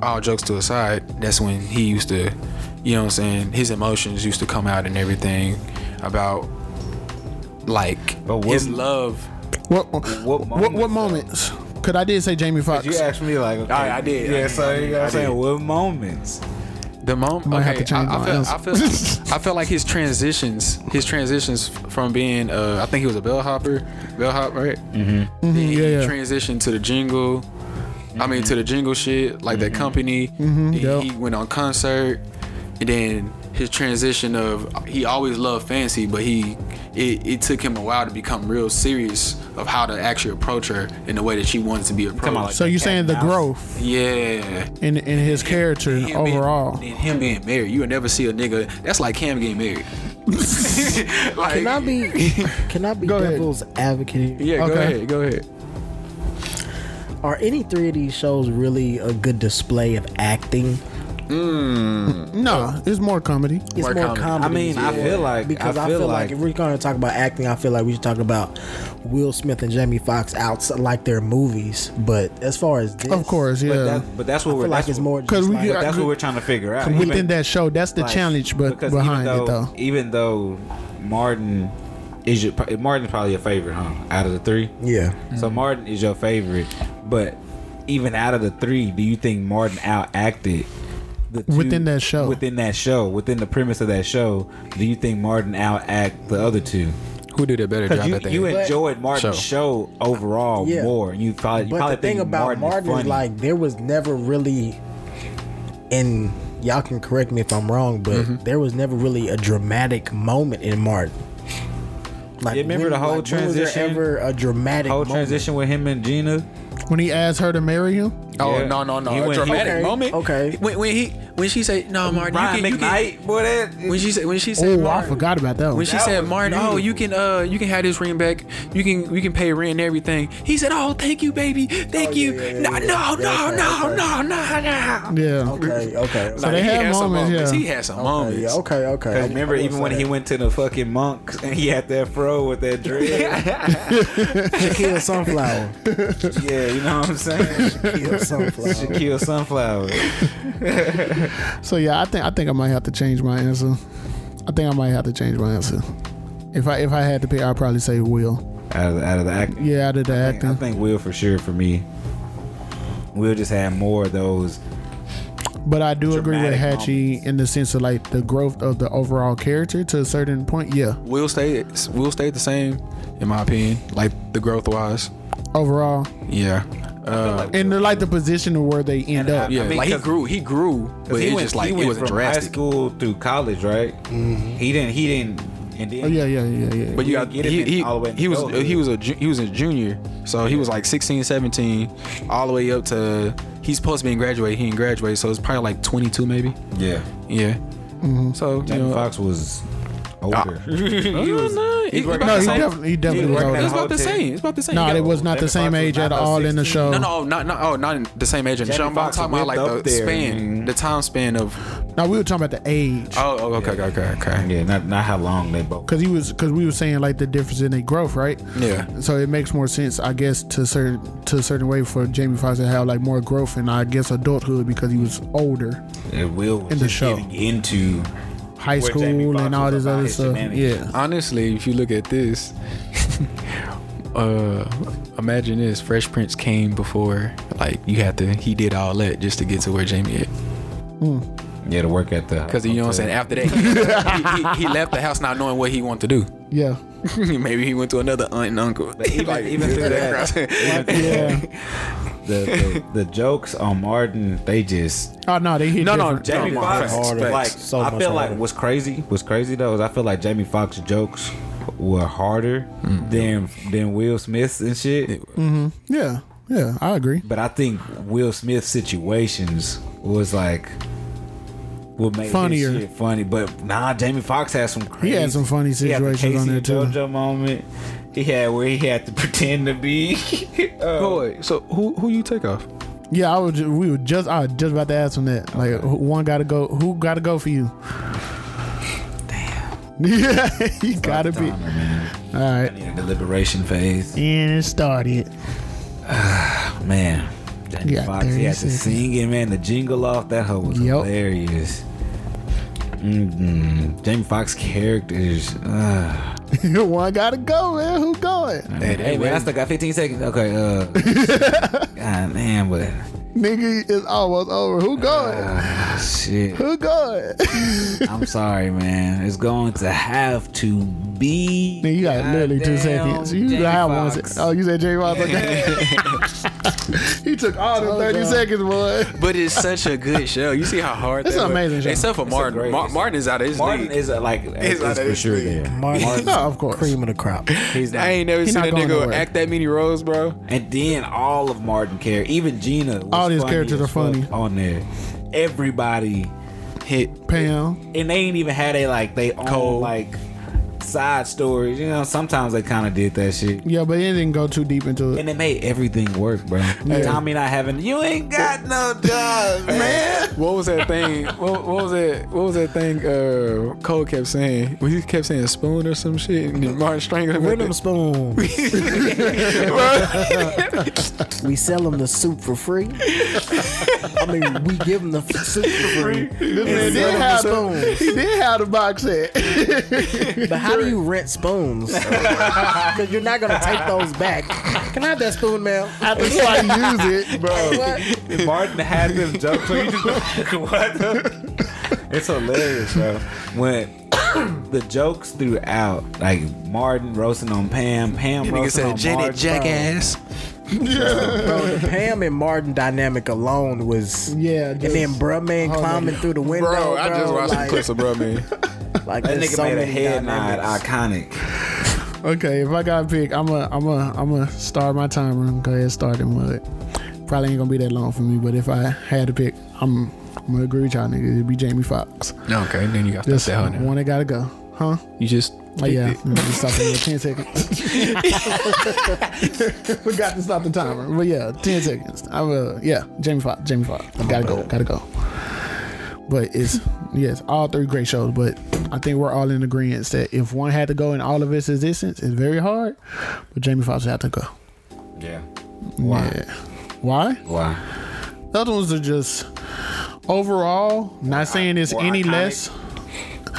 S7: all jokes to aside, that's when he used to, you know what I'm saying, his emotions used to come out and everything about like
S4: But what-
S7: his love.
S5: What
S4: What
S5: what what,
S4: moments, though?
S5: moments? Cause I did say Jamie Foxx.
S4: You asked me like, okay,
S7: I- I did.
S4: Yeah,
S7: I
S4: so
S7: did.
S4: you know what
S7: I
S4: I'm saying?
S7: did.
S4: What moments?
S7: The moment,
S5: Might
S7: okay,
S5: have to change
S7: I, I
S5: my
S7: feel,
S5: answer.
S7: I
S5: [laughs]
S7: feel, I feel like his transitions, his transitions from being, uh, I think he was a bellhopper, bellhop, right? Then he
S5: Mm-hmm. yeah, yeah.
S7: transitioned to the jingle. I mean, to the jingle shit, like that company.
S5: Mm-hmm.
S7: Then
S5: yep.
S7: He went on concert, and then his transition of he always loved fancy, but he it, it took him a while to become real serious of how to actually approach her in the way that she wants to be approached.
S4: on, like-
S5: So you saying the growth
S7: yeah
S5: in in his character
S7: him
S5: overall?
S7: Being, and him being married, you would never see a nigga. That's like Cam getting married. [laughs] like,
S6: Can I
S7: [laughs]
S6: be can I be
S5: Go ahead.
S6: devil's advocate here?
S7: yeah, go
S5: Okay.
S7: ahead, go ahead.
S6: Are any three of these shows really a good display of acting?
S5: No, it's more comedy.
S6: It's more, comedy.
S4: I mean, I feel like
S6: because I feel, like, if we're going to talk about acting, I feel like we should talk about Will Smith and Jamie Foxx outside like their movies. But as far as this,
S5: Of course,
S4: but,
S5: yeah.
S4: that, but that's what
S6: I
S4: we're
S6: feel like
S4: that's
S6: it's
S4: what-
S6: more because
S5: Because we
S6: like,
S5: get-
S4: But that's what we're trying to figure out.
S5: Within
S4: Even-
S5: that show, that's the
S4: like,
S5: challenge, but
S4: because
S5: behind
S4: even though,
S5: it though.
S4: even though Martin is your Martin's probably your favorite, huh? Out of the three,
S6: yeah.
S4: So
S5: Mm.
S4: Martin is your favorite, but even out of the three, do you think Martin out acted the two-
S5: Within that show.
S4: Within that show, within the premise of that show, do you think Martin out act the other two?
S7: Who did a better
S4: Because
S7: job
S4: you,
S7: at that?
S4: you enjoyed Martin's show, overall
S6: Yeah.
S4: more. You probably, you
S6: But
S4: probably
S6: the thing
S4: think
S6: about Martin
S4: is
S6: is
S4: funny.
S6: like there was never really, and y'all can correct me if I'm wrong, but there was never really a dramatic moment in Martin. Like
S4: You remember the whole
S6: when was there
S4: transition?
S6: ever a dramatic
S4: whole
S6: moment?
S4: transition with him and Gina.
S5: When he asked her to marry him,
S7: oh
S4: Yeah.
S7: no no no!
S4: He
S7: a
S4: went-
S7: dramatic
S6: okay,
S7: moment.
S6: okay.
S7: When, when he when when she say no, Martin,
S4: Brian
S7: you can, you can-
S4: McKnight, boy, that
S7: when she said when she said
S5: Oh, I
S7: Martin-
S5: forgot about that.
S7: when
S5: One.
S7: she
S4: That
S7: said
S4: was
S7: Martin, oh you can uh you can have this ring back, you can we can pay rent and everything. He said, oh thank you baby, thank you. no no no no no no no.
S5: Yeah.
S6: Okay, okay.
S5: So they
S7: he
S5: had
S7: had some
S5: moments, yeah.
S7: He had some
S6: okay,
S7: moments.
S6: yeah, okay, okay.
S4: Cause [laughs] remember, even when he went to the fucking monks and he had that fro with that dread.
S7: [laughs]
S6: Kill [laughs] Sunflower.
S4: yeah, you know what I'm saying.
S6: Kill Sunflower.
S4: Shaquille Sunflower.
S5: So yeah, I think I think I might have to change my answer. I think I might have to change my answer. If I if I had to pick, I'd probably say Will.
S4: Out of the, out of the acting.
S5: Yeah, out of the
S4: I think- I
S5: acting.
S4: think Will for sure for me. Will just had more of those.
S5: But I do agree with
S4: Dramatic
S5: Hatchie in the sense of like the growth of the overall character to a certain point. Yeah.
S7: Will stay Will stay the same, in my opinion. Like the growth wise.
S5: Overall.
S7: Yeah. Uh,
S5: And they're like the position of where they end up.
S7: yeah,
S4: I mean,
S7: like he
S4: 'cause-
S7: grew, he grew, but
S4: he
S7: it's
S4: went,
S7: just like
S4: he
S7: it
S4: went
S7: was
S4: from high
S7: drastic.
S4: school through college, right? He didn't. He didn't. And then
S5: Mm-hmm. Oh, yeah, yeah, yeah, yeah.
S7: But you
S4: You
S7: got
S4: get him
S7: he,
S4: in
S7: he,
S4: all the way in
S7: he was
S4: adulthood.
S7: he was a ju- he was a junior, so he was like 16, 17, all the way up to he's supposed to be in graduate. He didn't graduate, so it's probably like twenty two maybe.
S4: yeah.
S7: Yeah. So you
S4: Jamie
S7: know,
S4: Foxx was [laughs]
S7: Ah.
S4: older.
S5: [laughs]
S7: he was, he was
S5: No, he definitely he definitely was
S4: working
S5: older.
S4: at
S7: It's about the same. It's about the same.
S5: No,
S7: You
S5: it
S7: got-
S5: was not the
S4: Jamie
S5: same
S4: Foxx was
S5: age
S4: not
S5: at
S4: no
S5: all in the
S4: 16.
S5: show.
S7: No, no, not, not, oh, not in the same age. in the show. I'm
S4: Jamie Foxx
S7: talking about
S4: went
S7: like
S4: up
S7: the
S4: there
S7: span,
S4: and-
S7: the time span of.
S5: No, we were talking about the age.
S7: Oh, oh, okay, okay, okay, okay.
S4: Yeah, not not how long they both.
S5: Cause he was, cause we were saying like the difference in their growth, right?
S7: Yeah.
S5: So it makes more sense, I guess, to certain to a certain way for Jamie Foxx to have like more growth and I guess adulthood because he was older,
S4: And Will was
S5: In the
S4: just
S5: show.
S4: getting into
S5: high
S4: Where
S5: school
S4: Jamie Foxx
S5: and all
S4: was
S5: this
S4: about
S5: other
S4: his
S5: stuff.
S4: shenanigans.
S5: Yeah.
S7: Honestly, if you look at this, [laughs] uh, imagine this: Fresh Prince came before, like you had to. He did all that just to get to where Jamie at.
S4: yeah to work at the
S7: Because you know what I'm saying. After that, he, he, he left the house not knowing what he wanted to
S5: Yeah. [laughs]
S7: do. [laughs] Maybe he went to another aunt and uncle. [laughs]
S4: even, even through that,
S5: Yeah.
S4: the,
S7: [laughs]
S4: the the jokes on Martin, they just
S5: oh no, they hit.
S7: No, no,
S5: different.
S4: Jamie Foxx.
S6: harder.
S4: Like
S6: So
S4: I
S6: much
S4: feel like
S6: harder.
S4: what's crazy, what's crazy though is I feel like Jamie Foxx jokes were harder than than Will Smith's and shit.
S5: Yeah. Yeah, I agree.
S4: But I think Will Smith's situations was like. What made
S5: Funnier.
S4: Funnier. shit funny, but nah. Jamie Foxx had some crazy.
S5: had some funny
S4: he had the
S5: situations
S4: Casey
S5: on there,
S4: and
S5: too.
S4: JoJo moment. He had where he had to [laughs] pretend to be. uh,
S7: Boy, so who who you take off?
S5: Yeah, I was. Just, we were just. I was just about to ask him that. Like, who one got to go. Who got to go for you? Damn. [laughs] Yeah, you gotta be. All right.
S4: in a deliberation phase.
S5: And it started.
S4: Man, Jamie
S5: got
S4: Foxx, he had
S5: 30
S4: to sing it, man. The jingle off that hoe was
S5: Yup.
S4: hilarious. Mm-mm. Jamie Foxx characters. Uh,
S5: [laughs] One gotta go, man. Who going?
S4: hey, man, I still got 15 seconds. Okay, uh, [laughs] God damn, but
S5: Nigga, it's almost over. Who going?
S4: uh, shit.
S5: Who going?
S4: I'm sorry, man. It's going to have to be.
S5: Nigga, you got literally two
S4: goddamn
S5: seconds. You
S4: Jamie
S5: got one
S4: Foxx.
S5: second. Oh, you said Jamie Foxx.
S4: [laughs]
S5: Okay. he took all the 30 seconds, boy.
S7: But it's such a good show. You see how hard
S5: It's
S7: that
S5: an
S7: was?
S5: amazing show.
S7: Except for Martin.
S4: great-
S7: Mar- Martin is out of his
S4: Martin
S7: league.
S4: is uh, like, it's,
S7: out of
S4: for
S7: his
S4: sure there.
S6: Martin,
S5: No, of course.
S6: cream of the crop.
S4: He's
S7: I ain't never
S5: He
S7: seen
S5: not
S7: a
S5: going
S7: nigga
S5: nowhere.
S7: act that many roles, bro.
S4: And then all of Martin care, even Gina. was
S5: All these
S4: funny
S5: characters
S4: as
S5: are funny.
S4: fuck on there. Everybody hit,
S5: Pam.
S4: and they ain't even had a like they own like side stories. You know, sometimes they kind of did that shit.
S5: Yeah, but it didn't go too deep into it.
S4: And it made everything work, bro. Tommy not having you ain't got no job, man.
S7: What was that thing? What, what was that? What was that thing? Uh, Cole kept saying. Well, he kept saying spoon or some shit, and then Martin strangled him.
S6: With
S7: With
S6: them
S7: it.
S6: spoons. we sell them the soup for free. I mean, we give them the f- soup for free.
S5: This man
S6: And
S5: did have
S6: sell
S5: the,
S6: them the spoons.
S5: he did have the box set.
S6: But how do you rent spoons? Because you're not gonna take those back. Can I have that spoon, ma'am?
S5: [laughs] After [laughs] somebody used it, bro.
S4: If Martin had them jokes. so you [laughs] just- what the- It's hilarious, bro. When [coughs] the jokes throughout, like Martin roasting on Pam, Pam
S7: Nigga
S4: roasting on
S7: said Janet
S4: Martin, bro.
S7: Jackass.
S6: Bro,
S5: [laughs]
S6: the Pam and Martin dynamic alone was.
S5: Yeah,
S6: And
S5: just-
S6: then Bruh Man climbing through the window. Bro,
S7: Bro, I just watched
S6: like,
S7: the clips of bro, man.
S6: [laughs] Like,
S4: That
S6: there's
S4: nigga
S6: so
S4: made a
S6: many
S4: head nod
S6: dynamics.
S4: iconic.
S5: Okay, if I got to pick, I'm a, I'm a, I'm a start my timer. Go ahead, start it. Mud. Probably ain't gonna be that long for me, but if I had to pick, I'm I'm gonna agree with y'all niggas. It'd be Jamie Foxx.
S7: No, okay, then you got to
S5: That's
S7: stay on there.
S5: one that gotta go. Huh?
S7: You just
S5: Oh, yeah. Mm, we Stop it at 10 seconds. Forgot to stop the timer. But yeah, 10 seconds. I will. Yeah, Jamie Foxx. Jamie Foxx. Gotta go. Gotta go. But it's, yes, all three great shows. But I think we're all in agreement that if one had to go in all of its existence, it's very hard. But Jamie Foxx had to go.
S4: Yeah. Why?
S5: Yeah. Why?
S4: Why?
S5: The other ones are just overall, not saying it's
S4: more
S5: any
S4: iconic.
S5: less.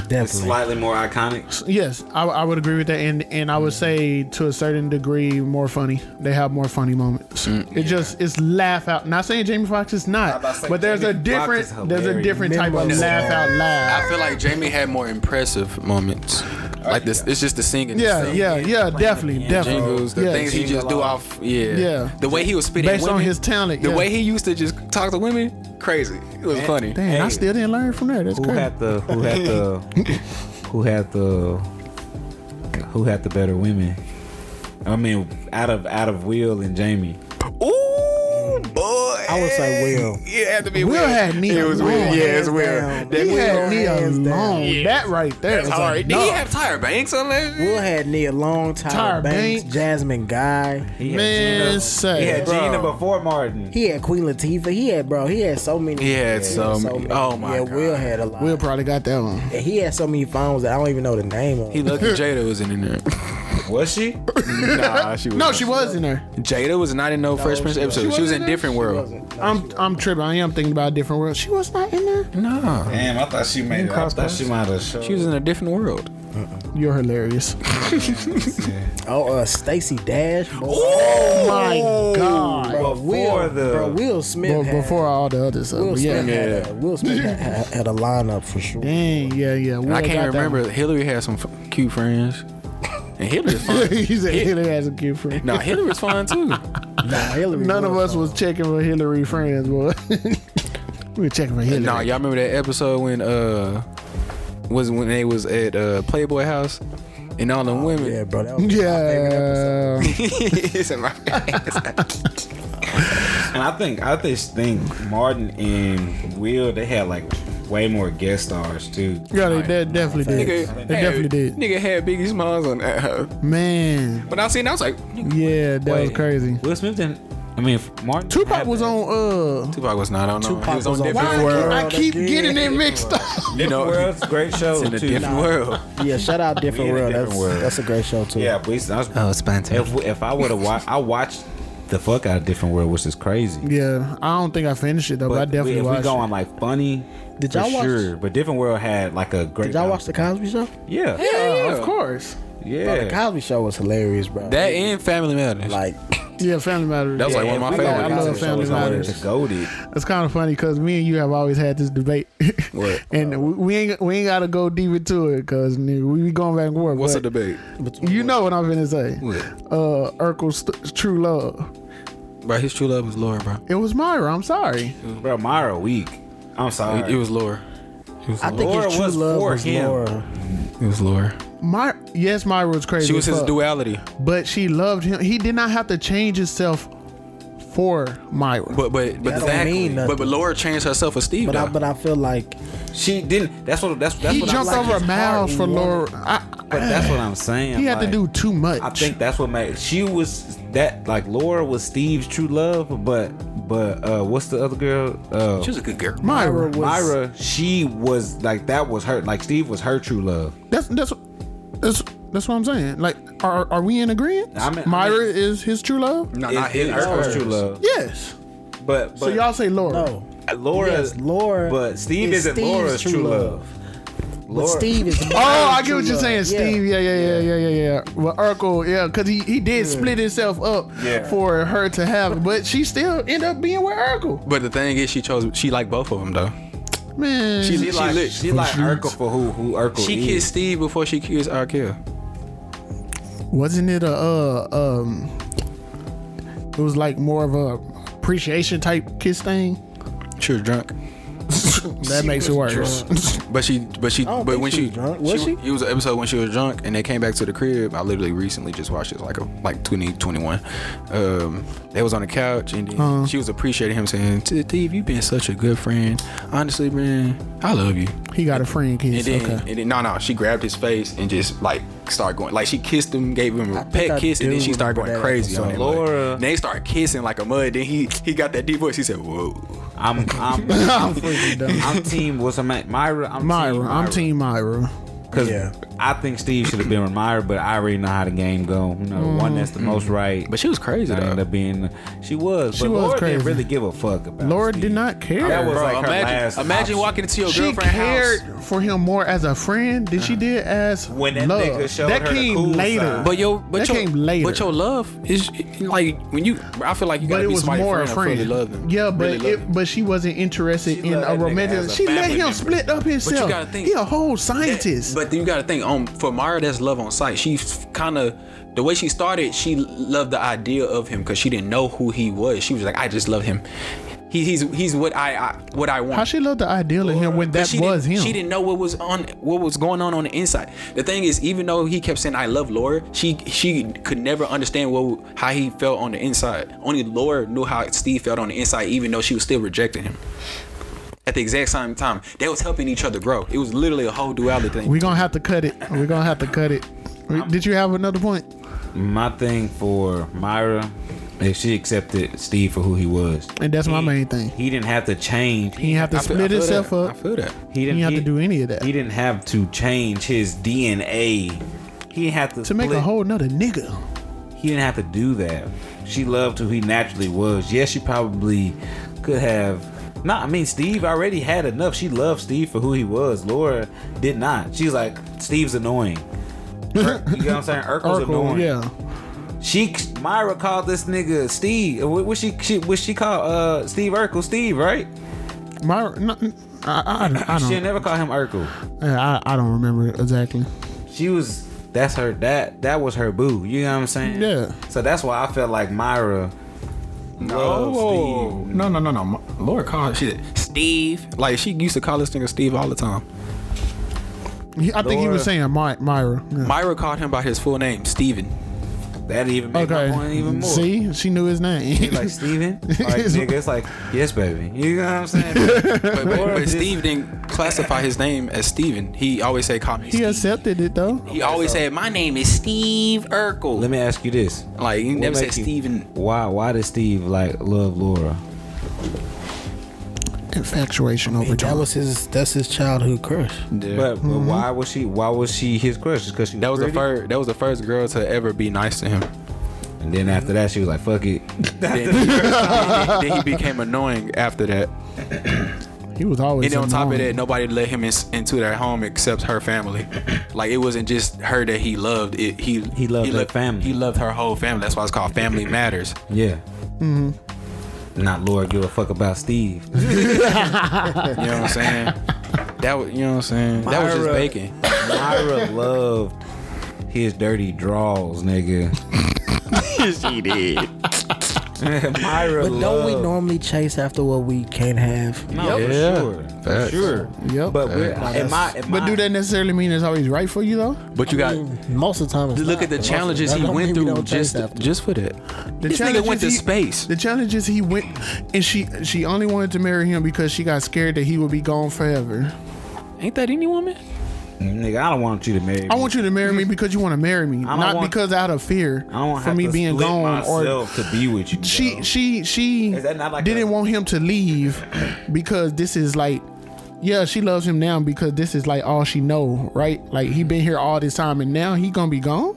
S6: Definitely.
S4: Slightly more iconic.
S5: Yes, I, I would agree with that, and and I would say to a certain degree more funny. They have more funny moments. it just it's laugh out. Not saying Jamie Foxx is
S4: I'm
S5: not,
S4: about to say
S5: but there's a
S4: Jamie Foxx
S5: different
S4: is
S5: there's a
S4: hilarious.
S5: different type of
S6: Memorable.
S5: laugh out
S7: I
S5: loud.
S7: feel like Jamie had more impressive moments. Like this, it's just the singing.
S5: Yeah,
S7: itself.
S5: yeah, yeah, definitely, definitely.
S7: Jingles, the
S5: Yeah,
S7: things he just do off, yeah,
S5: Yeah.
S7: The way he was spitting
S5: Based on
S7: women,
S5: his talent,
S7: the
S5: yeah.
S7: way he used to just talk to women, crazy. It was funny.
S5: damn, I still didn't learn from there. That's
S4: Who
S5: crazy.
S4: had the who had the who had the who had the better women? I mean, out of out of Will and Jamie.
S7: Ooh, boy.
S6: I would say Will.
S7: It had to be
S5: Will
S7: Will.
S5: had me
S7: It was
S5: alone.
S7: Will. Yeah, it's
S6: Hands
S7: Will.
S6: down.
S7: That
S5: He
S7: Will.
S5: had me
S6: hands down.
S5: alone. That right there.
S7: That's
S5: is a
S7: hard. Did he
S5: dog.
S7: have Tyra Banks on that?
S6: Will had Nia Long, Tyra,
S5: Tyra
S6: Banks,
S5: Banks.
S6: Jasmine Guy.
S4: He had
S5: Man,
S4: Gina. He
S5: say.
S4: had Gina before Martin.
S6: He had Queen Latifah. He had bro. He had so many.
S7: He had so many. Oh, my
S6: Yeah,
S7: God.
S6: Will had a lot.
S5: Will probably got that one.
S6: And he had so many phones that I don't even know the name of.
S7: He lucky Jada was in there.
S4: Was she?
S7: nah, she was.
S5: No, she was in there.
S7: Jada was not in no, Fresh Prince episode. She was,
S5: wasn't
S7: in
S5: in
S7: different world.
S6: wasn't.
S5: I'm I'm tripping. I am thinking about a different world. She was not in there.
S7: Nah,
S4: Damn, I thought she made it. I thought she might have showed.
S7: she was in a different world.
S5: You're hilarious.
S6: Oh, uh, Stacy Dash. Boy,
S5: Oh my god.
S6: bro,
S4: before
S6: Will,
S4: the-
S6: bro, Will Smith.
S5: Well,
S6: had,
S5: before all the other stuff.
S6: Will
S5: but yeah.
S6: Smith, had, a, Will Smith had, had, had a lineup for sure.
S5: Dang, yeah, yeah. Will
S7: I
S5: got
S7: can't
S5: that [laughs]
S7: remember.
S5: one.
S7: Hillary had some f- cute friends, and Hillary's
S5: [laughs]
S7: fun.
S5: he said Hillary has a cute friend.
S7: nah, Hillary's fun too.
S6: Nah, Hillary
S5: None of
S6: was- uh,
S5: us was checking for Hillary friends, boy. [laughs] we were checking for Hillary. [laughs]
S7: nah, y'all remember that episode when uh was when they was at uh Playboy House and all them women. [laughs]
S6: Yeah, [laughs] bro. That was my favorite episode.
S5: yeah.
S7: It's in my ass.
S4: And I think I just think Martin and Will they had like way more guest stars too.
S5: [laughs] Yeah, they, they definitely did.
S7: Nigga,
S5: They definitely did.
S7: Nigga had Biggie Smalls on that. hoe.
S5: Man.
S7: But I seen, that, I was like,
S5: Yeah, that was
S4: Wait.
S5: crazy.
S4: Will Smith didn't. I mean, Martin.
S5: Tupac
S4: had
S5: was
S4: that.
S5: on uh
S7: Tupac was not on. Tupac he was, on different
S5: Why
S7: world.
S5: I keep
S6: again.
S5: getting it mixed up.
S7: You
S4: Different
S7: know,
S4: Worlds, great show
S7: in a
S4: too.
S7: different world.
S6: Yeah, shout out
S4: We
S6: Different
S4: in a
S6: World.
S4: different
S6: that's,
S4: world.
S6: that's a great show too.
S4: Yeah, but it's, I was,
S8: Spencer.
S4: if if I would have watched, I watched the fuck out of Different World, which is crazy.
S5: Yeah, I don't think I finished it though, but, I definitely
S4: we, if
S5: watched.
S4: we
S5: it.
S4: go on like funny.
S6: Did
S4: for
S6: y'all watch-
S4: Sure, but Different World had like a great.
S6: Did y'all watch the Cosby Show?
S4: Yeah,
S5: Yeah, of course.
S6: Bro,
S4: yeah.
S6: the Cosby Show was hilarious, bro.
S7: That and Family Matters.
S6: like
S5: Yeah, Family Matters.
S7: That was like
S4: Yeah,
S7: one
S4: if we
S7: of my
S4: go
S7: favorite.
S4: on
S5: I love
S4: Cosby Show,
S5: Family
S4: it's always
S5: Matters.
S4: Goated.
S5: It's kind of funny because me and you have always had this debate, [laughs]
S7: What? Uh,
S5: and we, we ain't we ain't gotta go deep into it because we be going back and forth.
S7: What's the
S5: but
S7: debate?
S5: You know what I'm gonna say?
S7: What?
S5: Uh, Urkel's st- true love.
S7: Bro, his true love was Laura, bro.
S5: It was Myra. I'm sorry.
S4: Bro, Myra weak. I'm sorry.
S7: It, it was Laura. It was
S6: I
S7: Laura.
S6: think
S4: Laura
S6: his true
S4: was
S6: love
S4: for
S6: was
S4: him.
S6: Laura.
S7: It was Laura.
S5: My yes, Myra was crazy.
S7: She was
S5: as
S7: his
S5: fuck,
S7: duality.
S5: but she loved him. He did not have to change himself for Myra.
S7: But but but
S6: That don't
S7: exactly.
S6: mean nothing.
S7: but but Laura changed herself with Steve.
S6: But I,
S7: though.
S6: but I feel like
S4: She didn't. That's what. That's that's
S5: he
S4: what.
S5: jumped
S4: I'm,
S6: like
S5: over
S6: his heart,
S5: miles for
S6: he wanted-
S5: Laura. I,
S4: but that's what I'm saying.
S5: he had to
S4: like,
S5: do too much.
S4: I think that's what made she was that like Laura was Steve's true love, but but uh what's the other girl? Uh
S7: she was a good girl.
S5: Myra.
S6: was-
S4: Myra, she was like that was her like Steve was her true love.
S5: That's that's that's that's what I'm saying. Like, are are we in agreement?
S4: I mean-
S5: Myra
S4: I mean-
S5: is his true love.
S7: No,
S4: It-
S7: not
S4: it-
S7: his.
S4: her
S7: hers.
S4: true love.
S5: Yes.
S4: But but
S5: So y'all say Laura.
S6: no.
S4: Laura
S6: Yes, Laura.
S4: but Steve
S6: is
S4: is not
S6: Steve's
S4: Laura's true,
S6: true
S4: love.
S6: But Steve
S5: [laughs]
S6: is.
S5: Oh, I get what you're saying, Steve. Yeah, yeah, yeah, yeah, yeah, yeah. Well, Urkel, yeah, because he, he did split himself up
S4: Yeah.
S5: for her to have, but she still end up being with Urkel.
S7: But the thing is, she chose. She liked both of them though.
S5: Man,
S7: She
S4: She like
S7: lit.
S4: she like Urkel for who who Urkel
S7: She
S4: is.
S7: kissed Steve before she kissed R. Kelly.
S5: wasn't it a uh um?
S4: [laughs]
S5: It was like more of a appreciation type kiss thing.
S7: She was drunk.
S5: That makes it worse.
S7: But she, but she,
S6: don't
S7: but
S6: think
S7: when
S6: she
S7: she,
S6: was drunk. Was she?
S7: It was an episode when she was drunk, and they came back to the crib. I literally recently just watched it, like a, like 20, 21. Um, they was on the couch, and then
S6: Uh-huh.
S7: she was appreciating him, saying, "T- "Steve, you've been such a good friend. Honestly, man, I love you."
S5: He got a friend,
S7: And
S5: kids.
S7: then,
S5: Okay.
S7: and then, no, no, she grabbed his face and just like started going, like she kissed him, gave him a
S6: think
S7: pet
S6: I
S7: kiss, and then
S6: do
S7: she started
S6: remember that
S7: going crazy on him.
S6: episode.
S7: like-
S4: Laura-
S7: and they started kissing like a mud. Then he he got that deep voice. He said, "Whoa."
S4: I'm I'm
S5: [laughs]
S4: I'm,
S5: freaking dumb.
S4: I'm team what's her name? Myra. I'm
S5: Myra,
S4: team
S5: I'm Team Myra.
S4: Cause
S6: Yeah.
S4: I think Steve should have been with Myra, but I already know how the game go. You know, the one that's the most right.
S7: But she was crazy
S4: I
S7: though.
S4: ended up being she was.
S5: She
S4: but
S5: was
S4: Laura didn't
S5: crazy.
S4: really give a fuck about.
S5: Laura
S4: Steve.
S5: did not care.
S4: That was
S7: Bro,
S4: like her
S7: imagine,
S4: last
S7: imagine
S4: option.
S7: walking into your
S5: she
S7: girlfriend
S5: cared
S7: house.
S5: for him more as a friend than she did as
S4: Uh-huh. When that
S5: love.
S4: nigga showed
S5: that
S4: her the
S5: came
S4: cool
S5: later.
S4: side.
S7: But your but
S5: That
S7: your,
S5: came later.
S7: But your love is like when you. I feel like you
S5: But
S7: gotta
S5: it
S7: be
S5: was
S7: somebody's
S5: more
S7: friend,
S5: a
S7: to
S5: friend.
S7: Fully love them.
S5: yeah, but
S7: really love them.
S5: it, but she wasn't interested
S4: She
S5: in
S4: loved
S5: a
S4: that nigga
S5: romantic.
S4: as a
S5: She let
S7: family
S5: him
S7: member.
S5: split up himself.
S7: gotta think-
S5: he a whole scientist.
S7: But you got to think, um, for Myra, that's love on sight. She kind of, the way she started, she loved the idea of him because she didn't know who he was. She was like, I just love him. He, he's he's what I, I what I want.
S5: How she loved the ideal of him when
S7: But
S5: that
S7: she
S5: was
S7: didn't,
S5: him.
S7: She didn't know what was on what was going on on the inside. The thing is, even though he kept saying "I love Laura," she she could never understand what how he felt on the inside. Only Laura knew how Steve felt on the inside, even though she was still rejecting him. At the exact same time, they was helping each other grow. It was literally a whole duality thing.
S5: We're gonna have to cut it. We're gonna have to cut it. We- Did you have another point?
S4: My thing for Myra, if she accepted Steve for who he was,
S5: And that's my
S4: he-
S5: main thing.
S4: He didn't have to change.
S5: He didn't have to split himself
S7: that.
S5: up.
S7: I feel that.
S4: He didn't
S5: You have
S4: he-
S5: to do any of that.
S4: He didn't have to change his DNA. He didn't have to
S5: To make a
S4: split-
S5: whole nother nigga.
S4: He didn't have to do that. She loved who he naturally was. Yes, she probably could have. Nah, I mean Steve already had enough. She loved Steve for who he was. Laura did not. She's like Steve's
S5: [laughs]
S4: annoying. Ur- you know what I'm saying? Urkel's
S5: Urkel,
S4: annoying.
S5: yeah.
S4: She Myra called this nigga Steve. What, what she, she what she called uh, Steve Urkel? Steve, right?
S5: My, no, I, I, I
S4: She
S5: don't.
S4: never called him Urkel.
S5: I, I don't remember exactly.
S4: she was that's her that that was her boo. You know what I'm saying?
S5: Yeah.
S4: So that's why I felt like Myra. No.
S7: No, no, no, no. My- Laura called shit Steve. Like she used to call this nigga Steve all the time.
S5: He- I think he was
S4: Laura-
S5: saying My, Myra. Yeah.
S7: Myra called him by his full name, Steven.
S4: That even made
S5: okay.
S4: my point even more.
S5: See, she knew his name.
S4: Like Steven? Like nigga, it's like, yes, baby. You know what I'm
S5: [laughs]
S4: saying?
S7: But, but,
S4: Laura
S7: but
S4: just-
S7: Steve didn't classify his name as Steven. He always said call
S5: [laughs]
S7: me
S5: he
S7: Steve.
S5: accepted it though.
S7: He always said my name is Steve Urkel.
S4: Let me ask you this.
S7: like he
S4: What
S7: never said
S4: make you-
S7: Steven.
S4: Why why does Steve like love Laura?
S5: Infatuation over
S6: That
S5: time.
S6: was his. That's his childhood crush.
S4: But, but
S5: Mm-hmm.
S4: why was she why was she his crush? Because she
S7: That was the
S4: pretty?
S7: first. That was the first girl to ever be nice to him.
S4: And then after that she was like, fuck it.
S7: then, [laughs] then he became annoying after that.
S5: he was always.
S7: And then on top of
S5: annoying.
S7: that, nobody let him in, into their home except her family. Like it wasn't just her that he loved. It he
S4: He loved her
S7: lo-
S4: family.
S7: He loved her whole family. That's why it's called Family Matters.
S4: Yeah. Mm-hmm.
S5: Mm-hmm.
S4: Not Laura give a fuck about Steve.
S7: You know what I'm saying? That was you know what I'm saying. That was just
S4: Myra.
S7: bacon.
S5: [laughs]
S4: Myra loved his dirty draws, nigga. she did. Myra
S6: But
S4: loved.
S6: don't we normally chase after what we can't have?
S4: No, for
S7: Yeah.
S4: sure.
S7: Facts.
S4: For sure.
S5: Yep.
S4: But we're, am I, am
S5: But
S4: I,
S5: do that necessarily mean it's always right for you though?
S7: But you got
S6: Most of the time, it's
S7: look
S6: not.
S7: at the
S6: Most of
S7: challenges
S6: time-
S7: he
S6: don't
S7: went
S6: mean we
S7: through
S6: don't chase
S7: just
S6: after.
S7: just for that.
S5: The
S7: this nigga went
S5: challenges
S7: to
S5: he-
S7: space.
S5: The challenges he went, and she she only wanted to marry him because she got scared that he would be gone forever.
S7: Ain't that any woman?
S4: nigga, I don't want you to marry.
S5: I want you to marry me because you want to marry me,
S4: don't
S5: not
S4: want-
S5: because out of fear
S4: I don't
S5: for me being gone or.
S4: myself to be with you.
S5: She
S4: bro.
S5: she she
S4: Is that not like
S5: didn't
S4: a-
S5: want him to leave because this is like yeah she loves him now because this is like all she know right like he been here all this time and now he gonna be gone.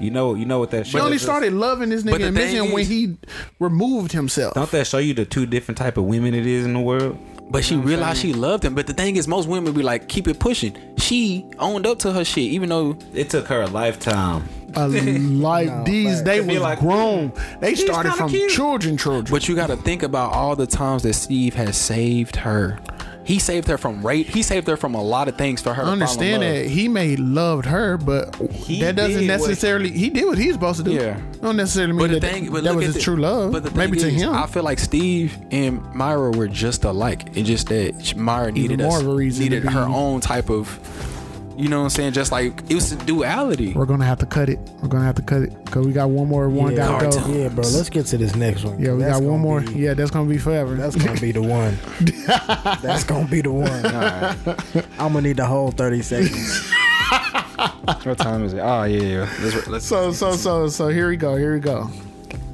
S4: you know, you know what that.
S5: She
S4: shows
S5: only
S4: us?
S5: started loving this
S7: but
S5: nigga
S7: the
S5: and missing
S7: thing
S5: him when
S7: is-
S5: he removed himself.
S4: Don't that show you the two different type of women it is in the world?
S7: But she realized she loved him. But the thing is, most women be like, keep it pushing. She owned up to her shit, even though
S4: It took her a lifetime. [laughs]
S5: a life. these they
S4: be
S5: was
S4: like,
S5: grown. They
S4: he's
S5: started
S4: kinda
S5: from
S4: cute.
S5: children, children.
S7: But you got to think about all the times that Steve has saved her. He saved her from rape. He saved her from a lot of things for her.
S5: I understand
S7: to fall in
S5: that
S7: love.
S5: he may loved her, but that
S7: did
S5: doesn't
S7: what-
S5: necessarily. he did what he was supposed to do.
S7: Yeah.
S5: don't necessarily mean
S7: But the
S5: that
S7: thing, but
S5: that
S7: look
S5: was his
S7: at the-
S5: true love.
S7: But the thing
S5: Maybe to
S7: is,
S5: him,
S7: I feel like Steve and Myra were just alike. It's just that sh- Myra needed
S5: more
S7: us-
S5: of a reason to
S7: needed her
S5: be-
S7: own type of, you know what I'm saying? Just like it was a duality.
S5: we're gonna have to cut it. We're gonna have to cut it because we got one more. One
S6: yeah,
S5: gotta go.
S6: yeah, bro. Let's get to this next one.
S5: Yeah, we
S6: That's
S5: got
S6: gonna
S5: one more.
S6: be-
S5: yeah, that's gonna be forever.
S6: That's gonna be the one. [laughs] That's gonna be the one. I'm gonna need the whole 30 seconds.
S4: What time is it? Oh yeah, yeah.
S5: so so so so. Here we go. Here we go.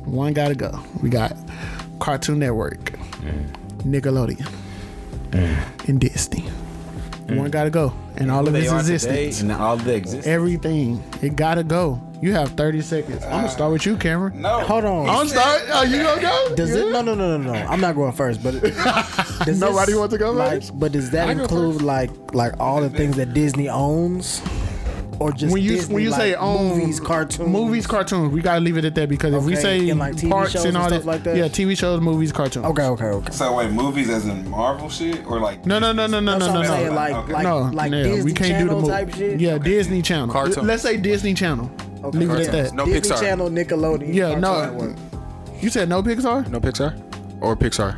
S5: One gotta go. We got Cartoon Network,
S7: Mm.
S5: Nickelodeon, and Disney.
S7: Mm.
S5: One gotta go, and all of
S4: They
S5: its
S4: are
S5: existence.
S4: today and all the existence.
S5: everything. It gotta go. You have 30 seconds. I'm gonna start with you, Cameron.
S6: [laughs]
S5: No.
S6: Hold on.
S5: I'm start. Oh, you gonna go?
S6: Does it? No, no, no, no, no. I'm not going first.
S5: [laughs]
S6: But does
S5: Nobody
S6: this,
S5: want to go
S6: like,
S5: first?
S6: But does that include like like all the things that Disney owns, or just
S5: When you
S6: Disney,
S5: when you
S6: like,
S5: say own
S6: movies, cartoons,
S5: movies, cartoons, we gotta leave it at that because if we
S6: Okay,
S5: say
S6: and, like, TV
S5: parks
S6: shows and
S5: and all
S6: stuff
S5: that,
S6: like that?
S5: yeah, TV shows, movies, cartoons.
S6: Okay, okay, okay.
S11: So wait, movies as in Marvel shit or like
S5: No, no, no, no, no,
S6: That's
S5: no,
S6: what
S5: no,
S6: I'm
S5: no.
S6: saying, like, like,
S5: no,
S6: like
S5: yeah,
S6: Disney
S5: we can't do the
S6: Channel
S5: movie.
S6: type shit.
S5: Yeah, Disney Channel.
S7: Cartoon.
S5: Let's say Disney Channel. Leave it at
S7: Cartoons.
S5: that.
S7: No
S6: Disney
S7: Pixar.
S6: Channel, Nickelodeon.
S5: Yeah,
S6: Cartoon
S5: no.
S6: Network.
S5: You said no Pixar?
S7: No Pixar, or Pixar,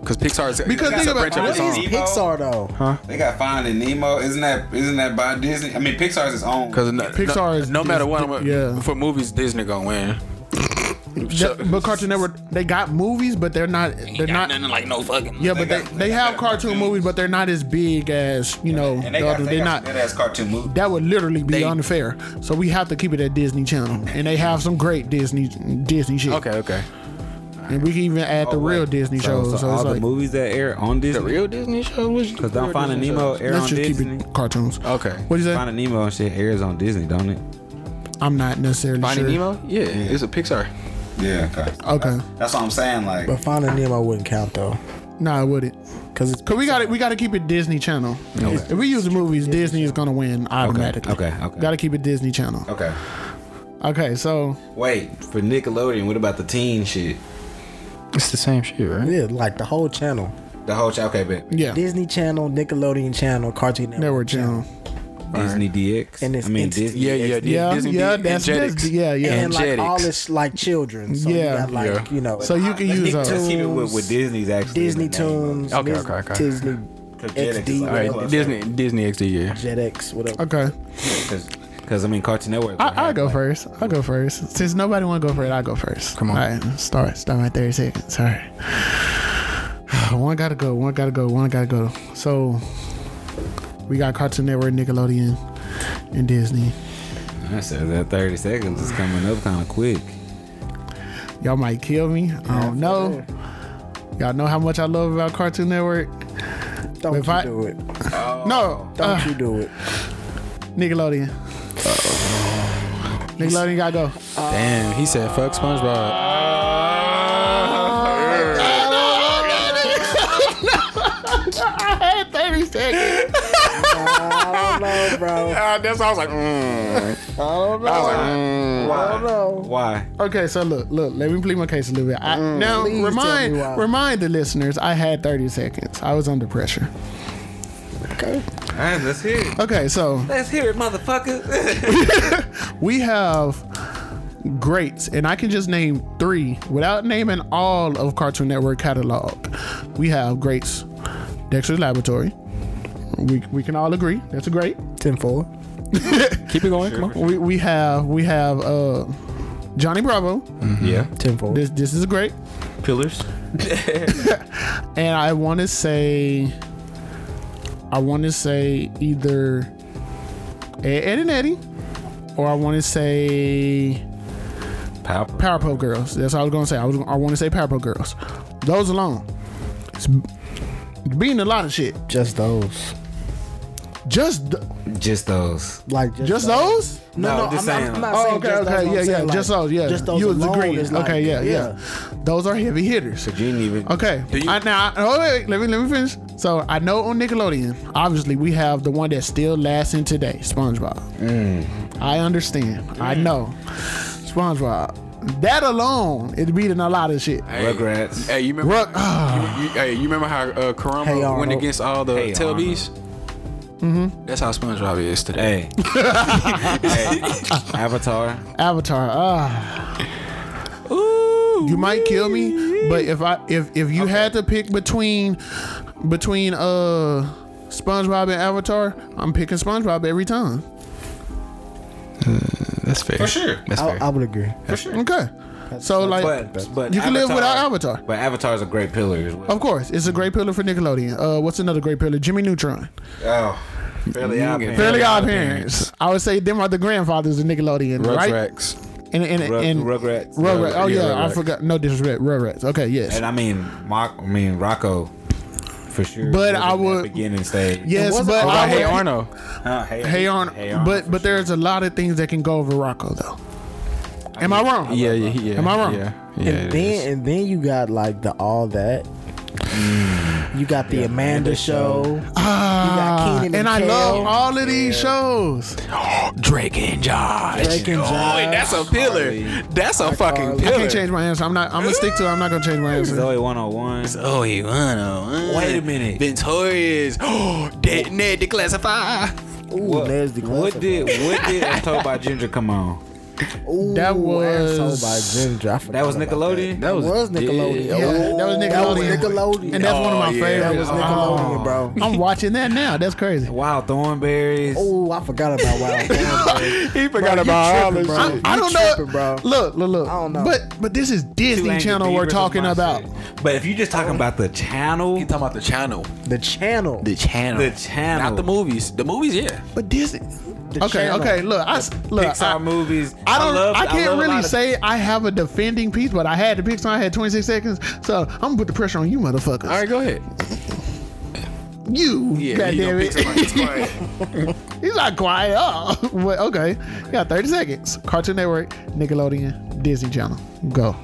S7: because Pixar is
S5: Because
S7: that's
S5: think
S7: a
S5: about-
S7: branch of
S6: What
S7: its
S6: is
S7: own.
S6: Pixar though?
S11: they got Finding Nemo. Isn't that isn't that by Disney? I mean, Pixar's its own.
S7: Because no,
S5: Pixar
S7: no,
S5: is-
S7: no matter
S5: is-
S7: what, I'm a,
S5: yeah.
S7: for movies Disney gonna win.
S5: That- but Cartoon Network, they got movies, but they're not. They're not.
S7: nothing like no fucking.
S5: Yeah, but they,
S11: got-
S5: they
S11: they
S5: have
S11: got
S5: cartoon
S11: cartoons.
S5: movies, but they're not as big as you know.
S11: and they
S5: the
S11: got,
S5: other,
S11: they
S5: they're
S11: got
S5: not.
S11: good ass cartoon movies.
S5: That would literally be
S7: They-
S5: unfair. So we have to keep it at Disney Channel, and they have some great Disney Disney shit.
S7: Okay, okay.
S5: and we can even add the real Disney
S4: So,
S5: shows.
S4: so,
S5: So,
S4: all
S5: it's
S4: the
S5: like
S4: movies that air on Disney.
S7: Real Disney show?
S4: Cause don't Finding Nemo air
S5: let's
S4: on
S5: just
S4: Disney.
S5: keep it cartoons.
S7: Okay.
S5: What is that?
S4: Finding Nemo and shit airs on Disney, don't it?
S5: I'm not necessarily
S7: Finding
S5: sure.
S7: Nemo? Yeah, it's a Pixar.
S11: Yeah, okay.
S5: Okay,
S11: That's what I'm saying. Like,
S6: But Finding Nemo wouldn't count though,
S5: nah, I wouldn't.
S6: because it's
S5: Cause we got to We got to keep it Disney Channel. If we use the movies, Disney is gonna win automatically.
S4: okay, okay.
S5: Got to keep it Disney Channel.
S4: Okay.
S5: Okay, so
S4: Wait for Nickelodeon. What about the teen shit?
S7: It's the same shit, right?
S6: yeah, like the whole channel.
S4: The whole show. Okay, but
S5: yeah,
S6: Disney Channel, Nickelodeon Channel, Cartoon Network.
S5: Network Channel.
S4: Disney DX.
S6: And it's
S4: I mean
S6: instant-
S4: Disney.
S7: Yeah, yeah,
S5: Yeah,
S7: Disney
S5: yeah,
S7: D-
S5: that's,
S7: Angelics.
S5: that's yeah, yeah.
S6: And like all
S7: Angetics.
S6: this like children. So
S5: Yeah.
S6: you got like,
S7: Yeah.
S6: you know,
S5: So you can use
S4: Let's
S5: uh,
S4: keep it with, with Disney's actually.
S6: Disney Toons,
S7: Okay,
S6: Mis-
S7: okay, okay.
S6: Disney
S4: Jetix is like-
S6: XD,
S7: All
S6: whatever,
S7: right, Disney, Disney XD, yeah.
S6: JetX, whatever.
S5: Okay,
S4: Because I mean Cartoon Network.
S5: I, I'll go first. I'll go first. Since nobody want to go first, I'll go first.
S7: Come on.
S5: All right, start. Start my 30 seconds. All right. [sighs] One gotta go. One gotta go. One gotta go. So we got Cartoon Network, Nickelodeon, and Disney.
S4: I said that 30 seconds is coming up kind of quick.
S5: Y'all might kill me. I don't know. Y'all know how much I love about Cartoon Network.
S6: Don't
S5: If
S6: you
S5: I-
S6: do it.
S5: No, Ah,
S6: Don't you do
S5: [laughs]
S6: it.
S5: Nickelodeon. Nickelodeon gotta go.
S7: Damn, he said fuck SpongeBob.
S5: Hey, 30 seconds.
S7: [laughs]
S6: I don't know, bro.
S7: Uh, that's why I was like, mm.
S4: Why?
S5: Okay, so look, look, let me plead my case a little bit. I,
S7: Mm.
S5: now
S6: Please tell me
S5: remind
S6: why.
S5: remind the listeners I had 30 seconds. I was under pressure.
S4: All right, let's hear it.
S5: Okay, so
S4: Let's hear it, motherfucker.
S5: we have greats, and I can just name three without naming all of Cartoon Network catalog. We have greats, Dexter's Laboratory. We, we can all agree that's a great.
S6: Ten four.
S7: Keep it going, come on.
S5: We, we have we have uh, Johnny Bravo.
S4: Yeah.
S6: Ten four.
S5: This this is a great.
S4: Pillars.
S5: [laughs] And I want to say, I want to say either Ed, Ed and Eddie, or I want to say
S4: Power.
S5: Powerpuff Girls. That's what I was gonna say. I was I want to say Powerpuff Girls. Those alone, it's being a lot of shit.
S6: Just those.
S5: Just th-
S4: Just those.
S6: Like just,
S5: just those.
S6: No,
S4: No,
S6: no,
S4: I'm
S6: I'm,
S4: just
S6: not-
S4: saying,
S6: I'm not
S4: like-
S5: Oh,
S6: saying
S5: okay,
S6: just those,
S5: okay,
S6: I'm
S5: yeah,
S6: saying,
S5: yeah,
S6: like,
S5: just those, yeah.
S6: Just those
S5: you was
S6: alone
S5: agreeing.
S6: is like,
S5: okay, yeah, yeah, Those are heavy hitters.
S4: But you didn't even.
S5: Okay.
S7: you-
S5: I, now, I- oh, wait, let me let me finish. So I know on Nickelodeon, obviously we have the one that's still lasting
S4: Mm.
S5: today, SpongeBob. I understand. I know, SpongeBob. That alone is beating a lot of shit.
S7: Hey,
S4: Rugrats.
S7: Hey, you remember?
S4: Oh,
S7: you, you- hey, you remember how uh, Karama
S6: Hey,
S7: went
S6: Arnold.
S7: against all the
S4: Hey,
S7: tail bees? Mm-hmm. That's how SpongeBob is today.
S5: [laughs]
S4: Hey. hey. Avatar.
S5: Avatar. Ah. You might kill me, but if I if if you had to pick between between uh SpongeBob and Avatar, I'm picking SpongeBob every time.
S7: That's fair.
S11: For sure.
S7: That's
S6: I,
S7: fair.
S6: I would agree.
S5: Okay. So like
S4: But, but
S5: you can live without Avatar. Oh.
S4: But Avatar's a great pillar as well.
S5: Of course, it's a great pillar for Nickelodeon. Uh, what's another great pillar? Jimmy Neutron.
S11: Oh.
S4: Fairly Odd Parents.
S5: Fairly Odd Parents. I would say them are the grandfathers of Nickelodion,
S7: Rugrats.
S5: right? And and, and,
S4: Rug-
S5: and
S4: Rugrats.
S5: Rugrats. Oh yeah,
S7: Yeah,
S5: I
S7: Rugrats.
S5: forgot. No disrespect, Rugrats. Okay, yes.
S4: And I mean, Mark, I mean Rocco, for sure.
S5: But
S4: was
S5: I
S4: in that
S5: would-
S4: beginning stage.
S5: yes, but
S7: By
S5: I
S7: Hey
S5: would-
S7: Arno.
S4: Huh, hey,
S5: Hey on,
S4: Arnold,
S5: but
S4: for
S5: but there's a lot of things that can go over Rocco though. Am I wrong?
S7: Yeah, yeah, yeah.
S5: Am I wrong?
S7: Yeah. yeah
S6: And
S7: it is.
S6: then and then you got like the all that.
S5: Mm.
S6: You got the Amanda, show.
S5: Ah,
S6: Keenan
S5: and,
S6: and
S5: I
S6: Kel.
S5: love all of these shows.
S7: Drake and Josh.
S6: Drake and
S5: Oh,
S6: Josh.
S7: that's a pillar. That's a fucking
S5: I can't
S7: pillar.
S5: change my answer. I'm not. I'm gonna stick to. it. I'm not gonna change my answer.
S4: Zoe 101.
S7: Oh, you wanna?
S4: Wait a minute.
S7: [gasps] Ventorius. Oh, detonate the classify.
S6: Ooh, there's the
S4: What did what did As Told by Ginger come on?
S6: Ooh,
S5: That
S6: As Told
S5: was-
S6: by Ginger. I forgot
S4: That was
S6: about
S4: Nickelodeon.
S6: That was, Nickelodeon.
S5: Yeah, that was
S6: That was
S5: Nickelodeon.
S6: Nickelodeon.
S5: And that's one of my
S7: Oh, yeah.
S5: favorites. Um, Oh.
S6: that was Nickelodeon, bro.
S5: I'm watching that now. That's crazy.
S4: Wild Thornberries.
S6: Oh, I forgot about
S5: [laughs]
S6: Wild Thornberry.
S7: He forgot
S6: you
S7: about all
S6: tripping,
S7: this
S6: bro.
S7: shit.
S6: You
S5: I don't know.
S6: tripping, bro.
S5: Look, look, look.
S6: I don't know.
S5: But but this is
S4: Two
S5: Disney
S4: Angry
S5: Channel we're
S4: Beavers is
S5: talking
S4: my
S5: about.
S4: shit. But if you just talking about the channel,
S7: He talking about the channel.
S6: The channel.
S7: The channel.
S4: The channel.
S7: Not the movies. The movies, yeah.
S5: But Disney.
S6: The
S5: okay,
S6: channel.
S5: okay. Look, I s- look.
S4: Pixar
S5: I,
S4: movies.
S5: I don't. I,
S4: love-
S5: can't
S4: love a
S5: really
S4: lot of-
S5: say I have a defending piece, but I had the Pixar. I had 26 seconds, so I'm gonna put the pressure on you, motherfuckers.
S7: All right, go ahead.
S5: You,
S7: Yeah, he
S5: goddamn
S7: gonna pick
S5: it.
S7: somebody that's quiet.
S5: [laughs] He's not quiet. Oh, [laughs] but okay. You got 30 seconds. Cartoon Network, Nickelodeon, Disney Channel. Go.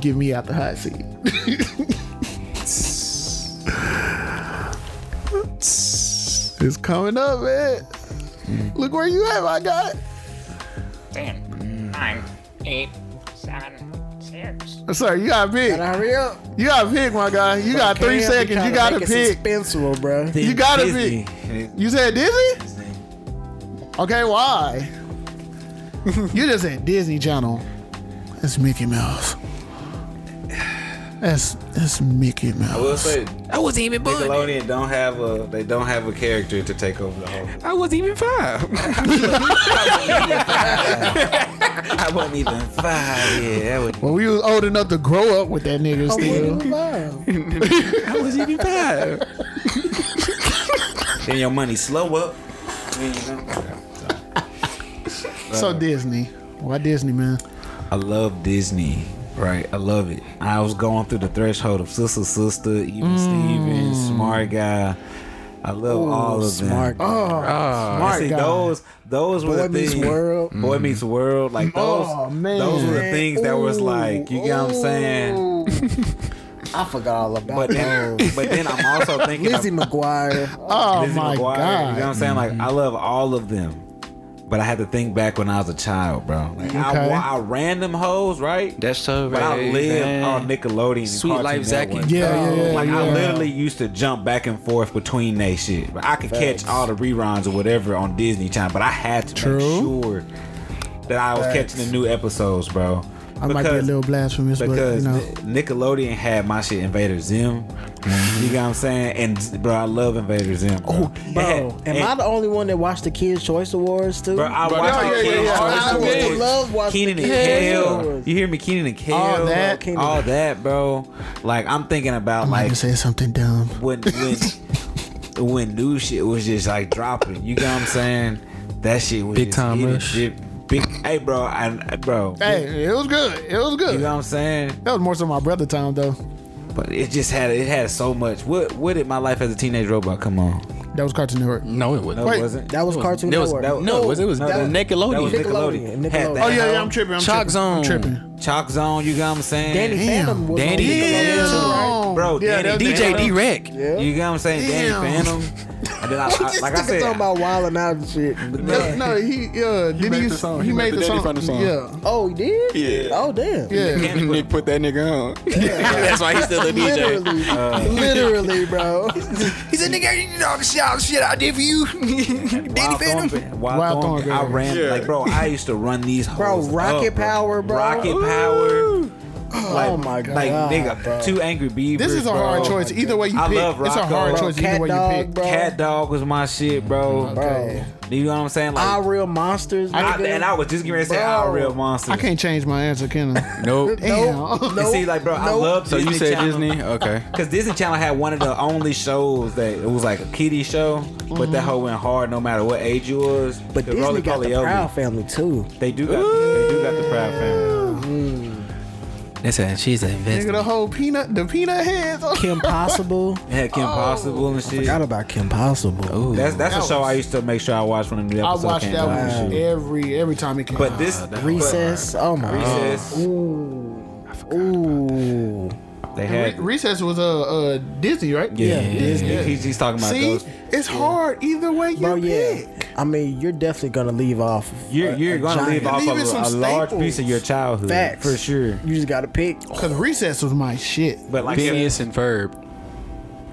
S5: Give me out the hot seat. it's coming up, man. Look where you at, my guy.
S12: Ten, nine, eight, seven, six.
S5: Sir, you got big.
S6: Gotta hurry up.
S5: You got to pick, my guy. You got
S6: Cam,
S5: three
S6: you
S5: seconds.
S6: trying
S5: You
S6: to
S5: got to
S6: make
S5: pick.
S6: It suspenseful, bro.
S5: You gotta
S4: Disney.
S5: You said Disney?
S4: [laughs]
S5: Okay, why? you just said Disney Channel. That's Mickey Mouse. That's that's Mickey Mouse.
S4: I will say I was even born. Nickelodeon don't have a they don't have a character to take over the whole.
S7: I was even five.
S4: [laughs] I wasn't even five. Yeah, that would.
S5: Well, we was old enough to grow up with that nigga still.
S7: I was even
S4: [laughs]
S7: five.
S4: Then your money slow up.
S5: So Disney. Why Disney, man?
S4: I love Disney. Right, I love it. I was going through the threshold of Sister Sister, even
S5: Mm.
S4: Stevens, Smart Guy. I love all of them.
S6: Smart.
S5: Oh,
S4: Smart Ah, see,
S5: Guy.
S4: Those those were
S6: Boy
S4: the
S6: Meets
S4: things.
S6: World.
S4: Boy Meets World. Like those.
S5: Oh, man.
S4: Those were the things that was like. You get what I'm saying?
S6: I forgot all about
S4: But [laughs] then,
S6: those.
S4: but then I'm
S5: [laughs]
S4: also thinking. of-
S6: Lizzie McGuire.
S5: [laughs] Oh
S4: Lizzie McGuire,
S5: my
S4: You know what
S5: god. Mm-hmm.
S4: I'm saying? Like I love all of them. But I had to think back when I was a child, bro. Like I,
S5: Okay.
S4: wa- I random hoes, right?
S7: [laughs] That's so
S4: But I
S7: right,
S4: lived
S7: man.
S4: on Nickelodeon. and
S7: Sweet
S4: Cartoon
S7: Life Zacky.
S4: Network.
S5: Yeah, yeah, yeah.
S4: Like
S5: yeah.
S4: I literally used to jump back and forth between they shit. But I could catch all the reruns or whatever on Disney Channel. But I had to make sure that I was catching the new episodes, bro.
S5: I might be a little blasphemous, but you
S4: Because
S5: know.
S4: Ni- Nickelodeon had my shit Invader Zim.
S5: Mm-hmm.
S4: You know what I'm saying? And bro, I love Invader Zim. Oh,
S6: [laughs] Bro, am I the only one that watched the Kids Choice Awards too?
S4: Bro, I
S7: Bro,
S4: watched the
S7: yeah, yeah,
S4: Kids
S7: yeah.
S4: Choice
S7: I
S4: Awards.
S7: would
S6: love watching
S4: Keenan
S6: the
S4: and
S6: Kids'
S4: Kale.
S6: Awards.
S4: You hear me? Keenan and Kale.
S5: All that.
S6: Keenan.
S4: All that, bro. Like I'm thinking about
S5: I
S4: like
S5: can say something dumb.
S4: when when when new shit was just like dropping. You know what I'm saying? That shit was
S7: Big
S4: just
S7: Time
S4: hitting
S7: Rush.
S4: shit. Big, hey, bro, I, bro.
S5: Hey, it was good. It was
S4: You
S5: good.
S4: know what I'm saying?
S5: That was more so my brother time though.
S4: But it just had it had so much. What what did my life as a teenage robot come on?
S5: That was Cartoon Network.
S7: No, it wasn't.
S4: No,
S5: Wait,
S4: it wasn't.
S6: that was Cartoon
S7: That was,
S6: Network.
S4: that was-
S7: no, it was, it was
S4: No, that-
S7: Nickelodeon.
S4: That was Nickelodeon.
S6: Nickelodeon,
S4: Had that
S5: Oh yeah, yeah,
S4: whole
S5: I'm tripping. I'm
S7: Shock
S5: tripping. I'm
S7: Zone.
S5: tripping.
S4: Chalk Zone. You got what I'm saying?
S6: Danny
S5: Damn.
S6: Phantom was
S7: Danny.
S6: on Nickelodeon too, right?
S4: Bro,
S5: Yeah,
S4: Danny
S5: that was-
S7: DJ
S4: Phantom.
S7: D Rec.
S6: Yeah.
S4: You got what I'm saying?
S6: [laughs]
S5: Damn.
S4: Danny Phantom. then I, I like I
S6: Nigga
S4: said,
S6: talking about wilding out and shit. uh,
S5: No, no, he yeah. Did
S2: made
S5: he
S2: the
S5: use-
S2: song.
S5: He, made, the, song.
S2: from the song.
S5: Yeah,
S6: Oh, he did?
S1: Yeah.
S6: Oh, damn.
S5: yeah.
S2: Nick put that nigga
S7: [laughs]
S2: on.
S1: That's why he's still a DJ.
S6: Literally, literally, bro.
S8: He said, nigga, you know all the shit, all the shit I did for you. Danny
S4: Wild
S8: Phantom.
S4: Thornberry. Wild,
S5: Wild
S4: Thornberry. I
S5: Thornberry.
S4: ran like bro. I used to run these
S6: Bro,
S4: hoes
S6: rocket
S4: up,
S6: power, bro.
S4: Rocket power. Like,
S6: Oh my god.
S4: like nigga,
S6: bro. Oh
S4: two angry beavers.
S5: This is a hard
S4: bro.
S5: choice. Either way you
S4: I
S5: pick,
S4: love
S5: it's a
S4: Rocco.
S5: hard
S4: Bro,
S5: choice.
S6: Cat
S5: Either way you
S6: dog,
S5: pick.
S6: bro.
S4: Cat dog was my shit,
S6: Oh
S4: bro.
S6: Bro.
S4: Do you know what I'm saying? Like,
S6: All real monsters.
S4: I,
S6: nigga.
S4: and I was just getting ready to say,
S6: Bro.
S4: "All real monsters."
S5: I can't change my answer, can I?
S7: Nope.
S5: Damn.
S4: And see, like, bro, I love.
S7: So you
S4: Disney
S7: said
S4: Channel.
S7: Disney? Okay.
S4: [laughs] Cause Disney Channel had one of the only shows that it was like a kiddie show, but that hoe went hard no matter what age you was.
S6: but
S4: The
S6: Disney
S4: Roly
S6: got
S4: Poly
S6: the
S4: Elvis.
S6: Proud Family too.
S4: They do got they do got the Proud Family.
S8: Listen, she's an
S5: [laughs]
S8: investor.
S5: Nigga, the whole peanut, the peanut heads.
S6: Kim Possible.
S4: They had Kim Possible and shit.
S6: [laughs] Forgot about Kim Possible. Ooh.
S4: That's that's
S5: That
S4: a show
S5: was-
S4: I used to make sure I watched when the new
S5: I
S4: episode
S5: watched
S4: came
S5: that
S4: out.
S5: one every every time it came.
S4: But
S5: out.
S7: Ah,
S4: this
S6: Recess. Oh my god.
S4: Recess,
S6: Ooh.
S4: they
S5: Re-
S4: had
S5: Recess was uh, uh Disney, right?
S4: yeah,
S5: Disney.
S4: Disney. He's, he's talking about
S5: See,
S4: those.
S5: it's hard either way you
S6: Bro, yeah.
S5: pick.
S6: I mean, you're definitely gonna leave off.
S4: You're
S6: a-
S4: you're
S6: a
S4: gonna
S6: giant.
S4: leave off
S5: Leaving
S4: of
S5: some
S4: a, a large
S5: staples.
S4: piece of your childhood
S6: Facts
S4: for sure.
S6: You just gotta pick.
S5: Cause Recess was my shit.
S4: But like
S7: Phineas and Ferb.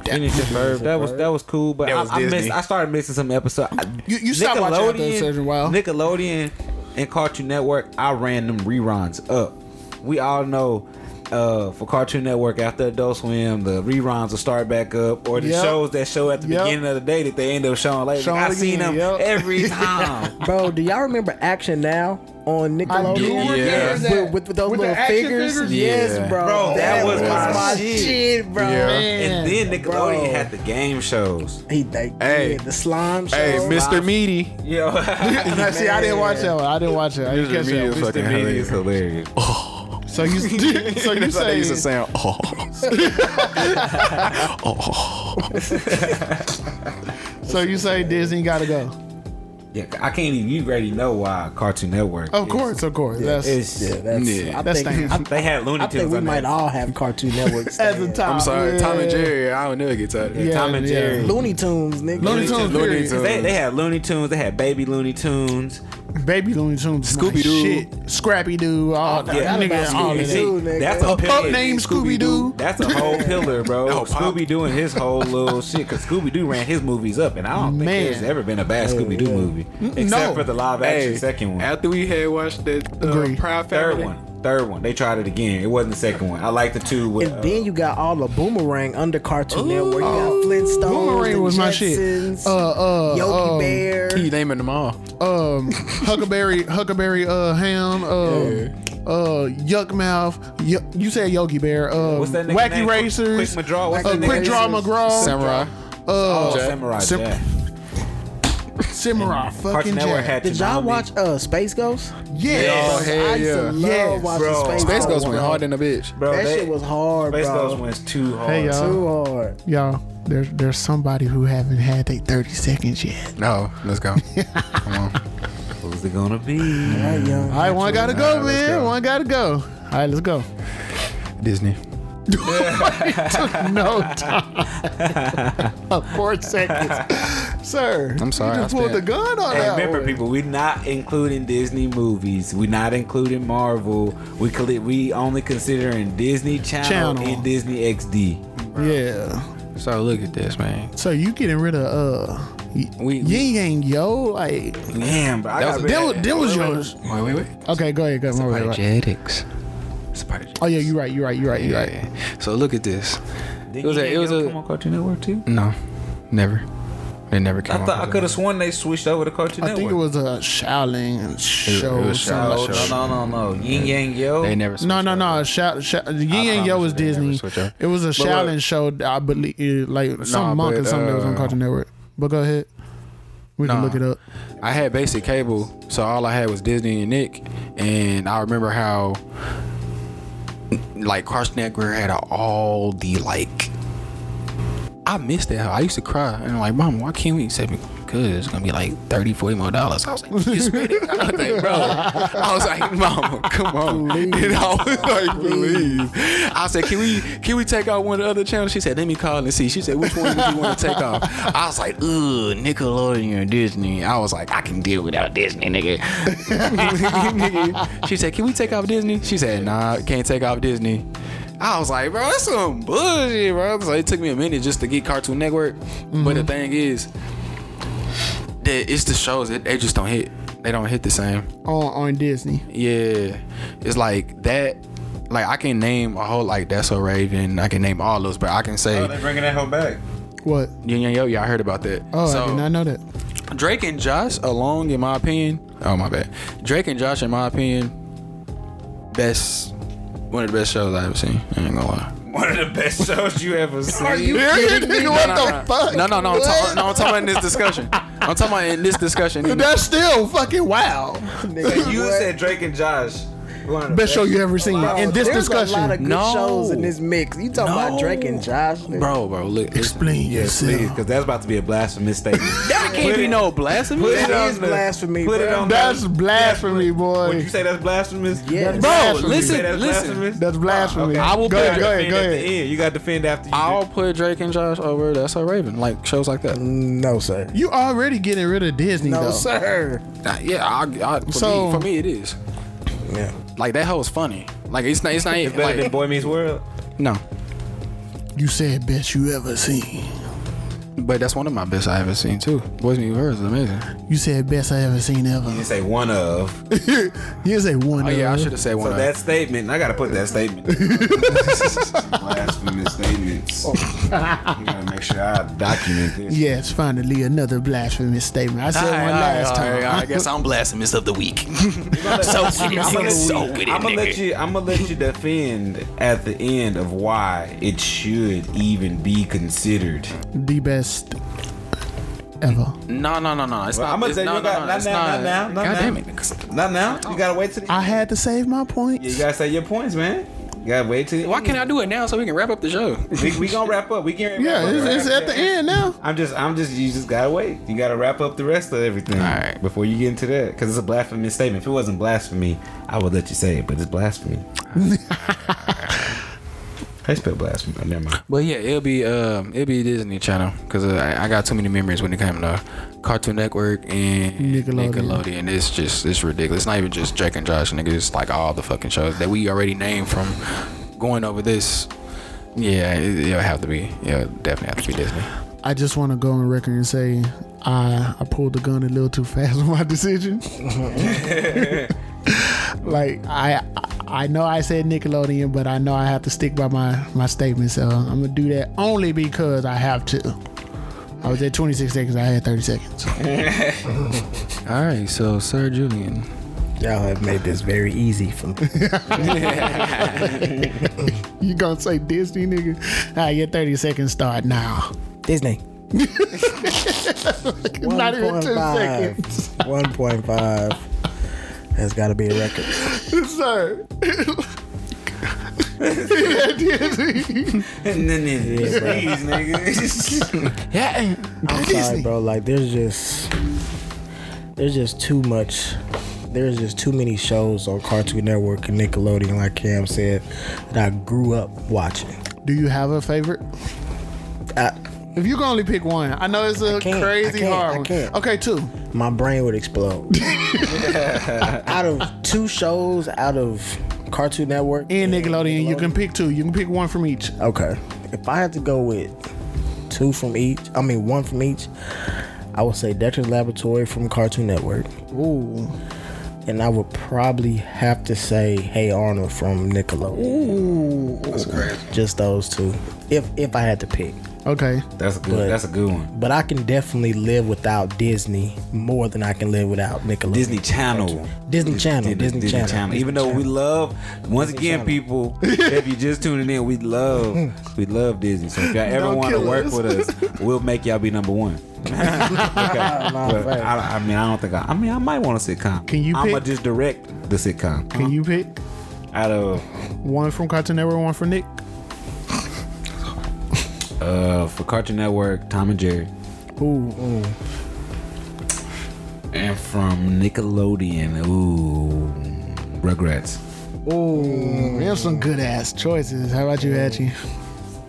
S4: Phineas and Ferb. That was that was cool, but
S11: That was
S4: I, I missed.
S11: Disney.
S4: I started missing some episodes. I-
S5: You- you stopped watching after a
S4: Nickelodeon-
S5: certain while.
S4: Nickelodeon and Cartoon Network. I ran them reruns up. We all know. Uh, for Cartoon Network, after Adult Swim, the reruns will start back up, or the
S5: Yep.
S4: shows that show at the
S5: Yep.
S4: beginning of the day that they end up showing later.
S5: Showing
S4: Like, I seen
S5: again,
S4: them
S5: yep. [laughs]
S4: every time.
S6: Bro, do y'all remember Action Now on Nickelodeon?
S5: do
S7: remember Yeah.
S6: With-
S5: that.
S6: With, with those
S5: With the
S6: little
S5: action
S6: figures?
S5: figures?
S7: Yeah.
S6: Yes, bro.
S4: Bro, that was my shit.
S6: bro.
S7: Yeah.
S5: Man.
S4: and then Nickelodeon
S6: Bro.
S4: had the game shows.
S6: He they
S7: Hey.
S6: did the slime show.
S7: Hey, Mr. Meaty.
S5: [laughs]
S4: Yeah,
S5: Nah, see, I didn't watch that one. I didn't watch it. I didn't catch
S7: Mr. Meaty
S5: that.
S7: is
S5: one.
S7: fucking
S4: it's
S7: hilarious.
S4: hilarious.
S5: So you, [laughs]
S7: [laughs]
S5: so you
S7: That's how they
S5: say
S7: used to sound. Oh.
S5: [laughs] So you say Disney got to go?
S4: Yeah, I can't even. You already know why Cartoon Network.
S5: Of course, of course. That's
S4: It's,
S6: Yeah, that's,
S7: Yeah.
S6: I
S5: that's
S6: think,
S5: things.
S4: they had Looney
S6: I
S4: Tunes.
S6: think we
S4: on
S6: might
S4: there.
S6: all have Cartoon Network.
S5: At the
S6: stand.
S5: top.
S7: I'm sorry,
S5: yeah.
S7: Tom and Jerry. I don't never get tired of that.
S5: Yeah,
S4: Tom and
S5: yeah.
S4: Jerry.
S6: Looney Tunes, nigga.
S5: Looney Tunes.
S7: Looney
S5: period.
S7: Tunes.
S4: They, they had Looney Tunes. They had Baby Looney Tunes.
S5: Baby Looney Tunes. Scooopy
S7: Scooby-Doo.
S5: Doo. Scrappy Doo. All that.
S4: Yeah.
S5: Nigga, all of that.
S6: Scooby-Doo, nigga.
S4: That's a,
S5: A pup
S4: pillar.
S5: named Scooby-Doo.
S4: That's a whole pillar, bro.
S7: Oh, Pop.
S4: Scooby Doo and his whole little shit. Cause Scooby Doo ran his movies up, and I don't
S5: Man.
S4: think there's ever been a bad Scooby Doo movie, except
S5: no.
S4: for the live action second one.
S7: After we had watched that uh,
S5: Agree.
S7: Proud
S4: Third
S7: Family.
S4: one. Third one. They tried it again. It wasn't the second one. I like the two with.
S6: And
S4: uh,
S6: then you got all the boomerang under Cartoon Network. You got Flintstones,
S5: Boomerang
S6: the
S5: was my shit.
S6: Jetsons,
S5: Uh, uh,
S6: Yogi
S5: um,
S6: Bear.
S7: He naming them all.
S5: um Huckleberry Huckleberry uh ham um uh yuck mouth Yo- you said Yogi Bear um
S4: uh, What's that nigga
S5: Wacky
S4: name? Quick-
S5: Racers
S4: Quick Madraw. What's
S5: uh,
S4: that nigga
S5: Quick
S4: name?
S5: Draw McGraw
S7: Samurai.
S5: uh
S4: oh,
S7: Jack.
S4: Samurai
S5: Sim-
S4: Jack.
S5: Samurai fucking
S4: Cartoon Network
S5: Jack
S4: had
S6: Did y'all
S4: Toonami.
S6: watch uh, Space Ghost?
S7: Oh,
S5: yes
S7: hell
S6: I used to
S7: yeah.
S6: love
S5: Yes.
S6: watching
S4: Bro.
S6: Space,
S7: Space
S6: Ghost.
S7: Ghost went
S6: bro.
S7: hard in the bitch.
S4: Bro,
S6: That
S4: they-
S6: shit was hard,
S4: Space
S6: bro.
S4: Ghost went too hard.
S5: Hey, y'all.
S6: Too hard.
S5: y'all there's there's somebody who haven't had their 30 seconds yet
S7: No, let's go. Come on.
S4: Who's it gonna be?
S6: All right, young.
S5: all right one gotta
S7: All
S5: go
S7: right, let's
S5: man
S7: go.
S5: one gotta go all right
S4: [laughs]
S5: let's go
S7: Disney.
S5: no time [laughs] four
S4: [laughs]
S5: seconds sir
S7: I'm sorry,
S5: you
S7: I
S5: just pulled
S7: spent-
S5: the gun on
S4: Hey,
S5: that
S4: remember,
S5: one.
S4: people, we're not including Disney movies. We're not including Marvel. We coll- we only considering Disney Channel,
S5: Channel.
S4: and Disney XD.
S5: yeah
S7: So look at this, man.
S5: So you getting rid of uh y-
S4: We-
S5: yin yang yo like
S4: Damn, bro, I
S7: That
S4: got
S7: was
S4: rid-
S5: that was, that was yours.
S7: Wait, wait, wait.
S5: Okay, go ahead, go ahead. my bad, right.
S7: Energetics. It's part of
S5: Oh yeah, you're right, you're right, you're right, you're right.
S7: Yeah. So look at this.
S4: Did
S7: It was
S4: you
S7: a- it was
S4: get
S7: a-
S4: come on Cartoon Network too.
S7: No, never. They never came.
S4: I thought I could have sworn they switched over to Cartoon
S5: I
S4: Network. Oh,
S5: think it was a Shaolin show.
S7: was
S5: something like that.
S7: Shaolin show.
S4: No, no, no, no. Yin Yang Yo.
S7: They never.
S5: No,
S7: switched
S5: no,
S7: up.
S5: no. Sha- Sha- Yin Yang Yo
S7: promise
S5: was
S7: they never
S5: Disney.
S7: switch up.
S5: It was a
S7: look-
S5: Shaolin show, that I believe, it- like some monk or
S7: but,
S5: something that was on
S7: uh,
S5: Cartoon Network. But go ahead, we can
S7: Nah.
S5: look it up.
S7: I had basic cable, so all I had was Disney and Nick, and I remember how like Cartoon Network had all the like. I missed that. I used to cry and like, Mom, why can't we say cuz it's gonna be like 30, 40 more dollars. I was like, you spent it. I was like, bro. I was like, mama, come on. And I was like, please. I said, can we can we take out one of the other channels? She said, let me call and see. She said, which one do you want to take off? I was like, ugh, Nickelodeon or Disney. I was like, I can deal without Disney, nigga. Nigga. She said, can we take off Disney? She said, nah, can't take off Disney. I was like, bro, that's some bullshit, bro. So it took me a minute just to get Cartoon Network. But
S5: Mm-hmm.
S7: the thing is, that it's the shows that they just don't hit. They don't hit the same.
S5: on on Disney.
S7: Yeah, it's like that. Like I can name a whole like that's so Raven. I can name all those, but I can say
S4: Oh, they bringing that hoe back.
S5: What?
S7: Yin Yang Yo. Yeah, I heard about that.
S5: Oh,
S7: so,
S5: I did not know that.
S7: Drake and Josh along, in my opinion. Oh my bad. Drake and Josh, in my opinion, best one of the best shows I've ever seen. I ain't gonna lie.
S4: One of the best shows you [laughs] ever seen. Are you
S5: what the fuck?
S7: No, no, no. I'm, talking, no, I'm talking about in this discussion. I'm talking about in this discussion.
S5: That's still fucking wow.
S4: You said Drake and Josh. One of the
S5: Best show you ever seen in this
S6: There's a lot
S5: discussion.
S6: of good
S7: No.
S6: shows in this mix. You talking
S7: No.
S6: about Drake and Josh? nigga.
S7: bro, bro, look. it's-
S5: Explain
S13: Yes, please, because that's about to be a blasphemous statement.
S7: That can't be no blasphemy.
S4: Put
S6: That
S4: it on
S6: is
S4: the-
S6: blasphemy,
S4: Put it
S6: bro.
S4: on
S5: That's
S4: the-
S5: blasphemy,
S4: Would
S5: boy.
S4: you say that's blasphemous?
S6: Yeah.
S4: You
S5: Bro,
S4: say
S7: listen,
S4: that's
S7: listen.
S4: blasphemous? Ah,
S5: That's blasphemy.
S4: Okay.
S7: I will
S5: go
S7: put
S5: ahead, go ahead,
S4: Defend
S5: go
S4: at the
S5: ahead.
S4: end. You got to defend after you.
S7: I'll
S4: do.
S7: put Drake and Josh over That's So Raven, like shows like that.
S6: No, sir.
S5: You already getting rid of Disney
S6: No,
S5: though.
S6: sir.
S7: Nah, yeah, I, I, for,
S5: So-
S7: me, for me it is.
S6: Yeah.
S7: Like that hoe is funny. Like it's not, it's not
S4: It's
S7: even
S4: better than
S7: like
S4: Boy Meets World.
S7: no.
S5: You said best you ever seen.
S7: But that's one of my best I ever seen too. Boys Meet World is amazing.
S5: You said best I ever seen
S4: You
S5: ever.
S4: say one of.
S5: You say one.
S7: Oh yeah, I
S5: of.
S7: should have said one.
S4: So
S7: of
S4: that statement, I gotta put that
S5: [laughs]
S4: statement. Blasphemous statements.
S5: Oh.
S4: You gotta make sure I document this.
S5: Yes, finally another blasphemous statement. I said
S7: All
S5: one
S7: right, all right,
S5: last
S7: all right,
S5: time.
S7: all right. I guess I'm blasphemous of the
S4: [laughs]
S7: week. [laughs] so with it, nigga, so with it,
S4: I'm gonna let
S7: nigga.
S4: you. I'm gonna let you defend at the end of why it should even be considered.
S5: [laughs] the best ever.
S7: No, no, no, no. It's
S4: Well,
S7: not.
S4: I'ma
S7: it's-
S4: tell you,
S7: no,
S4: you
S7: no,
S4: got-
S7: no,
S4: not
S7: it's
S4: now,
S7: not.
S4: not now, not
S7: God
S4: now.
S7: damn it, nigga.
S4: Not now. You gotta wait till the.
S5: I had to save my points.
S4: Yeah, you gotta say your points, man. You gotta wait till.
S7: Why can't I do it now so we can wrap up the show?
S4: We, we gonna wrap up. We can't.
S5: Yeah, it's, it's at the end now.
S4: I'm just, I'm just, you just gotta wait. You gotta wrap up the rest of everything
S7: Alright.
S4: before you get into that, because it's a blasphemous statement. If it wasn't blasphemy, I would let you say it, but it's
S7: [laughs]
S4: blasphemy. I spell blasphemy. Oh, never
S7: [laughs]
S4: mind.
S7: But yeah, it'll be um, it'll be Disney Channel because uh, I, I got too many memories when it came to Cartoon Network and
S5: Nickelodeon.
S7: Nickelodeon. It's just it's ridiculous. It's not even just Drake and Josh, nigga. It's like all the fucking shows that we already named from going over this. Yeah, it, it'll have to be. Yeah, definitely have to be Disney.
S5: I just want to go on record and say I I pulled the gun a little too fast with my decision. [laughs] like I I know I said Nickelodeon, but I know I have to stick by my my statement. So I'm gonna do that only because I have to. I was at 26 seconds. I had 30 seconds. [laughs]
S7: All right, so Sir Julian.
S6: Y'all have made this very easy for me.
S5: You gonna say Disney, nigga? All right, your 30 seconds start now. [laughs]
S6: Disney.
S5: Not even two
S6: 1.5.
S5: seconds,
S6: 1.5. That's got to be a
S5: [laughs]
S6: record.
S5: sir. [laughs]
S6: [laughs]
S4: And then it's please, nigga. [laughs]
S7: Yeah.
S6: I'm sorry, bro. Like, there's just there's just too much. There's just too many shows on Cartoon Network and Nickelodeon, like Cam said, that I grew up watching.
S5: Do you have a favorite?
S6: I,
S5: If you can only pick one, I know it's a
S6: can't, I
S5: crazy
S6: can't,
S5: hard
S6: I
S5: one.
S6: can't.
S5: Okay, two.
S6: my brain would explode.
S5: [laughs]
S6: out of two shows, out of Cartoon Network
S5: and Nickelodeon. You can pick two. You can pick one from each.
S6: Okay. If I had to go with two from each, I mean one from each, I would say Dexter's Laboratory from Cartoon Network,
S5: Ooh.
S6: and I would probably have to say Hey Arnold from Nickelodeon.
S4: That's crazy.
S6: Just those two, if if I had to pick.
S5: Okay.
S4: That's a good. That's a good one.
S6: But I can definitely live without Disney more than I can live without Nickelodeon.
S4: Disney Channel.
S6: Disney Channel, Disney Channel,
S4: Even though we love, once again, people, if you just tuning in, we love, we love Disney. So if y'all ever
S5: Don't
S4: want to
S5: kill
S4: work
S5: us.
S4: with us, we'll make y'all be number
S6: [laughs]
S4: one. okay. But
S6: facts.
S4: I, I mean, I don't think I. I mean, I might want a sitcom.
S5: Can you
S4: I'm gonna
S5: pick-
S4: just direct the sitcom
S5: Can you pick
S4: out of
S5: one from Cartoon Network, one from Nick?
S4: uh for Cartoon Network, Tom and Jerry.
S5: Ooh.
S4: And from Nickelodeon, ooh, Rugrats.
S5: Ooh, there's some good ass choices. How about you, Hatchie?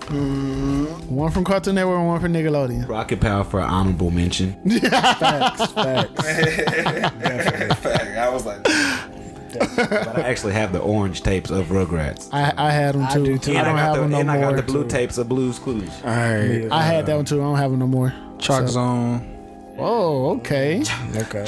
S5: Mm, One from Cartoon Network, and one from Nickelodeon.
S4: Rocket Power for honorable mention.
S11: I was like,
S4: but I actually have the orange tapes of Rugrats.
S5: I, I had them too. I,
S4: And
S5: don't
S4: got
S5: have
S4: the,
S5: them no
S4: and I
S5: more.
S4: got the blue tapes of Blue's Clues.
S7: All right,
S5: I had that one too. I don't have them no more.
S7: Chalk Zone.
S5: Oh, okay.
S6: Okay.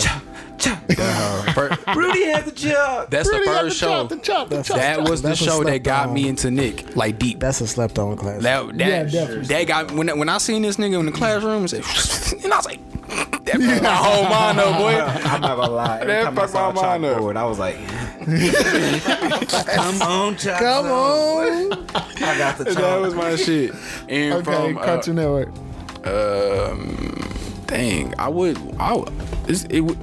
S7: Uh, fir-
S4: Rudy had the job.
S7: that's the
S5: Pretty
S7: first show.
S5: chop, the chop, the chop.
S7: That was the
S6: That's a
S7: show that
S6: slept
S7: got
S6: on.
S7: me into Nick, like deep.
S6: That's a slept on class.
S7: That,
S5: Yeah,
S7: that,
S5: definitely.
S7: that got when when I seen this nigga in the classroom, I said, [laughs] and I was like, that fucked my whole mind up, boy.
S4: I'm not gonna lie. Every
S7: That
S4: time I
S7: fucked
S4: saw
S7: my mind up.
S4: chalkboard, I was like, "Come on, Chuck. Come
S7: on.
S4: I got the
S7: That
S4: chalk."
S7: was my shit. And
S5: Okay,
S7: from uh,
S5: Cartoon Network.
S7: Um, dang, I would. I would- it's, it would.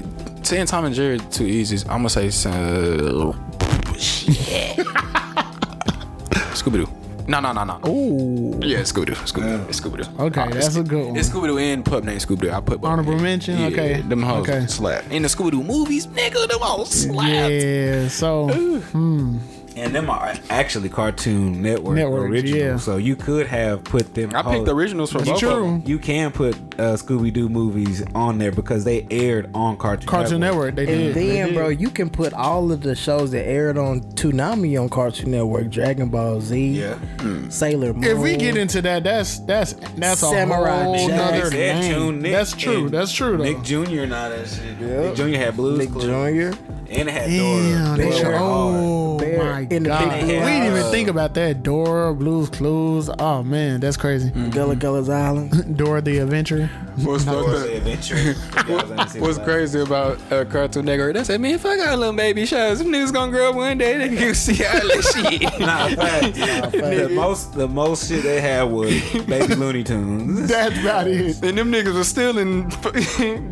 S7: Saying Tom and Jerry too easy. I'm gonna say uh, [laughs] Scooby Doo. No, no, no, no.
S5: Ooh,
S7: Yeah, Scooby Doo. Scooby Doo. Scooby Doo.
S5: okay, that's a good one.
S7: It's Scooby Doo and Pup named Scooby Doo. I put both
S5: Honorable
S7: in.
S5: mention?
S7: Yeah,
S5: Okay.
S7: Them hoes
S5: Okay.
S7: slap. In the Scooby Doo movies, nigga, them hoes slap.
S5: Yeah, so
S4: And them are actually Cartoon Network,
S5: Network,
S4: original,
S5: yeah.
S4: so you could have put them.
S7: I picked the originals from both. Of them.
S5: true.
S4: You can put uh, Scooby Doo movies on there because they aired on Cartoon
S5: Cartoon Network, they
S6: And
S5: did. they
S6: then,
S5: did.
S6: bro, you can put all of the shows that aired on Toonami on Cartoon Network, Dragon Ball Z, Sailor Moon.
S5: If we get into that, that's that's that's a
S6: Samurai
S5: whole
S6: Jack.
S4: They
S5: nother
S4: said
S5: name.
S4: Toon Nick
S5: That's true.
S4: and
S5: That's true. Though.
S4: Nick Jr. and all that shit. Nick Jr. had Blues
S6: Nick
S4: Clues
S6: Jr.
S4: and it had
S5: Damn,
S4: Dora.
S5: they
S4: Dora
S5: should.
S4: were hard.
S5: Oh
S6: Bear
S5: my
S6: in the
S5: god,
S6: Big
S5: we
S6: Blue
S5: didn't even
S6: House.
S5: think about that. Dora, Blues Clues. Oh man, that's crazy.
S6: Gullah Gullah's
S5: [laughs]
S6: Island.
S5: Dora the Adventure.
S7: What's fucked
S4: Dora
S7: up-
S4: the Adventure.
S7: [laughs] What's crazy about uh, Cartoon Network? That's it, man. If I got a little baby shows, some niggas gonna [laughs] grow up one day, they can see all this shit.
S5: [laughs]
S4: Nah, facts. the most the most shit they had was Baby Looney Tunes.
S5: That's about it.
S7: And them niggas was still in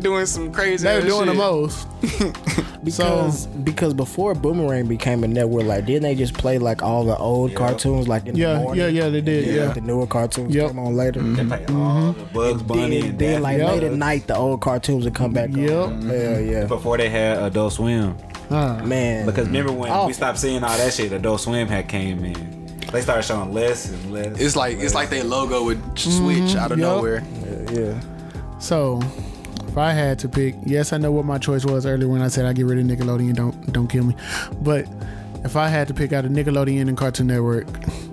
S7: [laughs] doing some crazy.
S5: They were
S7: ass
S5: doing the
S7: shit.
S5: most.
S6: Because because before Boomerang became a network, like didn't they just play like all the old cartoons like in the
S5: Yeah,
S6: morning?
S5: yeah, yeah. They did. Yeah.
S6: The newer cartoons
S5: Yep.
S6: come on later.
S4: Like, all the Bugs Bunny
S6: Then,
S4: and
S6: then like
S5: Yep.
S6: late at night, the old cartoons would come back.
S5: Yep.
S6: On. Yeah, yeah.
S4: before they had Adult Swim.
S5: Uh,
S6: Man,
S4: Because remember when
S6: Oh.
S4: we stopped seeing all that shit, Adult Swim had came in. They started showing less and less.
S7: It's like it's like their logo would switch out
S5: Mm-hmm. yup.
S7: of nowhere.
S6: yeah.
S5: So, if I had to pick, yes, I know what my choice was earlier when I said I get rid of Nickelodeon. Don't don't kill me. But if I had to pick out of Nickelodeon and Cartoon Network,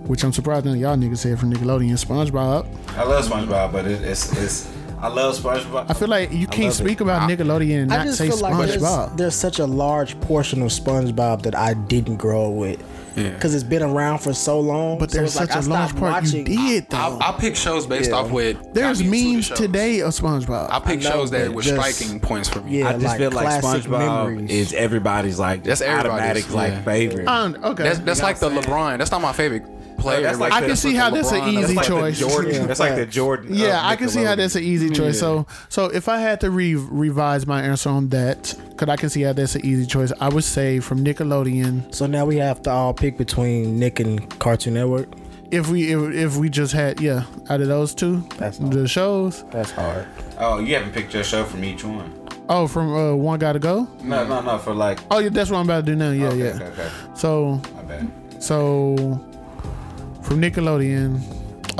S5: which I'm surprised none of y'all niggas said from Nickelodeon, SpongeBob.
S4: I love SpongeBob, but it, it's it's I love SpongeBob.
S5: I feel like you can't
S4: love it.
S5: speak about Nickelodeon and
S6: I
S5: not
S6: just
S5: say
S6: feel like there's,
S5: SpongeBob.
S6: there's such a large portion of SpongeBob that I didn't grow up with. Because it's been around for so long.
S5: But
S6: so
S5: there's
S6: it's like
S5: such a
S6: I
S5: large
S6: stopped
S5: part you
S6: watching.
S5: did though.
S7: I, I pick shows based off what.
S5: there's
S7: got me into the
S5: memes
S7: shows.
S5: today of SpongeBob.
S7: I pick
S6: I know,
S7: shows that
S6: but
S7: were
S6: just-
S7: striking points for me.
S6: Yeah,
S4: I just
S6: like
S4: feel like
S6: classic
S4: SpongeBob
S6: memories.
S4: is everybody's like
S7: That's everybody's,
S4: automatic
S7: yeah.
S4: like favorite.
S5: Um, okay.
S7: That's that's like the LeBron. That's not my favorite player.
S4: That's like
S5: I
S4: the-
S5: can see how that's an
S7: LeBron. That's
S5: easy
S4: like the
S5: choice.
S4: Jordan.
S5: Yeah.
S4: that's like the Jordan. of
S5: Yeah, I can see how
S4: Nickelodeon.
S5: that's an easy choice. So, so if I had to re- revise my answer on that, because I can see how that's an easy choice, I would say from Nickelodeon.
S6: So now we have to all pick between Nick and Cartoon Network.
S5: If we if, if we just had yeah, out of those two,
S6: That's
S5: the shows.
S6: That's hard.
S4: Oh, you haven't picked your show from each one.
S5: Oh, from uh, one got to go.
S4: No, no, no. For like,
S5: Oh yeah, that's what I'm about to do now. Yeah,
S4: okay,
S5: yeah.
S4: okay, okay.
S5: So
S4: My bad.
S5: so from Nickelodeon.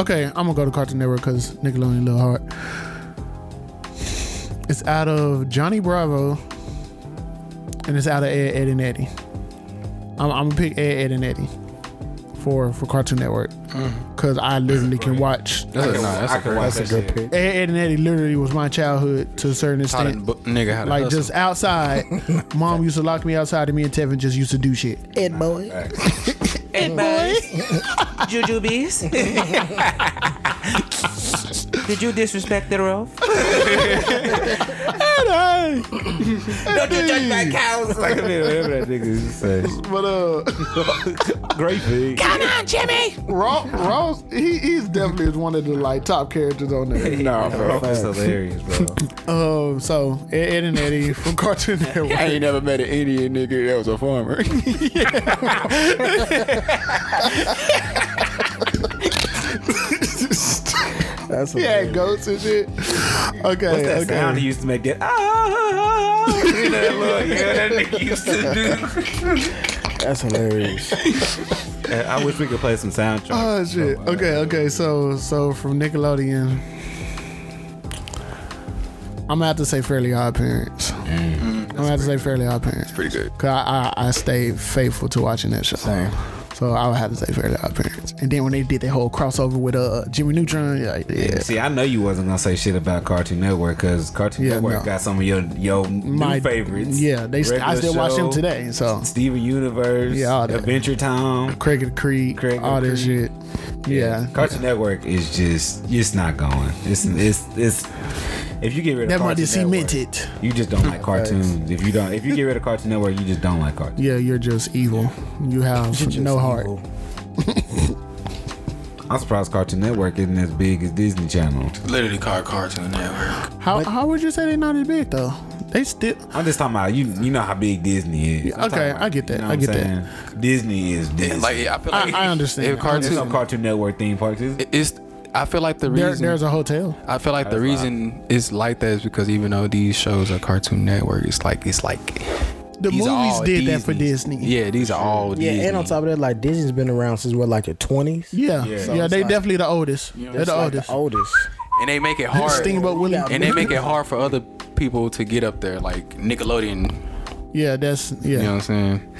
S5: Okay, I'm gonna go to Cartoon Network because Nickelodeon a little hard. It's out of Johnny Bravo, and it's out of Ed, Ed and Eddie. I'm, I'm gonna pick Ed, Ed and Eddie for for Cartoon Network
S4: Mm.
S5: because I literally can watch.
S7: That's, a- nah, that's
S4: I
S7: a
S4: could
S7: great.
S4: watch that shit.
S5: Ed, Ed and Eddie literally was my childhood to a certain
S7: How to,
S5: extent.
S7: bu- nigga, how to
S5: Like
S7: hustle.
S5: just outside, mom used to lock me outside, and me and Tevin just used to do shit.
S6: Ed Boy.
S12: Jujubes? Did you disrespect the roof?
S11: don't you judge my cows.
S4: Like, whatever that nigga used to say.
S5: But uh.
S4: [laughs] Great thing.
S11: Come on, Jimmy.
S5: Ross, Ross he, he's definitely is one of the like top characters
S4: [laughs]
S5: on there.
S4: Nah, bro, that's hilarious, [laughs] bro.
S5: Um, so Ed, Ed and Eddie from Cartoon
S7: [laughs] I
S5: Network.
S7: ain't never met an Indian nigga that was a farmer. [laughs]
S6: That's
S5: He had goats and shit. Okay,
S4: That
S5: okay.
S4: sound he used to make that. Ah, see that look? Yeah, that nigga used to do.
S6: That's hilarious.
S4: [laughs] I wish we could play some soundtrack.
S5: Oh shit. Okay, okay. So so from Nickelodeon, I'm gonna have to say Fairly Odd Parents. I'm gonna have to say Fairly Odd Parents.
S7: Pretty good.
S5: Cause I, I I stayed faithful to watching that show. So I would have to say Fairly Odd Parents. And then when they did that whole crossover with uh Jimmy Neutron, yeah, yeah.
S4: See, I know you wasn't gonna say shit about Cartoon Network because Cartoon
S5: Yeah,
S4: Network
S5: no.
S4: got some of your your
S5: My-
S4: new favorites.
S5: yeah, they- I
S4: Regular
S5: still watch them
S4: Show,
S5: today, so.
S4: Steven Universe,
S5: Yeah, all that.
S4: Adventure Time,
S5: Craig and Creek,
S4: Craig and
S5: all that shit.
S4: Creek.
S5: Yeah.
S4: Cartoon Network is just it's not going. It's it's it's if you get rid of
S5: That might
S4: Cartoon
S5: be
S4: Network,
S5: cemented.
S4: you just don't
S5: [laughs]
S4: like cartoons. If you don't, if you get rid of Cartoon Network, you just don't like cartoons.
S5: [laughs] Yeah, you're just evil. You have no heart.
S4: I'm surprised Cartoon Network isn't as big as Disney Channel.
S7: Literally called Cartoon Network.
S5: How how would you say they're not as big though? They still
S4: I'm just talking about you. You know how big Disney is. I'm
S5: okay,
S4: talking about-
S5: I get that,
S4: you know
S5: I
S4: what I'm
S5: get that.
S4: saying? Disney is Disney.
S7: Like I feel
S5: I,
S7: like
S5: I understand.
S7: If
S4: There's
S7: cartoon,
S4: no Cartoon Network theme parks. is there?
S7: it's. I feel like the
S5: There,
S7: reason
S5: there's a hotel.
S7: I feel like the reason it's like that is because even though these shows are Cartoon Network, it's like it's like
S5: The
S7: these are
S5: movies
S7: all
S5: did that for
S7: Disney's.
S5: Disney.
S7: Yeah, these are all
S6: Yeah,
S7: Disney.
S6: and on top of that, like Disney's been around since what, like the twenties.
S5: Yeah, yeah,
S6: So it's
S5: they
S6: like-
S5: definitely the oldest. they're the
S6: like
S5: oldest.
S6: The oldest.
S7: and they make it hard.
S5: Steamboat Willie.
S6: Yeah.
S7: and they make it hard for other people to get up there, like Nickelodeon.
S5: Yeah, that's yeah.
S7: You know what I'm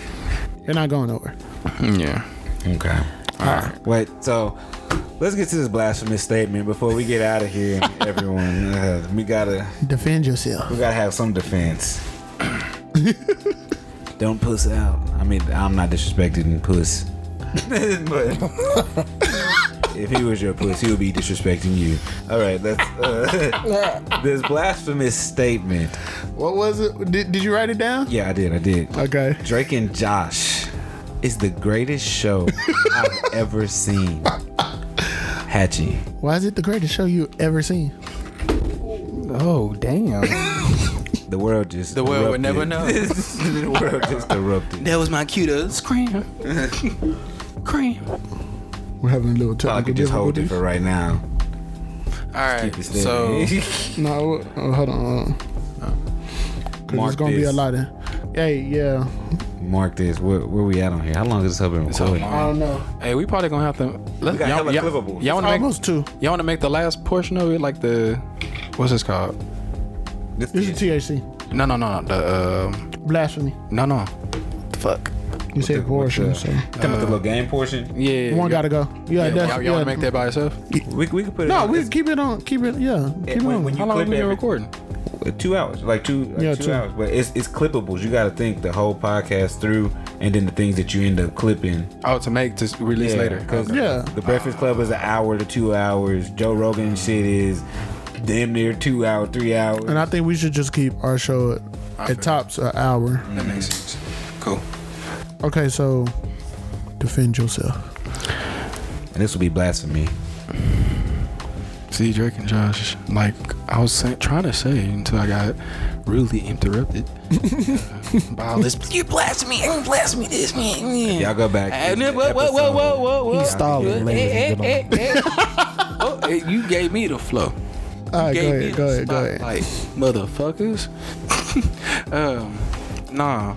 S5: They're not going nowhere.
S7: saying? Yeah.
S4: Okay. All right. Wait. So let's get to this blasphemous statement before we get out of here. [laughs] everyone, uh, we gotta
S5: Defend yourself.
S4: we gotta have some defense. [laughs] Don't puss out. I mean, I'm not disrespecting puss, [laughs] but if he was your puss, he would be disrespecting you. All right. That's uh, [laughs] this blasphemous statement.
S5: What was it? Did, did you write it down?
S4: Yeah, I did. I did.
S5: Okay.
S4: Drake and Josh is the greatest
S7: [laughs]
S4: show I've ever seen. Hatchie.
S5: Why is it the greatest show you ever seen?
S6: Oh damn.
S4: The world just
S7: The world
S4: erupted.
S7: would never know.
S4: the
S7: [laughs]
S4: world just erupted.
S1: That was my cuter.
S7: Cream. Cream. All
S5: We're having a little
S4: I
S5: technical
S4: could just hold it
S5: difficulty.
S4: for right now.
S7: right.
S4: It's there.
S7: So
S5: No, oh, hold on. Hold on. 'Cause
S4: Mark
S5: it's gonna be a
S4: this.
S5: lot of. Hey, yeah.
S4: mark this. Where, where we at on here? How long has this been recording?
S5: I don't know.
S7: hey, we probably gonna have to. Let's,
S4: got
S7: y'all,
S4: hella
S7: y'all,
S4: clippable.
S7: y'all wanna make
S5: Almost two.
S7: y'all wanna make the last portion of it like the what's this called?
S4: This-
S5: This is THC.
S7: No, no, no, no. The um,
S5: Blasphemy.
S7: no, no. Fuck.
S5: You said abortion. So.
S4: You talking about the little game portion?
S7: Yeah. yeah,
S5: One
S7: y'all-
S5: gotta go. Yeah,
S7: Y'all, y'all
S5: that's, yeah.
S7: wanna make that by yourself?
S4: We, we could put it.
S5: No,
S4: on.
S5: we
S4: It's-
S5: keep it on. Keep it. Yeah, keep it
S4: when-
S5: on.
S4: when you
S7: How long have
S4: clip
S7: we been
S4: every-
S7: recording?
S4: uh, two hours, like two, like
S5: Yeah,
S4: two,
S5: two.
S4: hours. But it's it's clippables. You got to think the whole podcast through, and then the things that you end up clipping
S7: Oh, to make to release later.
S4: Because
S5: Yeah.
S4: the Breakfast Club is an hour to two hours. Joe Rogan shit is damn near two hour, three hours.
S5: and I think we should just keep our show at, at tops an hour.
S7: That makes sense. Cool.
S5: Okay, so defend yourself.
S4: And this will be blasphemy.
S7: See, Drake and Josh, like I was say, trying to say until I got really
S1: [laughs]
S7: interrupted Uh, by all this.
S1: You blast me. You blast me this man.
S4: Y'all go back.
S1: Hey, whoa, whoa, whoa, whoa, whoa, whoa, whoa.
S6: He's stalling, ladies and gentlemen.
S7: [laughs] Oh, hey, you gave me the flow.
S5: All right, go
S7: Gave me
S5: ahead,
S7: the
S5: go ahead, go ahead.
S7: spotlight, motherfuckers. [laughs] um, nah.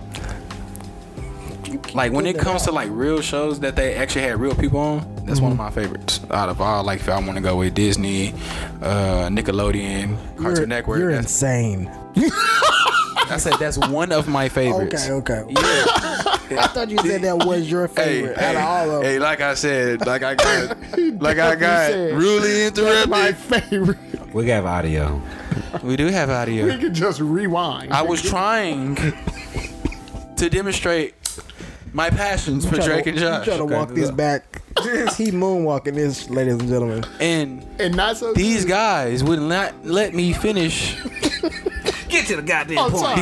S7: Like when it comes to like real shows that they actually had real people on, that's one of my favorites out of all. Like if I want to go with Disney, uh, Nickelodeon, Cartoon
S6: You're,
S7: Network,
S6: you're
S7: that's-
S6: insane.
S7: I said that's one of my favorites.
S6: Okay, okay.
S7: Yeah.
S6: I thought you said that was your
S7: [laughs] Hey,
S6: favorite out
S7: hey,
S6: of all of them.
S7: hey, like I said, like I got, like I got really interrupted.
S5: My favorite.
S4: We got audio.
S7: we do have
S5: You
S7: audio.
S5: can just rewind.
S7: I was trying to demonstrate my passions for Drake and
S6: You trying
S7: Josh,
S6: to walk this back? he moonwalking this, ladies and gentlemen.
S7: and
S5: and not so.
S7: these guys would not let me finish.
S1: Get to the goddamn
S5: I'm
S1: point.
S5: sorry.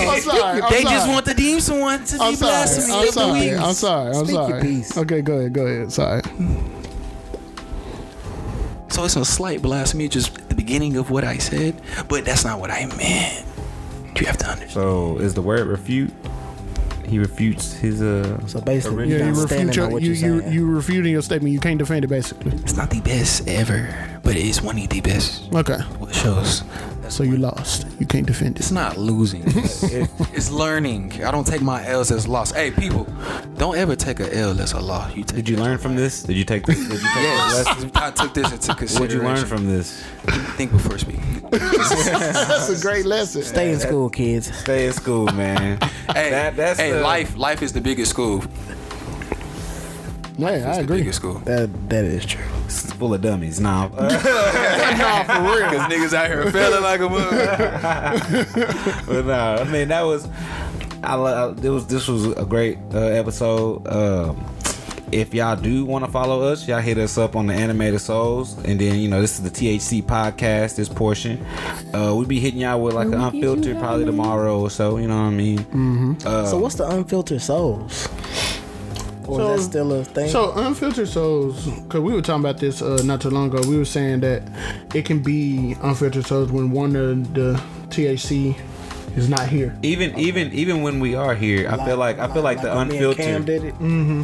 S5: I'm sorry. I'm
S1: They
S5: sorry.
S1: just want the deem someone to
S5: I'm
S1: be
S5: sorry.
S1: blasphemy
S5: I'm
S1: of the
S5: sorry.
S1: week.
S5: I'm sorry. I'm
S6: Speak your
S5: sorry.
S6: piece.
S5: Okay, go ahead. Go ahead. Sorry.
S7: So it's a slight blasphemy, just at the beginning of what I said, but that's not what I meant. You have to understand.
S4: So is the word refute? He refutes his uh.
S6: So basically, you're
S5: Yeah, you
S6: not
S5: refute
S6: standing on
S5: your,
S6: what
S5: you
S6: you're
S5: you
S6: saying.
S5: you refuting your statement. You can't defend it basically.
S7: It's not the best ever, but it is one of the best
S5: Okay.
S7: shows
S5: So you lost. You can't defend it.
S7: It's
S5: [laughs]
S7: not losing. It's, it's learning. I don't take my L's as loss. Hey, people, don't ever take a L as a loss. You take
S4: Did you learn from this? Did you take this? Did you take the
S7: yes.
S4: lessons?
S7: [laughs] I took this into
S4: What'd you
S7: consideration.
S4: learn from this?
S7: Think before speaking.
S5: That's a great lesson.
S6: Stay in school, kids.
S4: Stay in school, [laughs] man.
S7: Hey,
S4: That- that's
S7: hey,
S4: the-
S7: life. Life is the biggest school.
S5: Yeah, I
S7: It's the
S5: agree.
S7: biggest school. [laughs]
S6: That that is true.
S4: It's full of dummies. Nah. Uh,
S7: Cause niggas out here feeling like
S4: [laughs]
S7: a mother.
S4: but nah, I mean that was. I, lo- I it was this was a great uh, episode. Um, if y'all do want to follow us, y'all hit us up on the Animated Souls, and then you know this is the THC podcast. This portion, uh, we be hitting y'all with like an unfiltered probably tomorrow or so. You know what I mean?
S5: Um,
S6: so what's the unfiltered souls? Or is
S5: So-
S6: that still a thing?
S5: So unfiltered souls, because we were talking about this uh, not too long ago. We were saying that it can be unfiltered souls when one of the THC is not here.
S4: Even even even when we are here, I feel like I feel like the
S6: when me and Cam
S4: unfiltered.
S6: did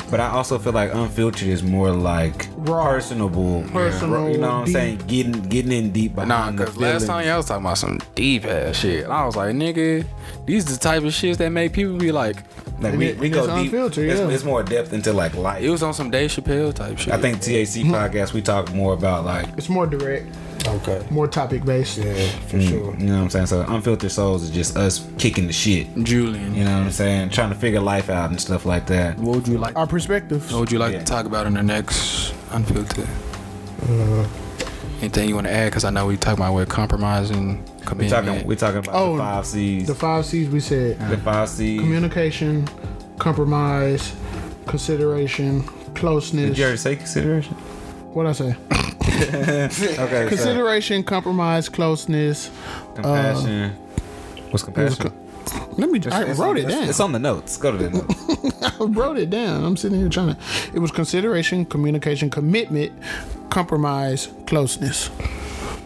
S6: it.
S4: But I also feel like unfiltered is more like
S5: Raw.
S4: personable.
S5: Personal,
S4: You know what I'm
S5: deep.
S4: saying? Getting getting in deep
S7: Nah,
S4: behind the
S7: cause last
S4: feelings.
S7: time y'all was talking about some deep ass shit. I was like, nigga, these the type of shits that make people be like,
S4: Like
S5: And
S4: we,
S5: it-
S4: we
S5: and
S4: go
S5: it's
S4: deep.
S5: unfiltered,
S4: it's,
S5: yeah.
S4: it's more depth into like
S7: it
S4: life.
S7: was on some Dave Chappelle type shit.
S4: I think TAC podcast we talk more about like
S5: Hmm. It's more direct,
S6: Okay.
S5: more topic based. Mm.
S6: Yeah, for sure.
S4: you know what I'm saying. So unfiltered souls is just us kicking the shit.
S7: Julian.
S4: You know what I'm saying? Trying to figure life out and stuff like that.
S5: What would you like? Our perspectives.
S7: What would you like
S4: Yeah.
S7: to talk about in the next unfiltered? Anything you want to add? Because I know we talking about with compromise and
S4: We talking
S7: commitment.
S4: we talking about
S5: Oh,
S4: the five C's.
S5: The five C's we said:
S4: The five C's.
S5: communication, compromise, consideration,
S4: Did
S5: closeness.
S4: you already say consideration?
S5: What I say?
S4: Okay. so
S5: Consideration, compromise, closeness.
S4: compassion. What's compassion?
S5: Let me. I wrote it
S4: It's-
S5: down. Oh,
S4: It's on the notes. Go to the
S5: [laughs]
S4: notes.
S5: I wrote it down. I'm sitting here trying to. It was consideration, communication, commitment, compromise, closeness.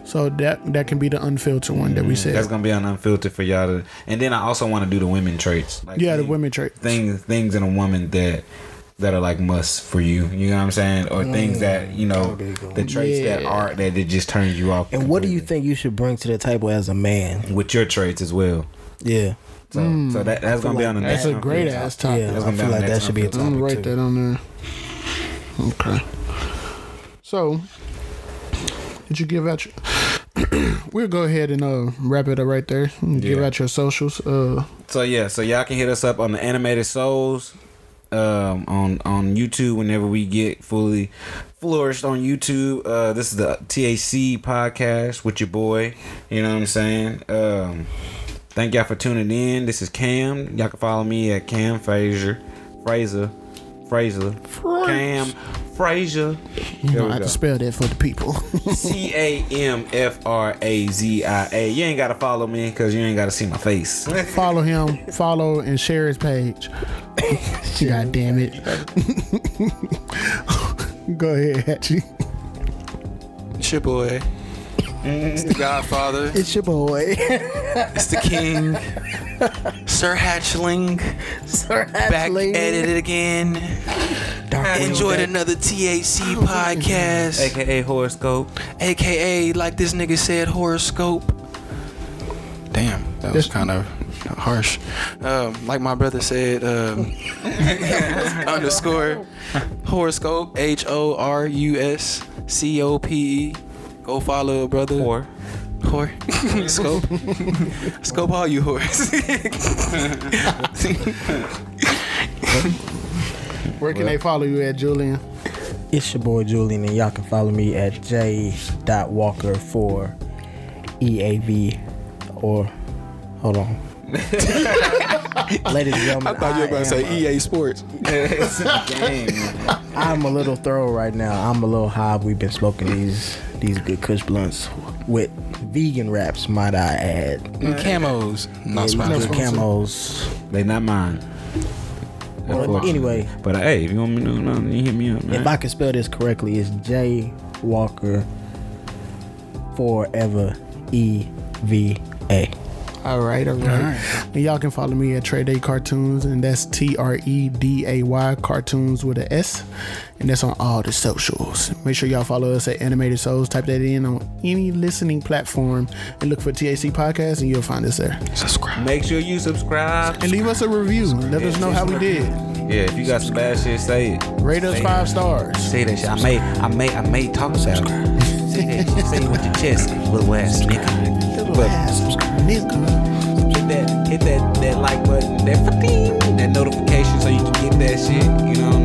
S5: So that that can be the unfiltered one that we said.
S4: Mm-hmm. That's gonna be on unfiltered for y'all to. And then I also want to do the women traits. Like
S5: yeah, the
S4: thing-
S5: women trait.
S4: things things in a woman that that are like must for you. You know what I'm saying? Or things that you know
S6: Oh,
S4: the traits that
S5: Yeah.
S4: are that it just turns you off.
S6: And what do you
S4: completely.
S6: think you should bring to the table as a man?
S4: with your traits as well?
S6: Yeah.
S4: So so that, that's gonna be on the
S5: That's
S4: next.
S5: a
S4: one.
S5: great ass topic.
S6: Yeah,
S4: That's
S6: I
S4: gonna be
S6: feel
S4: on
S6: like
S4: the
S6: that
S4: next
S6: should be a
S4: unfiltered.
S5: I'm
S6: topic
S5: gonna
S6: too.
S5: write that on there. Okay. So, did you give out your? [clears throat] we'll go ahead and uh, wrap it up right there. Give
S4: Yeah.
S5: out your socials. Uh,
S4: So yeah, so y'all can hit us up on the animated souls um on on YouTube whenever we get fully flourished on YouTube. Uh this is the THC podcast with your boy, you know what I'm saying? Um thank y'all for tuning in. This is Cam. Y'all can follow me at Cam Fraser. Fraser. Fraser. Cam Fraser.
S5: you
S4: There
S5: know,
S4: we
S5: I have
S4: go.
S5: to spell that for the people. [laughs]
S4: C A M F R A Z I A. You ain't gotta follow me because you ain't gotta see my face.
S5: [laughs] follow him. Follow and share his
S4: [laughs]
S5: page. God damn it. go ahead, Hatchie.
S7: It's your boy. It's the [laughs] Godfather.
S6: It's your boy. [laughs]
S7: It's the King. Sir Hatchling.
S6: Sir
S7: Back
S6: Hatchling.
S7: at it again.
S6: Dr.
S7: Enjoyed
S6: Wilbur.
S7: another THC podcast.
S4: AKA horoscope.
S7: AKA, like this nigga said, horoscope. Damn, that was kind of harsh. Um, like my brother said, um, underscore horoscope, H O R U S C O P E. Go follow a brother.
S4: Or
S7: Whore. [laughs] Scope. Scope all you [laughs] whores.
S5: Where can they follow you at, Julian?
S6: It's your boy Julian, and y'all can follow me at j.walker for EAV E or hold on. Ladies and gentlemen, I
S7: say E EA Sports.
S6: I'm a little thorough right now. I'm a little high. We've been smoking these these good Kush blunts with vegan wraps, might I add.
S7: Camos. Not
S6: Yeah, these
S7: sponsored.
S6: good camos.
S4: They not mine.
S6: Well, anyway,
S4: But uh, hey, if you want me to do nothing, you hit me up, man.
S6: if I can spell this correctly, it's J Walker Forever E V A.
S5: All right, all right. And y'all can follow me at Trey Day Cartoons, and that's T R E D A Y Cartoons with a S, and that's on all the socials. Make sure y'all follow us at Animated Souls. Type that in on any listening platform and look for TAC Podcast, and you'll find us there.
S4: Make sure you subscribe.
S5: And leave us a review. Let us know how we did.
S4: Yeah, if you got some bad shit, say it.
S5: Rate us five stars.
S4: Say that shit. I may, I may, I may talk about
S5: [laughs]
S4: it. Say that shit. Say it with your chest, little ass nigga. Hit that, hit that, that like button, that, that notification, so you can get that shit. You know what I'm